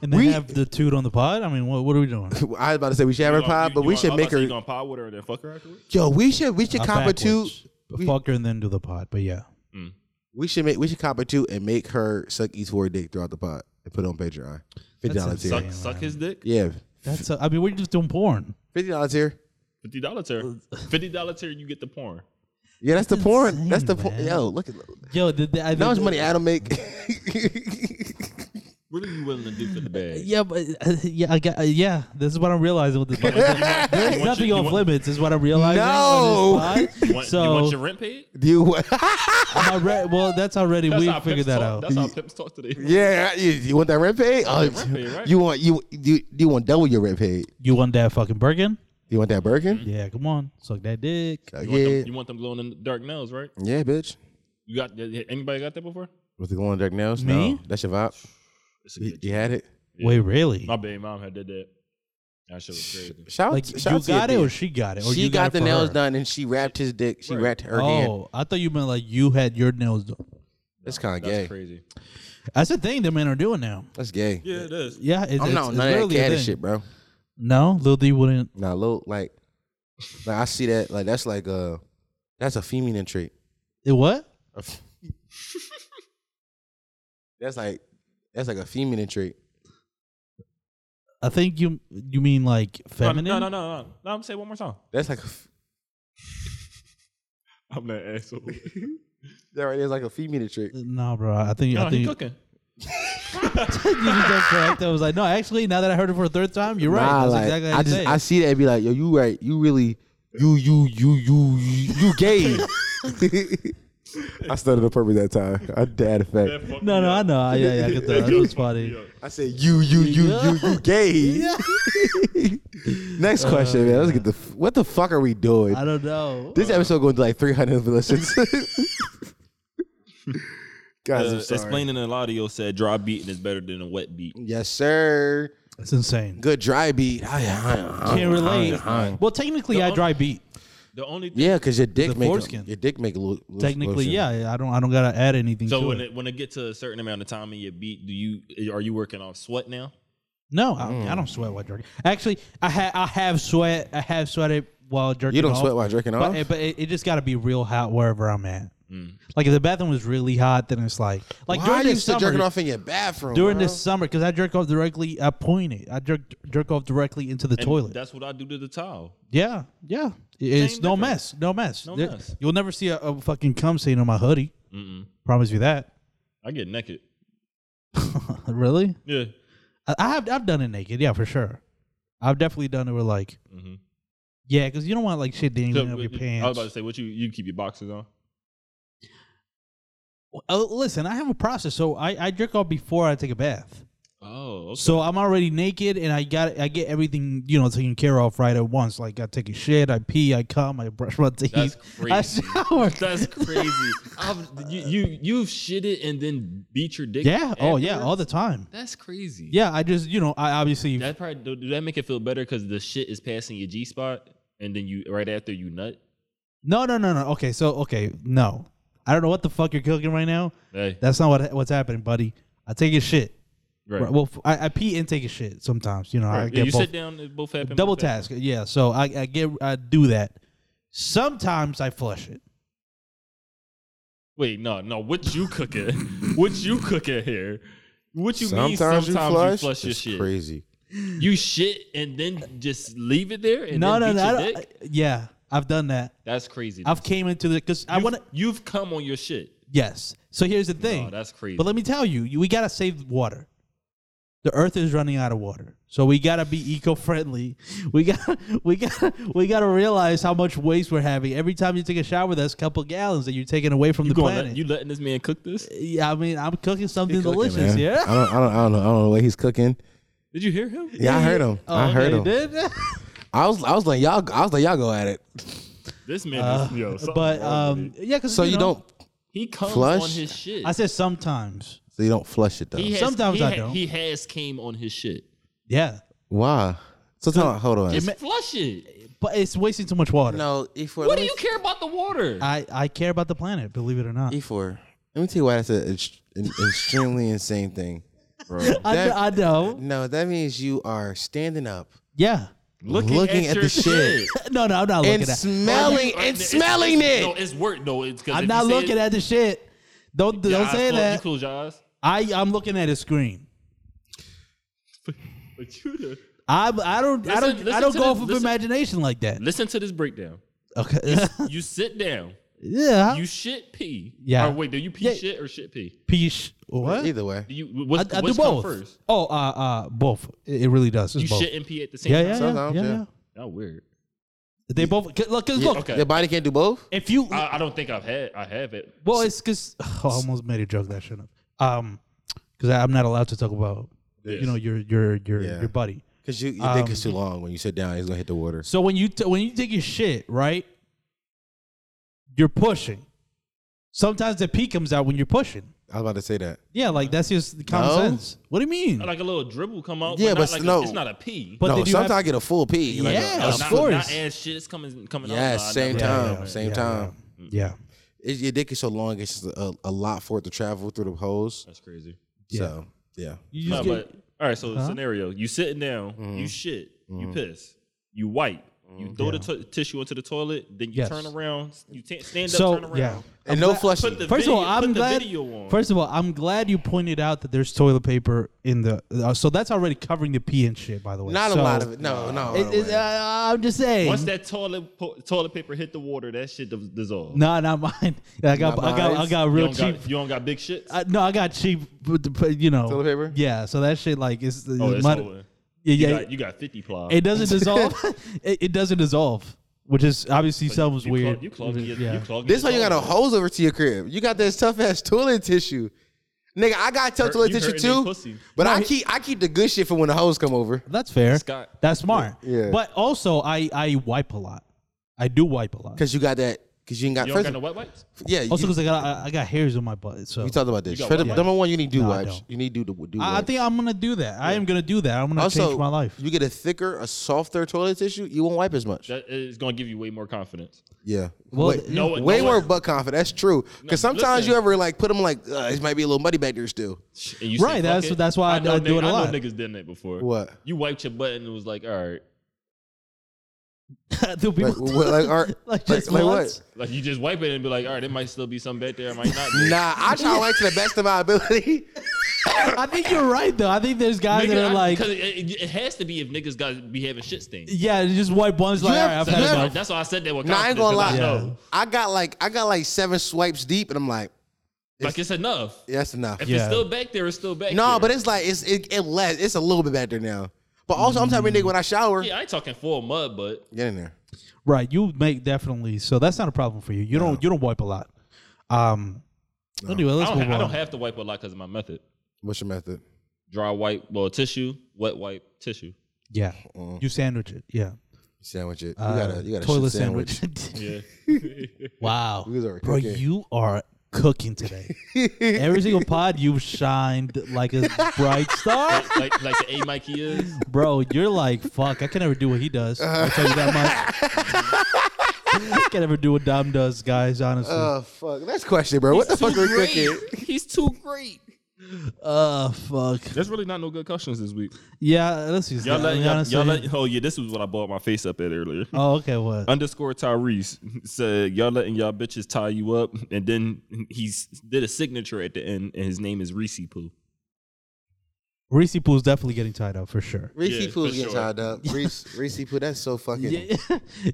And then We- have the toot on the pod? I mean, what, what are we doing? I was about to say we should have her You gonna- pod, you- but you we gonna- should I'm make about to say her. You gonna pod with her and then fuck her afterwards? Yo, we should we should Uh, cop a toot. backwards. But Fuck her and then do the pod. But yeah. We should make we should cop a toot and make her suck E4 dick throughout the pod and put it on Patreon. Fifty dollars insane. tier. Suck, suck his dick. Yeah, That's a, I mean, we're just doing porn. fifty dollars tier. Fifty dollar tier. Fifty dollar tier. You get the porn. Yeah, that's the porn. insane, That's the porn. man. Yo, look at Yo, the, the, I How much the- money Adam make? What are you willing to do for the bag? Yeah, but uh, yeah, I got, uh, yeah. This is what I'm realizing with this. podcast. There's you want nothing your- you off want- limits. Is what I'm realizing. No. on this pod. You want, so you want your rent paid? Do you? I'm alre- well, that's already That's we how pimps figured that talk. out. That's how pimps talk today. yeah, you, you want that rent paid? Oh, that rent paid, right? You want you you you want double your rent paid? you want that fucking Birkin? You want that Birkin? Yeah, come on, suck that dick. Uh, You want, yeah, them, you want them glowing in the dark nails, right? yeah, bitch. You got anybody got that before? With the glowing dark nails? Me? No, that's your vibe. It's a You, good you had it. Wait, really? My baby mom had did that. That shit was crazy. Shout Like shout you to your got it, bitch. or she got it, or she you got, got, it the for nails her? done and she wrapped his dick. She wrapped her hand. Oh, I thought you meant like you had your nails done. That's kind of That's gay. crazy. That's the thing that men are doing now. That's gay. Yeah, it is. Yeah, it, I'm not it's, it's none of that literally a caddy thing. shit, bro. No, Lil D wouldn't. Nah, low like, like I see that like that's like uh that's a feminine trait. It what? That's like that's like a feminine trait. I think you you mean like feminine. No, no, no, no, no. No, I'm saying one more time. That's like a, f- I'm that asshole. that right there is like a feminine trait. No, Uh, bro. I think no, I he think cooking. you just got correct. I was like, no, actually, now that I heard it for a third time, you're right. Nah, That's like exactly how I you just say it. I see that and be like, yo, you right, you really, you you you you you, you gay. I started on purpose that time. I dad effect. no, no, I know. I- Yeah, yeah, I get that. That was funny. I said you you you you you gay. Next question, man. Let's get the f- what the fuck are we doing? Uh, I don't know. This episode going to like 300 listens. Guys, Uh, I'm sorry. explaining a lot of you said dry beating is better than a wet beat. Yes, sir. It's insane. Good dry beat. Ah, yeah, ah, ah. Can't relate. Well, technically, I dry beat. The only thing, Yeah, because your dick The make foreskin. your dick make lo- lo- Technically, lotion. yeah. yeah, I don't. I don't gotta add anything so to when it. it, when it get to a certain amount of time in your beat, do you are you working off sweat now? No, I, I don't sweat while jerking. Actually, I ha- I have sweat. I have sweated while jerking. You don't off, sweat while jerking but off. it, but it, it just got to be real hot wherever I'm at. Mm. Like if the bathroom was really hot, then it's like like Why during are you this still summer. jerking off in your bathroom? during bro? this summer, because I jerk off directly. I point it. I jerk jerk off directly into the And toilet. That's what I do to the towel. Yeah, yeah. It's Same no difference. mess, no mess. No There- mess. You'll never see a, a fucking cum stain on my hoodie. Promise you that. I get naked. really? Yeah. I, I have. I've done it naked. Yeah, for sure. I've definitely done it with like. Yeah, because you don't want like shit dangling So, up your I was pants. about to say, what you you keep your boxes on? oh, listen, I have a process, so I, I jerk off before I take a bath. Oh, okay. So I'm already naked, and I got I get everything you know taken care of right at once. Like I take a shit, I pee, I cum, I brush my teeth, That's I crazy. shower. that's crazy. I've, you you you've shitted and then beat your dick. yeah. Oh yeah, afterwards? all the time. That's crazy. Yeah, I just you know I obviously That probably do that make it feel better because the shit is passing your G spot, and then you right after you nut. No, no, no, no. Okay, so okay, no. I don't know what the fuck you're cooking right now. Hey, That's not what what's happening, buddy. I take a shit. right. Well, f- I, I pee and take a shit sometimes. You know, I Right. get you both. sit down. It both happen. double both happen. task. Yeah, so I, I get I do that. Sometimes I flush it. Wait, no, no. What you cooking? what you cooking here? What you mean? Sometimes you flush, your It's shit. Crazy. You shit and then just leave it there and no, then no, beat no. I your don't- dick. I- yeah, I've done that. That's crazy. I've came into the because I You've- want to. You've come on your shit. Yes. So here's the thing. Oh, that's crazy. But let me tell you, you- we gotta save water. The Earth is running out of water, so we gotta be eco-friendly. We gotta, we gotta, we gotta realize how much waste we're having. Every time you take a shower, that's a couple gallons that you're taking away from you the going? planet. you letting this man cook this? yeah, I mean, I'm cooking something cooking, delicious. man. I Yeah. don't, I don't, I don't know. I don't know what he's cooking. Did you hear him? Yeah, I heard him. I heard him. oh, okay, dude. I was, I was like y'all, I was like y'all go at it. This man, is, yo, something Uh, but wrong with um, it. yeah, because So you don't, he comes flush? on his shit. I said sometimes. so you don't flush it though. He has, Sometimes he I ha- don't. He has came on his shit. Yeah, Why? So tell me, hold on. Just flush it. but it's wasting too much water. No, E4. What let do me- you care about the water? I I care about the planet. Believe it or not, E4. Let me tell you why that's a, ex- an extremely insane thing. I, that- I know. No, that means you are standing up, Yeah. looking, at, your the shit, No, no, I'm not looking and at. smelling Or- and it's- smelling it's- it. No, it's work. No, it's because I'm not looking at the shit. Don't don't say You that. close your eyes. I I'm looking at a screen. But you the- I I don't I Listen- don't I listen don't to go this- off of listen- imagination like that. Listen to this breakdown. Okay. You sit down. yeah. You shit pee. Yeah. Or wait, do you pee Yeah. shit or shit pee? Peach. What? Either way, Do you what's, I, I do what's come both. first? Oh, uh, uh, both. It, it really does. It's You both. shit and pee at the same yeah, time. yeah, yeah, Sometimes, yeah, yeah. yeah. That weird. They both. 'cause Look, 'cause look. okay. Uh, your body can't do both. If you, I, I don't think I've had. I have it. well, it's because I almost made a joke that I shouldn't have. Um, because I'm not allowed to talk about you Yes. know your your your Yeah. your buddy. Cause you, your dick is too long. When you sit down, it's gonna hit the water. So when you t- when you take your shit, right? You're pushing. Sometimes the pee comes out when you're pushing. I was about to say that. Yeah, like that's just common No. sense. What do you mean? Like a little dribble come out. Yeah, but, but not like no. A, it's not a P. Mm. But no, they do sometimes have- I get a full P. Like Yeah, a, No, of not, course. Not ass shit. It's coming coming yeah, out. same Yeah, time, same time. yeah. It, your dick is so long; it's just a, a lot for it to travel through the holes. That's crazy. So yeah, You No, just get, but all right. So scenario: you sitting down, Mm-hmm. you shit, you piss, you wipe, you throw the t- tissue into the toilet, then you Yes. turn around, you t- stand up, turn so around. yeah. and no flushing. Put the First video, of all, I'm put the glad. video on. First of all, I'm glad you pointed out that there's toilet paper in the. Uh, so that's already covering the pee and shit, by the way. Not So- a lot of it. No, no. It- it- uh, I'm just saying. once that toilet po- toilet paper hit the water, that shit dis- dissolved. no, not mine. I got, Not I got, I mine. got you real don't, cheap. got, you don't got big shits. I, no, I got cheap, but the- but, you know. Toilet paper? Yeah, so that shit like is. oh, it's mud- over. yeah, You, yeah, got, you got fifty ply. It doesn't dissolve. it, it doesn't dissolve, which is obviously sounds you weird. Clog, you clogged your- yeah. you clogged This your why you got a toilet. hose over to your crib. You got this tough ass toilet tissue. Nigga, I got tough Hurt- toilet you tissue hurting they too. pussy. But I keep I keep the good shit for when the hoes come over. That's fair. Scott. That's smart. Yeah. But also, I I wipe a lot. I do wipe a lot. Cause you got that cause you ain't got You don't first got no of- wet wipes. Yeah, you, Also, because I got I, I got hairs on my butt. So we talked about this. got First of- wipes. number one, you need do No, I wipes. don't. You need do do do I, I wipes. think I'm gonna do that. I am gonna do that. I'm gonna also change my life. You get a thicker, a softer toilet tissue, you won't wipe as much. That is going to give you way more confidence. yeah. Well, Wait, no, No, way no more one- butt confident. That's true. Cause No, sometimes listen. you ever like put them like uh, it might be a little muddy back there still. And you say, Right, "Fuck that's- it." that's why I- know I do nigg- it a lot. I know niggas did that before. What? You wiped your butt and it was like, all right, There'll be Like, one- what, like, are- Like, like- just like what? once. like you just wipe it and be like, all right, it might still be something back there, it might not. Be. Nah, I try to wipe to the best of my ability. I think you're right though. I think there's guys Nigga, that are I- like, 'cause it, it- it has to be if niggas got to be having shit stains. yeah, you just wipe once. Like, You have- all right, I've you had have- That's, enough. why, that's why I said that with Nah, I ain't confidence. gonna 'cause lie. I Yeah. know. I got like I got like seven swipes deep, and I'm like, Like it's enough. yeah, that's enough. If Yeah. it's still back there, it's still back there. No, but it's like it's it, it less. It's a little bit back there now. But also, I'm typing nigga when I shower. Yeah, I ain't talking full mud, but Get in there. Right, you make definitely. So that's not a problem for you. You don't you don't wipe a lot. Um, anyway, I let's don't, move I don't on. have to wipe a lot because of my method. What's your method? Dry wipe, well, tissue, wet wipe, tissue. yeah, you sandwich it. Yeah, Sandwich it. You Uh, got a you got a shit toilet sandwich. Yeah. wow, guys are bro, cooking. you are cooking today. Every single pod, you shined like a bright star, like like the A Mikey is. bro. You're like, fuck, I can never do what he does. I tell you that much. I can never do what Dom does, guys. Honestly, uh, Oh fuck, that's question, bro. What the fuck are we cooking? He's too great. Uh, fuck. There's really not no good questions this week. Yeah, let's see. Y'all let, Honestly- y'all, y'all let, oh yeah, this was what I bought my face up at earlier. oh, okay, what? Underscore Tyrese said, y'all letting y'all bitches tie you up. And then he s- did a signature at the end, and his name is Reese Poo. Reese Pool's definitely getting tied up for sure. Reese Yeah, Pooh for getting sure. tied up. Reese Reese Pooh, that's so fucking. Yeah.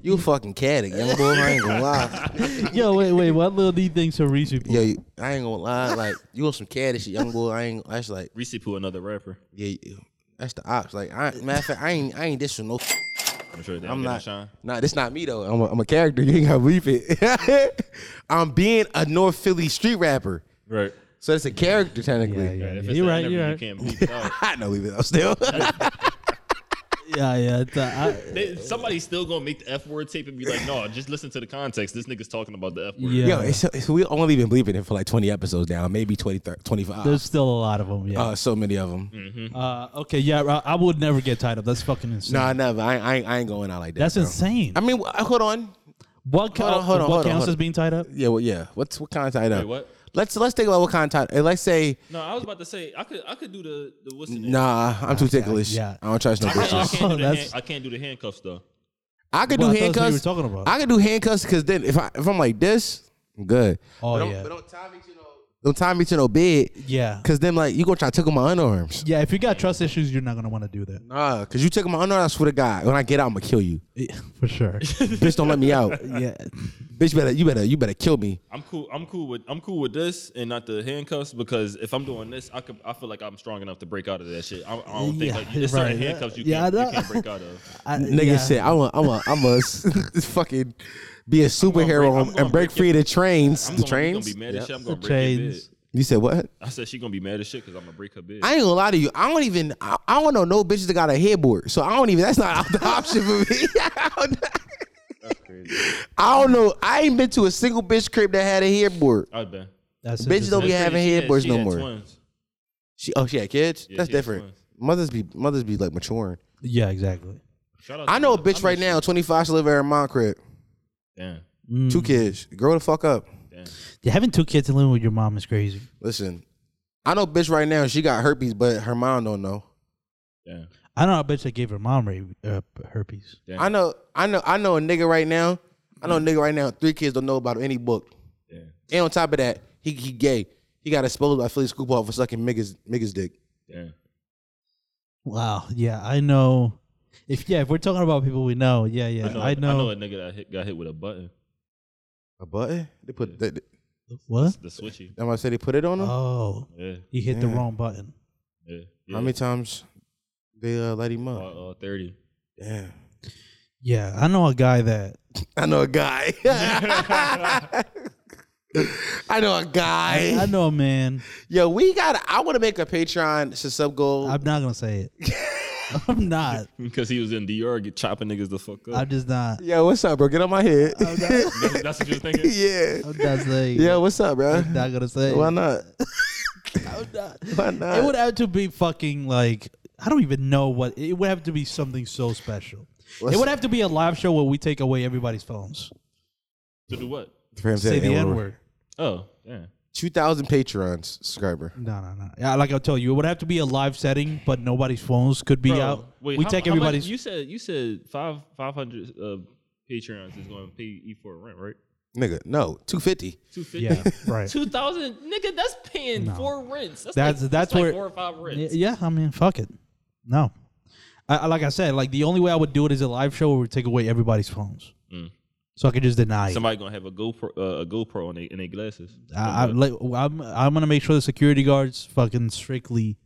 You a fucking caddy, young boy. I ain't gonna lie. Yo, wait, wait. What little D thinks of Reese Pool? Yo, you, I ain't gonna lie. Like you on some caddy shit, young boy. I ain't. That's like Reese Poo, another rapper. yeah. you- That's the ops. Like I, matter of fact, I ain't I ain't this no I'm sure they I'm don't get no not. shine. Nah, this not me though. I'm a, I'm a character. You ain't gotta believe it. I'm being a North Philly street rapper, Right. so it's a character technically. Yeah, yeah, If yeah. it's You're the right. interview, You're you right. can't bleep it out. I know even though still. Yeah, yeah. It's, uh, I, They- Somebody's still gonna make the F word tape and be like, no, just listen to the context. This nigga's talking about the F word. yeah. Yo, it's, it's, we only been believing it for like 20 episodes now, maybe 20, 30, 25. there's still a lot of them. Yeah. uh, so many of them. Uh, okay. Yeah. I, I would never get tied up. That's fucking insane. Nah, never. I, I, ain't- I ain't going out like that. That's bro. insane. I mean, wh- hold on. what count, on, hold on, what hold on, counts hold as on. being tied up? Yeah, well, yeah. What's what kind of title? Wait, what? Let's let's think about what kind of title. Let's say, No, I was about to say I could I could do the the what's the name? nah, I'm too ticklish. yeah. I don't trust no I can't, I bitches. can't do the That's- hand, I can't do the handcuffs though. I could Well, do I thought that's what you handcuffs. were talking about. I could do handcuffs because then if I if I'm like this, I'm good. Oh yeah. don't tie me to no. Don't tie me to no bed. yeah. Cause then like you gonna try to tickle my underarms. Yeah. If you got trust issues, you're not gonna want to do that Nah, cause you tickle my underarms. I swear to God, when I get out, I'm gonna kill you. Yeah, for sure. Bitch, don't let me out. yeah. Bitch, better you better you better kill me. I'm cool. I'm cool with I'm cool with this and not the handcuffs because if I'm doing this, I could I feel like I'm strong enough to break out of that shit. I, I don't Yeah, think like there's certain right. handcuffs you Yeah, can't, I you know. can't break out of. I, Nigga yeah. said, I'm a I'm a I'm a s- fucking be a superhero I'm and gonna break free of the trains. I'm the gonna, you gonna trains. be mad as shit. I'm The gonna break your bed. chains. You said what? I said she gonna be mad as shit because I'm gonna break her bed. I ain't gonna lie to you. I don't even. I, I don't know no bitches that got a headboard. So I don't even. That's not the option for me. I don't, know. I don't know. I ain't been to a single bitch crib that had a headboard. I've been. That's Bitches just- don't be That's having crazy. She hair had- boys she no had more. twins. She oh she had kids. Yeah, That's she had different. twins. Mothers be mothers be like maturing. Yeah, exactly. Shout out I to know a her. bitch right now, twenty five, she live at her mom crib, Damn. Mm. two kids. Grow the fuck up. Yeah, having two kids and living with your mom is crazy. Listen, I know bitch right now. She got herpes, but her mom don't know. Damn. I know a bitch that gave her mom rape, uh, herpes. Damn. I know. I know. I know a nigga right now. I know a nigga right now. Three kids don't know about any book. Damn. And on top of that, he he gay. He got exposed by Philly Scoop for sucking niggas niggas dick. Damn. Wow. Yeah, I know. If yeah, if we're talking about people we know, yeah, yeah, I know. I know a nigga that hit, got hit with a button. A button? They put. They, they, what? The switchy. I'm gonna say they put it on him. Oh, Yeah. you hit the Yeah. wrong button. Yeah. How yeah. many times they uh, let him up? Uh, uh, 30. Damn. Yeah, I know a guy that I know a guy. I know a guy. I, I know a man. Yo, we got. I want to make a Patreon to sub goal. I'm not gonna say it. I'm not. Because he was in DR get chopping niggas the fuck up. I'm just not. Yo, what's up, bro? Get on my head. That's- That's what you're thinking? yeah. I'm not saying. Yeah, what's up, bro? I'm not gonna say. Why it. not? I'm not. Why not? It would have to be fucking like I don't even know what. It would have to be something so special. it would have to be a live show where we take away everybody's phones. To do what? For him to say Say the N-word. N word. Oh, yeah. Two thousand Patreons subscriber. No, no, no. Yeah, like I tell you, it would have to be a live setting, but nobody's phones could be Bro, out. wait, we how- take how much- everybody's. You said you said five five hundred uh, Patreons is going to pay E for rent, right? Nigga, no, two fifty. Two fifty. yeah, right. Two thousand, nigga. That's paying four rents. That's That's- like, that's like where- four or five Y- rents. Yeah, I mean, fuck it. No, I, I- like I said, like the only way I would do it is a live show where we take away everybody's phones, Mm. so I could just deny it. Somebody gonna have a GoPro uh, a GoPro on they, in their glasses. I, I, like, I'm I'm gonna make sure the security guards fucking strictly,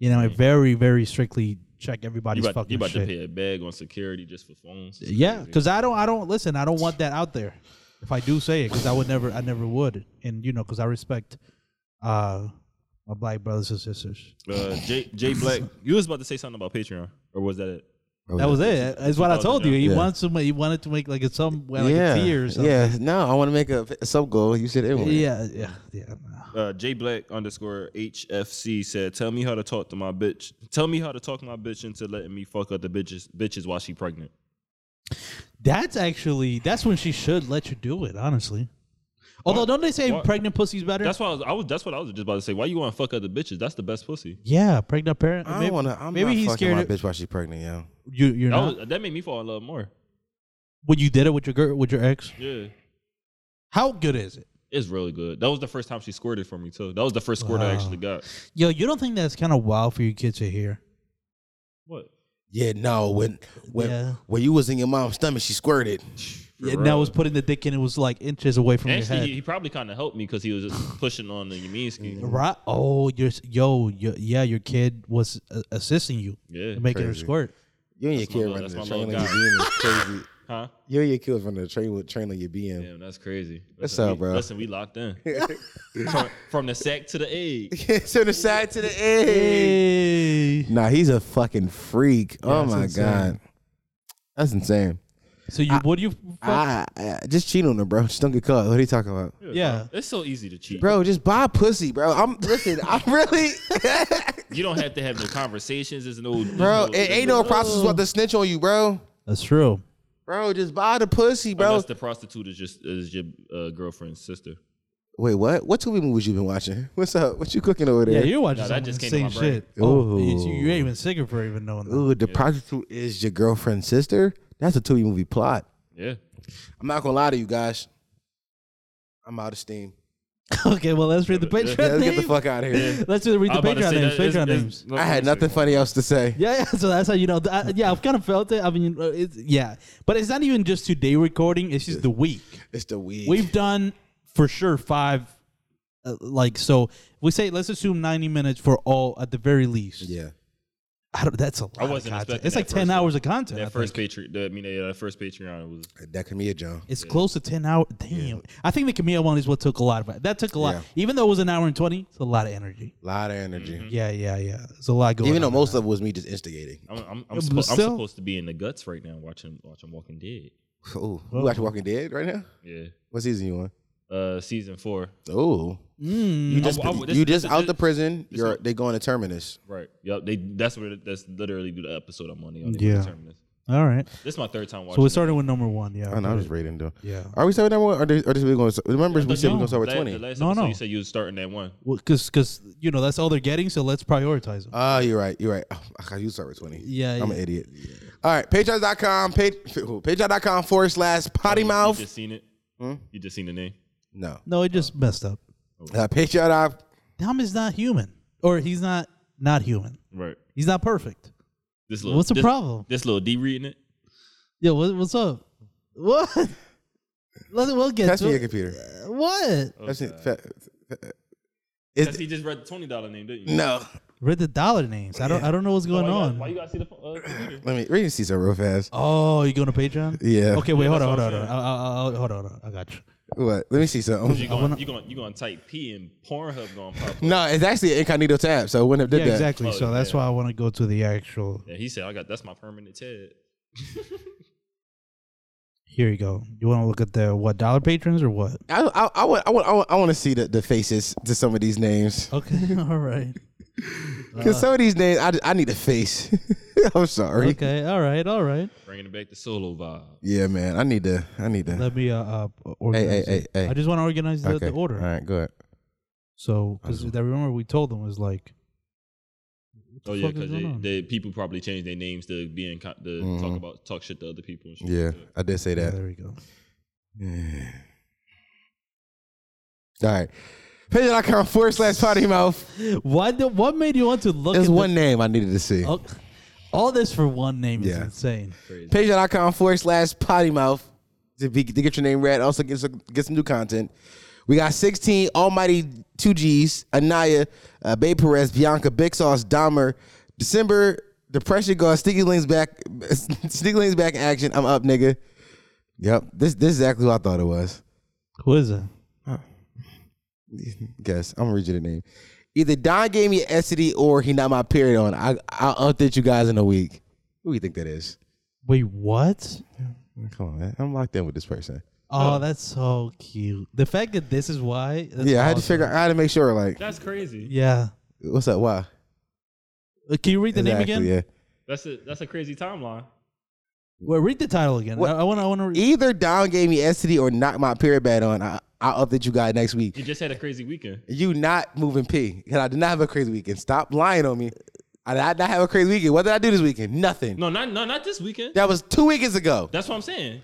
you know, very very strictly check you everybody's about, fucking Mm. you about to shit. pay a bag on security just for phones? Yeah, because I don't I don't listen. I don't want that out there. If I do say it, because I would never I never would, and you know, because I respect uh my black brothers and sisters. Uh, Jay Jay Black, you was about to say something about Patreon, or was that it? Oh, That was it. That's what I told you. He Yeah. wants to. ma- He wanted to make like a some like yeah, a tier or something. yeah. No, I want to make a, a sub goal. You said it. yeah, yeah, yeah. nah. Uh, J Black underscore HFC said, "Tell me how to talk to my bitch. Tell me how to talk my bitch into letting me fuck other bitches bitches while she pregnant." That's actually that's when she should let you do it. Honestly, although don't they say Why- pregnant pussy's better? That's why I was, I was. That's what I was just about to say. Why you want to fuck other bitches? That's the best pussy. yeah, pregnant parent. I maybe don't want to. I'm maybe not he's fucking scared. my of- bitch while she's pregnant, yo. You you're That, not was, that made me fall in love more. when you did it with your girl with your ex. Yeah, How good is it? it's really good. That was the first time she squirted for me too. That was the first squirt I Wow. actually got. Yo, you don't think that's kind of wild for your kids to hear? What? Yeah, no. When when Yeah. when you was in your mom's stomach, she squirted. Yeah, and I was putting the dick in. It was like inches away from your Actually, head. he, he probably kind of helped me because he was just pushing on the Yamin scheme. right? Oh, your s- yo, yo, yeah, your kid was uh, assisting you Yeah, in making her Crazy. squirt. You and your That's my kid little- running the that's my train on your BM little is crazy. huh? You and your kid running the train with train on your BM. Damn, that's crazy. That's Listen, up, we- bro. Listen, we locked in from, from the sack to the egg. to the side to the end. Hey. Nah, he's a fucking freak. oh that's my insane. god, that's insane. So you would you? fuck- I, I just cheat on her, bro. Just don't get caught. What are you talking about, yeah. It's so easy to cheat, bro? Just buy pussy, bro. I'm listen. I'm really, You don't have to have no conversations. There's no there's bro. no- It there's ain't no prostitutes about to snitch on you, bro. That's true. Bro, just buy the pussy, bro. Unless the prostitute is just is your uh, girlfriend's sister. Wait, what? What TV movies you been watching? What's up? What you cooking over Yeah, there? you're watching Nah, that some just came to insane my brain. shit. Oh, you, Ooh. you ain't even sicker for even knowing that. Ooh, the prostitute is your girlfriend's sister. That's a TV movie plot. Yeah. I'm not gonna lie to you guys. I'm out of steam. okay, well let's read the Yeah, Yeah, Patreon let's get the names. fuck out of here. Let's do- read the Patreon names. Patreon names. I had nothing funny else to say. Yeah, yeah. So that's how you know. th- I, yeah, I've kind of felt it. I mean, uh, it's, yeah, but it's not even just today recording. It's just the week. It's the weed. We've done for sure five. Uh, like so, we say let's assume ninety minutes for all at the very least. yeah. I don't, that's a lot. I wasn't of content. expecting It's that like ten first hours of content. I That think. first Patreon, that- I mean, yeah, that first Patreon was That can be a John. It's close to ten hours. Damn. I think the Camille one is what took a lot of it. That took a lot. Yeah. Even though it was an hour and twenty, it's a lot of energy. A lot of energy. Mm-hmm. Yeah, yeah, yeah. It's a lot going. Even though on. most of it was me just instigating. I'm I'm, I'm, but suppo- I'm still- supposed to be in the guts right now watching watching Walking Dead. Ooh, you watching Walking Dead right now? Yeah, What season you on? uh, season four. Oh, Mm. you just I- I- this- you just this- out this- the prison. You're they going to terminus. Right. Yep. They that's where that's literally the episode I'm on. They on yeah. Yeah. This. All right. this is my third time watching. So we it. started with number one. Yeah. I know. I was reading though. Yeah. Are we starting that one? Or this or this we going? to Remember, we But said no, we're going to start with the la- twenty. The last No, episode no. you said you was starting at one. Because because you know that's all they're getting, so let's prioritize them. Ah, you're right. You're right. Oh, I got you start with 20. Yeah, I'm yeah. an idiot. All right. Patreon.com, page, patreon.com forward slash potty Oh, You mouth. Hmm? just seen it. You just seen the name. No. no, it just messed up. Uh, Patreon. Dom is not human, or he's not not human. Right. He's not perfect. This little. What's the this- problem? This little D reading it. Yo, what, what's up? What? Let we'll get Test me to your it. computer. What? Test me- fe- fe- Cause Is, he just read the twenty dollar name, didn't you? no. Read the dollar names. I don't. I don't know what's going Why you, on. gotta, why you gotta see the phone- uh, computer? Let me read and see so real fast. oh, you going to Patreon? Yeah. Okay, wait, hold on, hold that's on, what I'm hold on. I- I- I- hold on, hold on. I got you. What? Let me see You something. going you going you going to type P and Pornhub going to pop up. No, it's actually an incognito tab, so it wouldn't have did Yeah, that. exactly. Oh, so that's yeah. why I want to go to the actual. Yeah, he said I got that's my permanent TED. Here you go. You want to look at the what dollar patrons or what? I, I, I, want, I, want, I, want, I want to see the, the faces to some of these names. Okay, all right. Uh, Because some of these names, I, I need a face. I'm sorry. Okay, all right, all right. Bringing it back to solo vibe. Yeah, man. I need to. I need to. Let me uh, uh organize. hey, it. hey, hey. I just want to organize the, the order. All right, go ahead. So because I remember we told them was like, Oh yeah, fuck is because going they, on? they people probably change their names to be in co- to talk about talk shit to other people. And shit Mm-hmm. Yeah, Like that. I did say yeah, that. there we go. All right. Patreon.com forward slash potty mouth. What the, what made you want to look? There's at the- one name I needed to see. oh, all this for one name is Yeah. insane. Patreon.com forward slash potty mouth to, be, to get your name read. Also, get some, get some new content. We got 16 Almighty 2Gs, Anaya, uh, Bay Perez, Bianca, Big Sauce, Dahmer, December, Depression God, Sneaky Links back, Sneaky Links back in action. I'm up, nigga. Yep, this this is exactly what I thought it was. Who is it? guess. I'm gonna read you the name. Either Don gave me an STD or he not my period on. I I'll update you guys in a week. Who do you think that is? Wait, what? Come on, man. I'm locked in with this person. Oh, that's so cute. The fact that this is why. that's yeah, I had to awesome. figure. I had to make sure. Like, That's crazy. Yeah. what's up? Why? Uh, Can you read the name again? Yeah. That's a that's a crazy timeline. Well, read the title again. What- I want. I want to. read Either Don gave me STD or knocked my period bad on. I I'll update you guys next week. You just had a crazy weekend. You not moving P. And I did not have a crazy weekend. Stop lying on me. I did not have a crazy weekend. What did I do this weekend? Nothing. No, not no, not this weekend. That was two weekends ago. That's what I'm saying.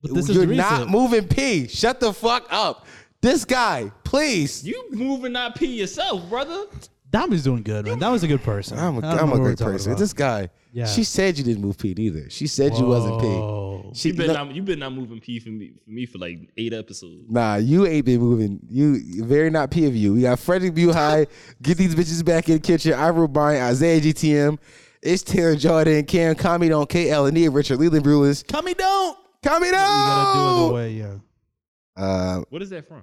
but this You're is not recent. moving P. Shut the fuck up. This guy, please. You moving IP yourself, brother. Dom is doing good, man. That was a good person. I'm a, I don't I'm know a what we're great talking person. about. This guy, Yeah. she said you didn't move P neither. She said you wasn't P. Whoa. She, You been no- not you been not moving P for me for me for like eight episodes. nah, you ain't been moving. You very not P of you. We got Frederick Buhai. get these bitches back in the kitchen. Ivor Bryant, Isaiah GTM. It's Taylor Jordan, Cam Commie on KL, and Nia Richard, Leland Brewers. Come me don't. Commie You gotta do it the on! way. Yeah. Uh, What is that from?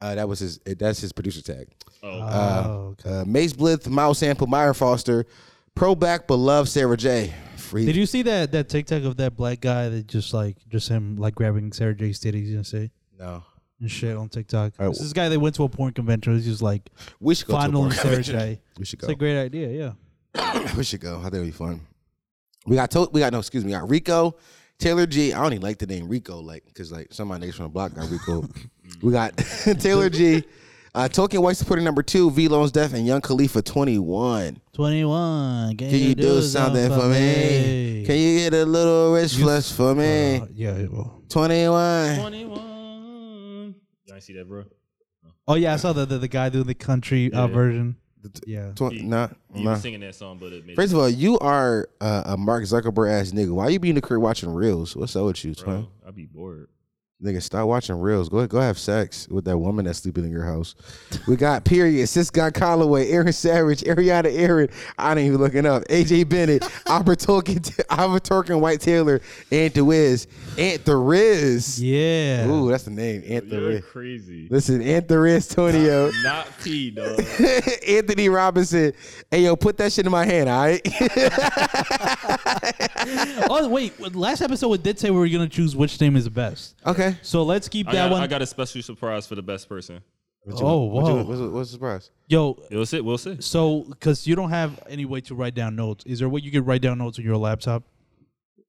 uh, that was his. That's his producer tag. Oh, Oh, okay. Uh, Mace Blith, Miles Sample, Myron Foster, Pro Back, Beloved Sarah J. Free. Did you see that that TikTok of that black guy that just like just him like grabbing Sarah J. Titties and say No. and shit on TikTok? Alright, This is this guy that went to a porn convention. He's just like We should go to a fondling porn Sarah convention. J. We should It's a go. great idea. Yeah. we should go. I think it'd be fun. We got to- we got no excuse me. We got Rico, Taylor G. I don't even like the name Rico, like because like some of my niggas from the block got Rico. we got Taylor G. Uh, Token White supporter number two, V Loans Death, and Young Khalifa twenty one. Twenty one. Can you do something for me? Can you get a little rich flush for me? Uh, yeah. it will. Twenty one. twenty one. You ain't see that, bro? Oh yeah, I saw the the, the guy doing the country uh, version. Yeah. Nah, You were nah. singing that song, but it made First of all, you are uh, a Mark Zuckerberg ass nigga. Why you be in the crib watching reels? What's up with you, twin? bro, I'd be bored. Nigga, stop watching reels. Go go have sex with that woman that's sleeping in your house. We got period. Sis Scott Colloway, Aaron Savage, Ariana Aaron. I didn't even look it up. AJ Bennett, Albert Tolkien, Albert Tolkien, White Taylor, Aunt the Wiz, Aunt the Riz. Yeah. Ooh, that's the name, Aunt the You're Riz. crazy. Listen, Aunt the Riz, Tonio, Not P, dog. Anthony Robinson. Hey yo, put that shit in my hand. All right. Oh wait, last episode we did say we were gonna choose which name is the best. okay. Okay. So let's keep I that got, one. I got a special surprise for the best person. oh, What you- whoa. what's, what's the surprise? Yo, We'll see. We'll see. so because you don't have any way to write down notes, is there a way you could write down notes on your laptop?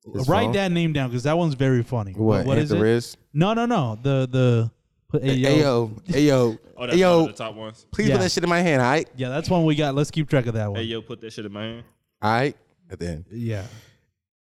write phone? that name down because that one's very funny. What? What Hit is the it? wrist? No, no, no. The the. put- hey, yo. Ayo, ayo, Oh, that's one ayo. of the top ones. Please Yeah. put that shit in my hand. All right, Yeah, that's one we got. Let's keep track of that one. Hey, yo, put that shit in my hand. all right. At the end, Yeah,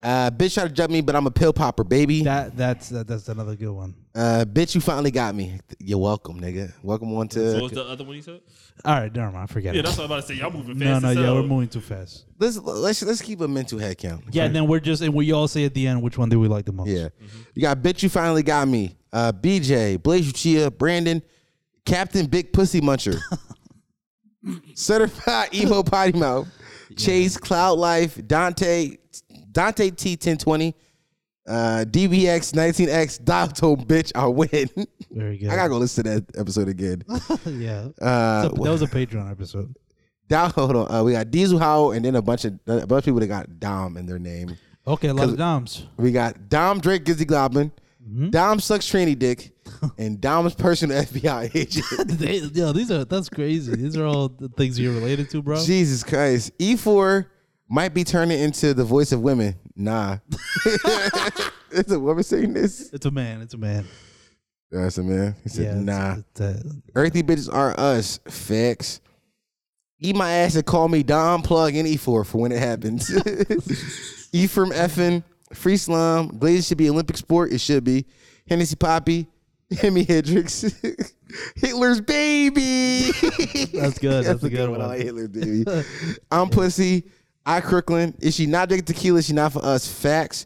uh, bitch tried to jump me, but I'm a pill popper, baby. that that's that, that's another good one. Uh, bitch, you finally got me. You're welcome, nigga. Welcome on What to. was the other one you said? All right, never mind. Forget Yeah, it. that's what I'm about to say. Y'all moving No, fast. no, as yeah, hell. we're moving too fast. Let's let's let's keep a mental head count. Yeah, and then we're just and we all say at the end which one do we like the most. Yeah. You got bitch, you finally got me. Uh, BJ, Blaze Lucia, Brandon, Captain Big Pussy Muncher, Certified Emo Potty Mouth, Chase Cloud Life, Dante, Dante T ten twenty, uh, DBX nineteen X, Dalto bitch, I win. very good. I gotta go listen to that episode again. yeah, Uh, So that was a Patreon episode. Dom- hold on. Uh, we got Diesel Howell, and then a bunch of a bunch of people that got Dom in their name. Okay, a lot of doms. We got Dom Drake Gizzy Globin, Dom sucks tranny dick, and Dom's personal FBI agent. They- yo, these are that's crazy. These are all the things you're related to, bro. Jesus Christ, E4 might be turning into the voice of women. Nah, it's a woman saying this. It's a man. It's a man. That's a man. He said, Yeah. it's- "Nah, it's, uh, earthy bitches are us." Facts. Eat my ass and call me Dom Plug and E4 for when it happens. Ephraim effing free slum. Glaze should be Olympic sport. It should be Hennessy Poppy. Hemi Hendrix, Hitler's baby. that's good. That's, a good one. I like Hitler's baby. I'm pussy. I crooklyn. Is she not drinking tequila? She not for us. Facts.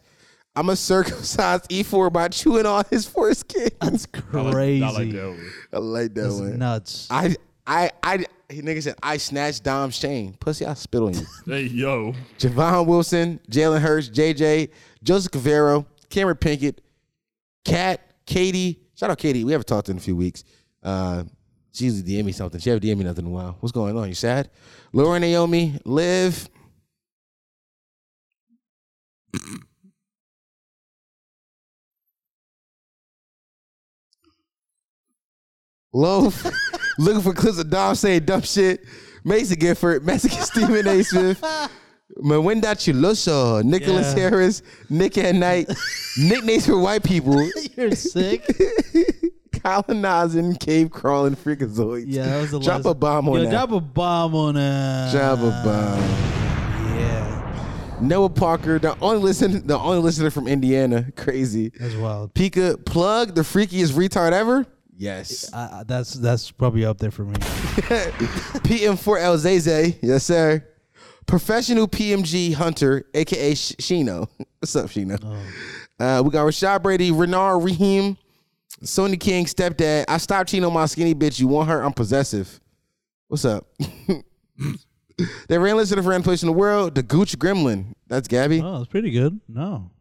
I'm a circumcised E4 by chewing on his foreskin. That's crazy. I like that one. I like that That's one. nuts. I I I he nigga said I snatched Dom's chain. Pussy, I spit on you. Hey, yo. Javon Wilson, Jalen Hurts, JJ, Joseph Cavero, Cameron Pinkett, Kat, Katie. Shout out Katie. We haven't talked in a few weeks. Uh, she usually DM me something. She haven't DM me nothing in a while. What's going on? You sad? Lauren Naomi, Liv. Loaf, looking for clips of Dom saying dumb shit. Mason Gifford, Mexican Stephen A. Smith, Mawinda Chiloso, Nicholas Yeah. Harris, Nick at Night, nicknames for white people, You're sick. colonizing, cave crawling, freakazoids. Yeah, that was the Drop last. a bomb on Yo, that. Drop a bomb on that. Drop a Yeah, bomb. Noah Parker, the only listen, the only listener from Indiana. Crazy. that's wild. Pika, plug the freakiest retard ever. Yes. I, I- that's that's probably up there for me. PM4LZZ. Yes, sir. Professional PMG Hunter, aka Sh- Shino. What's up, Shino? Uh, we got Rashad Brady, Renard Raheem, Sony King, stepdad. I stopped cheating on my skinny bitch. You want her? I'm possessive. What's up? they ran listen to friend pushing the world. The Gooch Gremlin. That's Gabby. Oh, it's pretty good. No,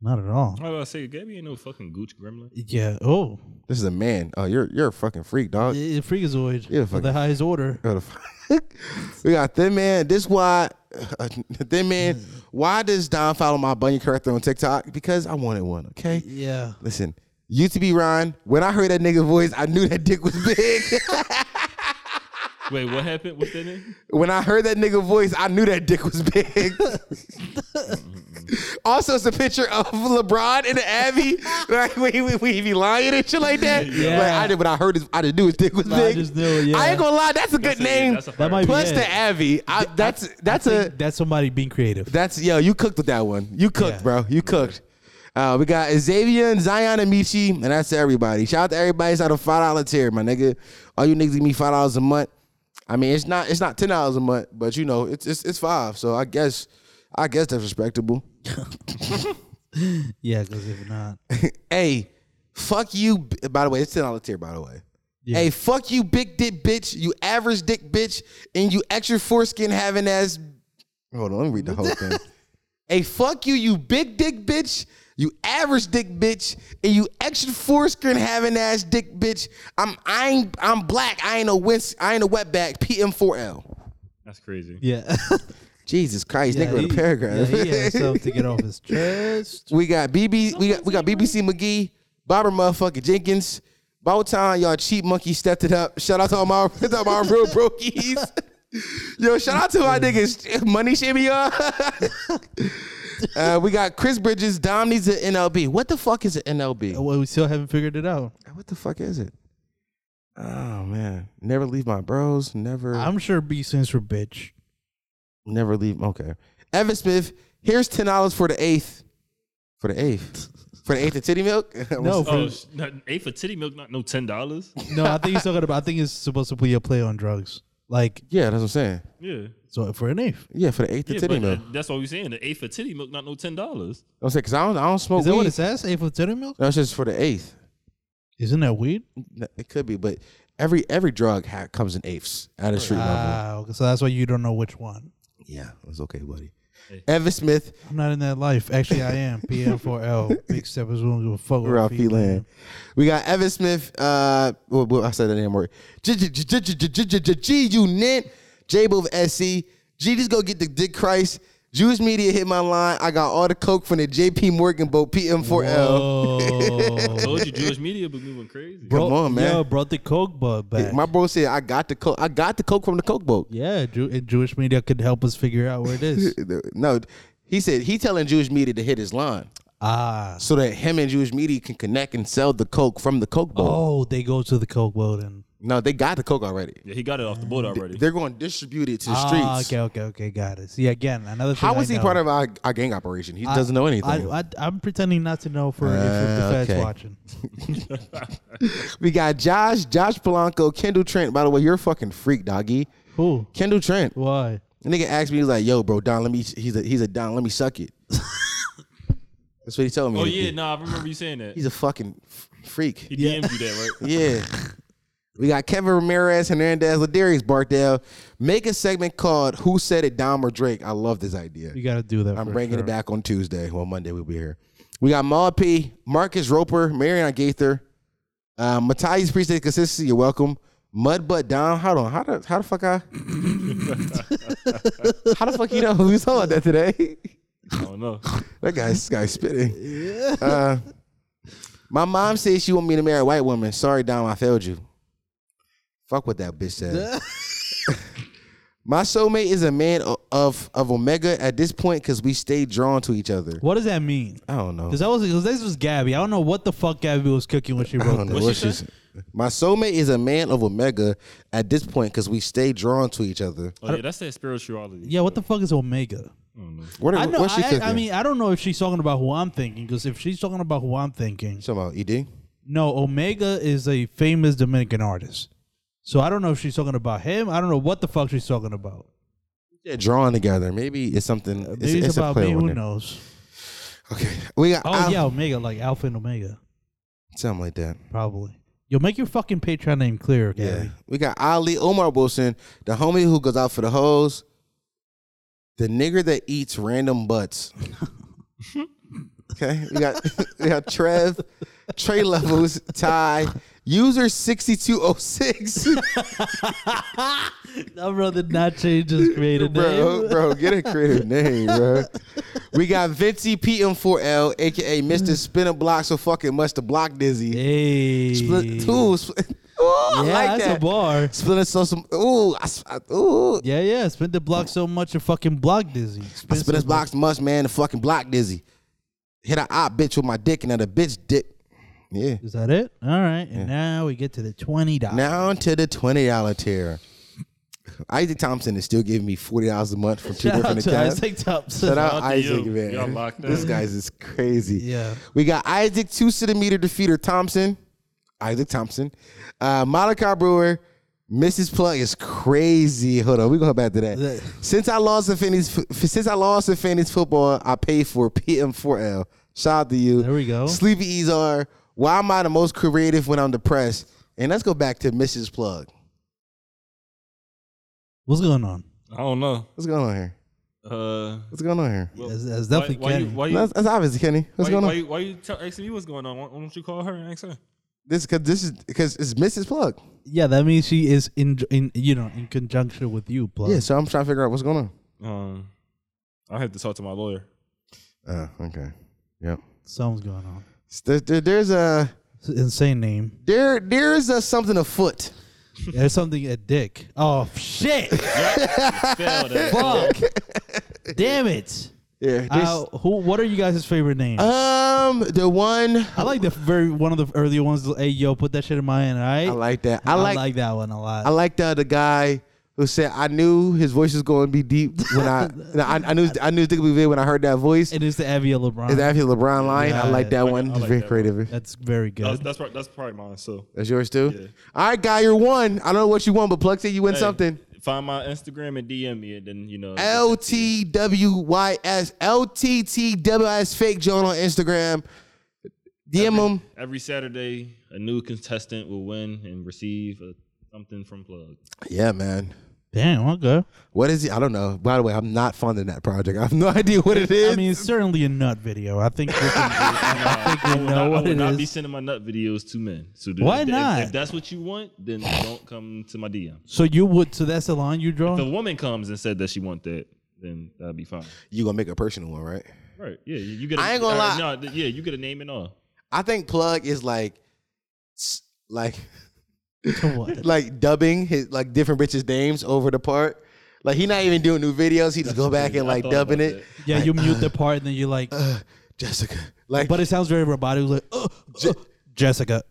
not at all. I was about to say, Gabby ain't no fucking Gooch Gremlin. Yeah. Oh, This is a man. Oh, you're you're a fucking freak, dog. it, it freakazoid. Yeah, of fuck the it. highest order. What the fuck? we got thin man. This why uh, thin man. Why does Don follow my bunny character on TikTok? Because I wanted one. Okay. Yeah. Listen, UTB Ron. When I heard that nigga voice, I knew that dick was big. Wait, what happened? What's that name? when I heard that nigga voice, I knew that dick was big. also, it's a picture of LeBron in the Abbey. Like when he, when he be lying and shit like that. Yeah. Like, I did when I heard his, I just knew his dick was Nah, I big. just knew it, yeah. I ain't gonna lie, that's a good That's a- name. that's a That might be Plus it. the Abbey. I, that's that's I a think that's somebody being creative. that's yo, you cooked with that one. You cooked, Yeah. bro. You cooked. Uh, we got Xavier and Zion and Michi, and that's to everybody. Shout out to everybody inside of five dollar tier, my nigga. All you niggas give me five dollars a month. I mean, it's not it's not ten dollars a month, but you know, it's it's it's five. So I guess I guess that's respectable. yeah, because if not, hey, fuck you. b- By the way, it's ten dollar tier. By the way. Hey, fuck you, big dick bitch. You average dick bitch, and you extra foreskin having ass. Hold on, let me read the whole thing. hey, fuck you, you big dick bitch. You average dick bitch, and you extra foreskin having ass dick bitch. I'm I ain't I'm black. I ain't a wince. I ain't a wetback. PM4L. That's crazy. yeah, Jesus Christ, nigga, with a he- paragraph. Yeah, he had something to get off his chest. We got BB. We got we got BBC McGee, Bobber motherfucker Jenkins. About time y'all cheap monkey stepped it up. Shout out to all my to all my real brokies. Yo, shout out to my niggas Money Shimmy y'all. uh, we got Chris Bridges. Dom needs an NLB. What the fuck is an NLB? Well, we still haven't figured it out. What the fuck is it? Oh man, never leave my bros. Never, I'm sure B stands for bitch. never leave. Okay, Evan Smith. Here's ten dollars for the eighth. For the eighth. For the eighth of titty milk. No, Oh, for, sh- not- eight for titty milk, not no ten dollars. no, I think he's talking about. I think it's supposed to be a play on drugs. Like Yeah, that's what I'm saying. Yeah, so for an eighth. Yeah, for the eighth of yeah, titty but milk. uh, that's what we're saying. The eight for titty milk, not no ten dollars. I'm saying because I don't, I don't smoke Is that weed. what it says? Eighth of titty milk? That's just for the eighth. Isn't that weed? No, It could be, but every every drug ha- comes in eighths at a street level. Ah, okay, so that's why you don't know which one. Uh, Yeah, it's okay, buddy. Evan Smith, I'm not in that life. Actually, I am. PM4L. Big steppers. We don't give a fuck. what Ralph feet E. land. Land. We got Evan Smith. Uh, well, well, I said the name word. G G- G- G- G- G- G- G- U Nint. J Bove SC. G just go get the Dick Christ. Jewish Media hit my line. I got all the coke from the JP Morgan boat PM4L. Oh, Told you Jewish media been moving crazy. bro, on, man. Yo, brought the Coke bug back. My bro said I got the coke. I got the coke from the coke boat. yeah, Jew- and Jewish media could help us figure out where it is. No, he said he telling Jewish media to hit his line ah. so that him and Jewish media can connect and sell the coke from the coke bowl. Oh, they go to the Coke boat and No, they got the coke already. Yeah, he got it off the board already. They're going to distribute it to the Ah, streets. okay, okay, okay, got it. See, again, another. Thing How is I he know. part of our, our gang operation? He I- doesn't know anything. I, I, am pretending not to know for if Ah, the feds okay. watching. we got Josh, Josh Polanco, Kendall Trent. By the way, you're a fucking freak, doggy. Who? Kendall Trent. Why? The nigga asked me, he was like, "Yo, bro, Don, let me." He's a he's a Don. Let me suck it. That's what he told me. Oh yeah, nah, I remember you saying that. he's a fucking f- freak. He DM'd you that, right? Yeah. We got Kevin Ramirez, Hernandez, Ladarius Barkdale. Make a segment called Who Said It, Dom or Drake? I love this idea. You got to do that. I'm for bringing sure. it back on Tuesday. Well, Monday we'll be here. We got Maul P, Marcus Roper, Marion Gaither, uh, Matthias Priest, Consistency, you're welcome. Mudbutt Dom, hold on, how the, how the fuck I? how the fuck you know who's on that today? I don't know. Oh, That guy's this guy's spitting. Uh, my mom said she want me to marry a white woman. Sorry, Dom, I failed you. Fuck what that bitch said. my soulmate is a man o- of of Omega at this point because we stay drawn to each other. What does that mean? I don't know. Because that was because this was Gabby. I don't know what the fuck Gabby was cooking when she I wrote don't know this. what she said. My soulmate is a man of Omega at this point because we stay drawn to each other. Oh yeah, that's that spirituality. Yeah, what the fuck is Omega? What, I know. what's she I, cooking? I mean, I don't know if she's talking about who I'm thinking. Because if she's talking about who I'm thinking, You talking about E ED? no, Omega is a famous Dominican artist. So I don't know if she's talking about him. I don't know what the fuck she's talking about. They're drawn together. Maybe it's something. It's, Uh, Maybe it's, it's a about play me. on Who there. knows? Okay, we got. Oh Al- yeah, Omega, like Alpha and Omega, something like that. probably. Yo, make your fucking Patreon name clear, Gabby. We got Ali Omar Wilson, the homie who goes out for the hoes, the nigger that eats random butts. okay, we got we got Trev, Trey Levels, Ty, user sixty two oh six. That brother not change his creative Bro, name. bro, get a creative name, bro. We got Vinci PM4L, aka Mr. Spin a Block so fucking much, the block dizzy. Hey, Split two. Split, ooh, I Yeah, like that's that. a bar. Splinter so some ooh, I, s- I- ooh, Yeah, yeah. Spin the block so much, your fucking block dizzy. I Spin spit this so much- box much, man. The fucking block dizzy. Hit a op bitch with my dick and another bitch dick. Yeah. Is that it? All right. And now we get to the twenty dollars. Now to the twenty dollar tier. Isaac Thompson is still giving me forty dollars a month from two Shout out different to accounts. Isaac Thompson. Shout out Shout out to Isaac, you. Y'all man. locked This in. guy's is crazy. Yeah. We got Isaac two centimeter defeater Thompson. Isaac Thompson. Uh Malachi Brewer. Mrs. Plug is crazy. Hold on, we gonna go back to that. That- Since I lost in fantasy, f- since I lost in fantasy football, I paid for PM4L. Shout out to you. There we go. Sleepy E's are. Why am I the most creative when I'm depressed? And let's go back to Mrs. Plug. What's going on? I don't know. What's going on here? Uh, What's going on here? well, That's- that's definitely why, why you Kenny. why you That's, that's obvious, Kenny. What's why, going on? you- why you why you tell, asking me what's going on? Why, why don't you call her and ask her? This because this is because it's Mrs. Plug. Yeah, that means she is in, in you know in conjunction with you. Plug. Oh. Yeah, so I'm trying to figure out what's going on. Um, I have to talk to my lawyer. Uh, okay. Yep. Something's going on. There, there- there's a It's an insane name. there there is a something afoot. There's something at Dick. Oh shit! Failed it. Fuck! Damn it! Yeah. Uh, who? What are you guys' favorite names? Um, the one I like the very one of the earlier ones. Hey yo, put that shit in mine. All right. I like that. I like that one a lot. I like the the guy who said I knew his voice was going to be deep when I no, I, I knew I knew it was gonna be big when I heard that voice. and it's the Avia LeBron. Is that actually LeBron line? I Yeah. like that like- one. I it's like very that one. creative. That's very good. That's, that's, prob- that's probably mine. So That's yours too. Yeah. All right, guy, you're one. I don't know what you won, but plug said you win Hey, something. Find my Instagram and DM me, and then you know. L T W Y S L T T W I S fake Joan on Instagram. DM him. Every Saturday, a new contestant will win and receive a, something from Plug. Yeah, man. Damn. Okay. What is he? I don't know. By the way, I'm not funding that project. I have no idea what it is. I mean, it's certainly a nut video. I think. We can, I, we will know not, I what will it not is. be sending my nut videos to men. So do- Why if- not? If, if that's what you want, then don't come to my DM. so you would. So that's the line you draw. If a woman comes and said that she want that, then that'll be fine. you gonna make a personal one, right? Right? Yeah. You you get. A, I ain't gonna all right, lie. No. th- Yeah. You get a name and all. I think plug is like, s- like, To what? like dubbing his like different bitches' names over the part. Like he not even doing new videos. He just go back and I like thought dubbing about it. Uh, Yeah, you mute the part and then you're like, Jessica, like, but it sounds very robotic. It was like, "Uh, uh, Jessica.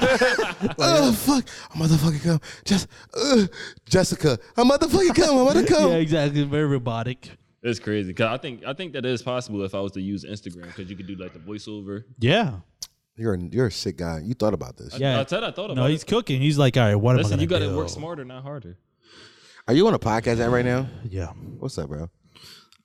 oh fuck, I'm about to fucking come. Just, uh, Jessica, I'm about to fucking come. I'm about to come. Yeah, exactly. Very robotic. It's crazy. Cause I think I think that is possible if I was to use Instagram because you could do like the voiceover. Yeah. You're a, you're a sick guy. You thought about this. Yeah. I said I thought about No, it. he's cooking. He's like, all right, what Listen, am I you going gotta to do? work smarter, not harder. Are you on a podcast at right now? Yeah. What's up, bro?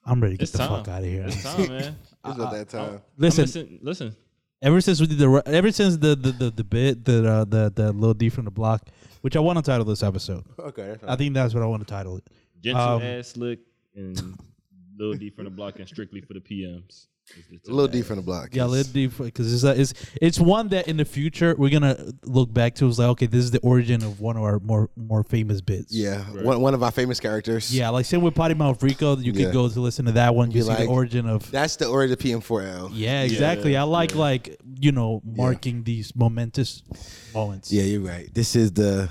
I'm ready to get It's the time. fuck out of here. It's time, man. It's about that time. Listen, listen, listen. ever since we did the ever since the the the, the bit that uh, the the little D from the block, which I want to title this episode. Okay, that's I think that's what I want to title it. Gentle Um, ass slick and Lil D from the block and strictly for the PMs. Is the a little deep from the block. Yeah, little D because it's, a- it's it's one that in the future we're gonna look back to. It's like okay, this is the origin of one of our more more famous bits. Yeah, one, one of our famous characters. Yeah, like same with Potty Mouth Rico, you could Yeah. go to listen to that one. You Be see the like- origin of. that's the order of PM4L. yeah, exactly. I like like you know marking these momentous moments. Yeah, you're right. This is the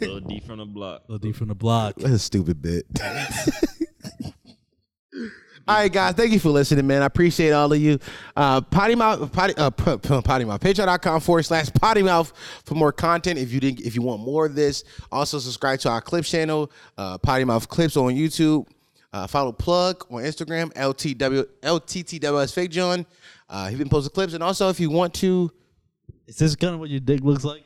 Lil D from the block. Little D from the block. That's a stupid bit. all right, guys. Thank you for listening, man. I appreciate all of you. Uh, potty mouth, potty, uh, p- p- potty mouth. Patreon.com forward slash potty mouth for more content. If you didn't, if you want more of this, also subscribe to our clip channel, uh, potty mouth clips on YouTube. Uh, follow plug on Instagram, LTW, LTTWS fake John. Uh, he's been posting clips, and also if you want to, Is this kind of what your dick looks like?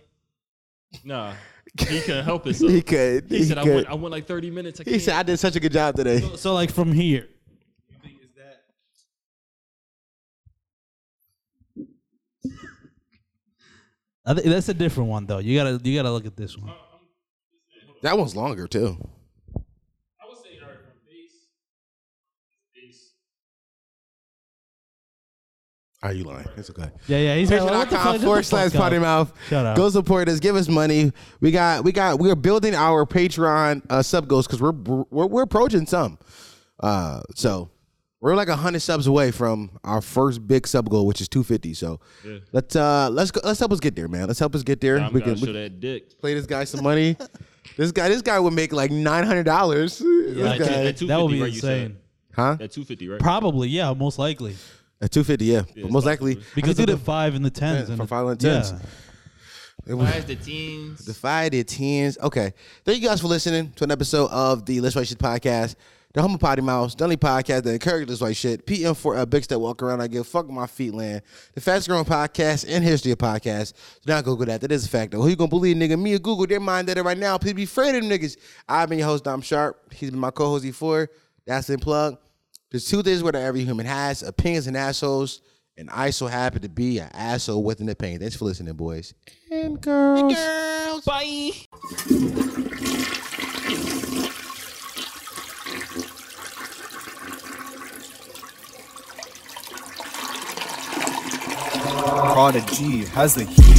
Nah. He couldn't help himself. He could. He, He said I could. went I went like 30 minutes. I he can't. said I did such a good job today. So like from here. I think that's a different one though. You gotta you gotta look at this one. That one's longer too. I would say all right from face. Face. Are Ah, you lying? It's okay. Yeah, yeah. He's like, what the fuck? Patreon.com Shut the forward slash fuck up. potty mouth. Shut up. Go support us. Give us money. We got we got we are building our Patreon uh, sub goals because we're, we're we're approaching some. Uh, so we're like hundred subs away from our first big sub goal, which is two fifty. So let's uh let's go, let's help us get there, man. Let's help us get there. I'm we gonna can show we that dick. play this guy some money. this guy this guy would make like nine hundred dollars. Yeah, Like, at that, that would 250, be right, you said. insane. Huh? At 250, right? Probably, yeah, most likely At two fifty, yeah. But most likely I because of could the, do five and the tens Yeah, and for the, five and tens. Yeah. it was- the teens. The five to tens. Okay. Thank you guys for listening to an episode of the Let's Write Shit podcast, the Humble Potty Mouse, the only podcast that encourages Let's Write Shit, PM4 uh, Bix that walk around, I give a fuck my feet land, the fastest growing podcast in history of podcasts. Do not Google that. That is a fact, though. Who you gonna believe, nigga? Me or Google? They're mind that right now. Please be afraid of them niggas. I've been your host, Dom Sharp. He's been my co host, E4. That's been Plug. There's two things where every human has opinions and assholes, and I so happen to be an asshole with an opinion. Thanks for listening, boys. And girls. Prodigy has the heat.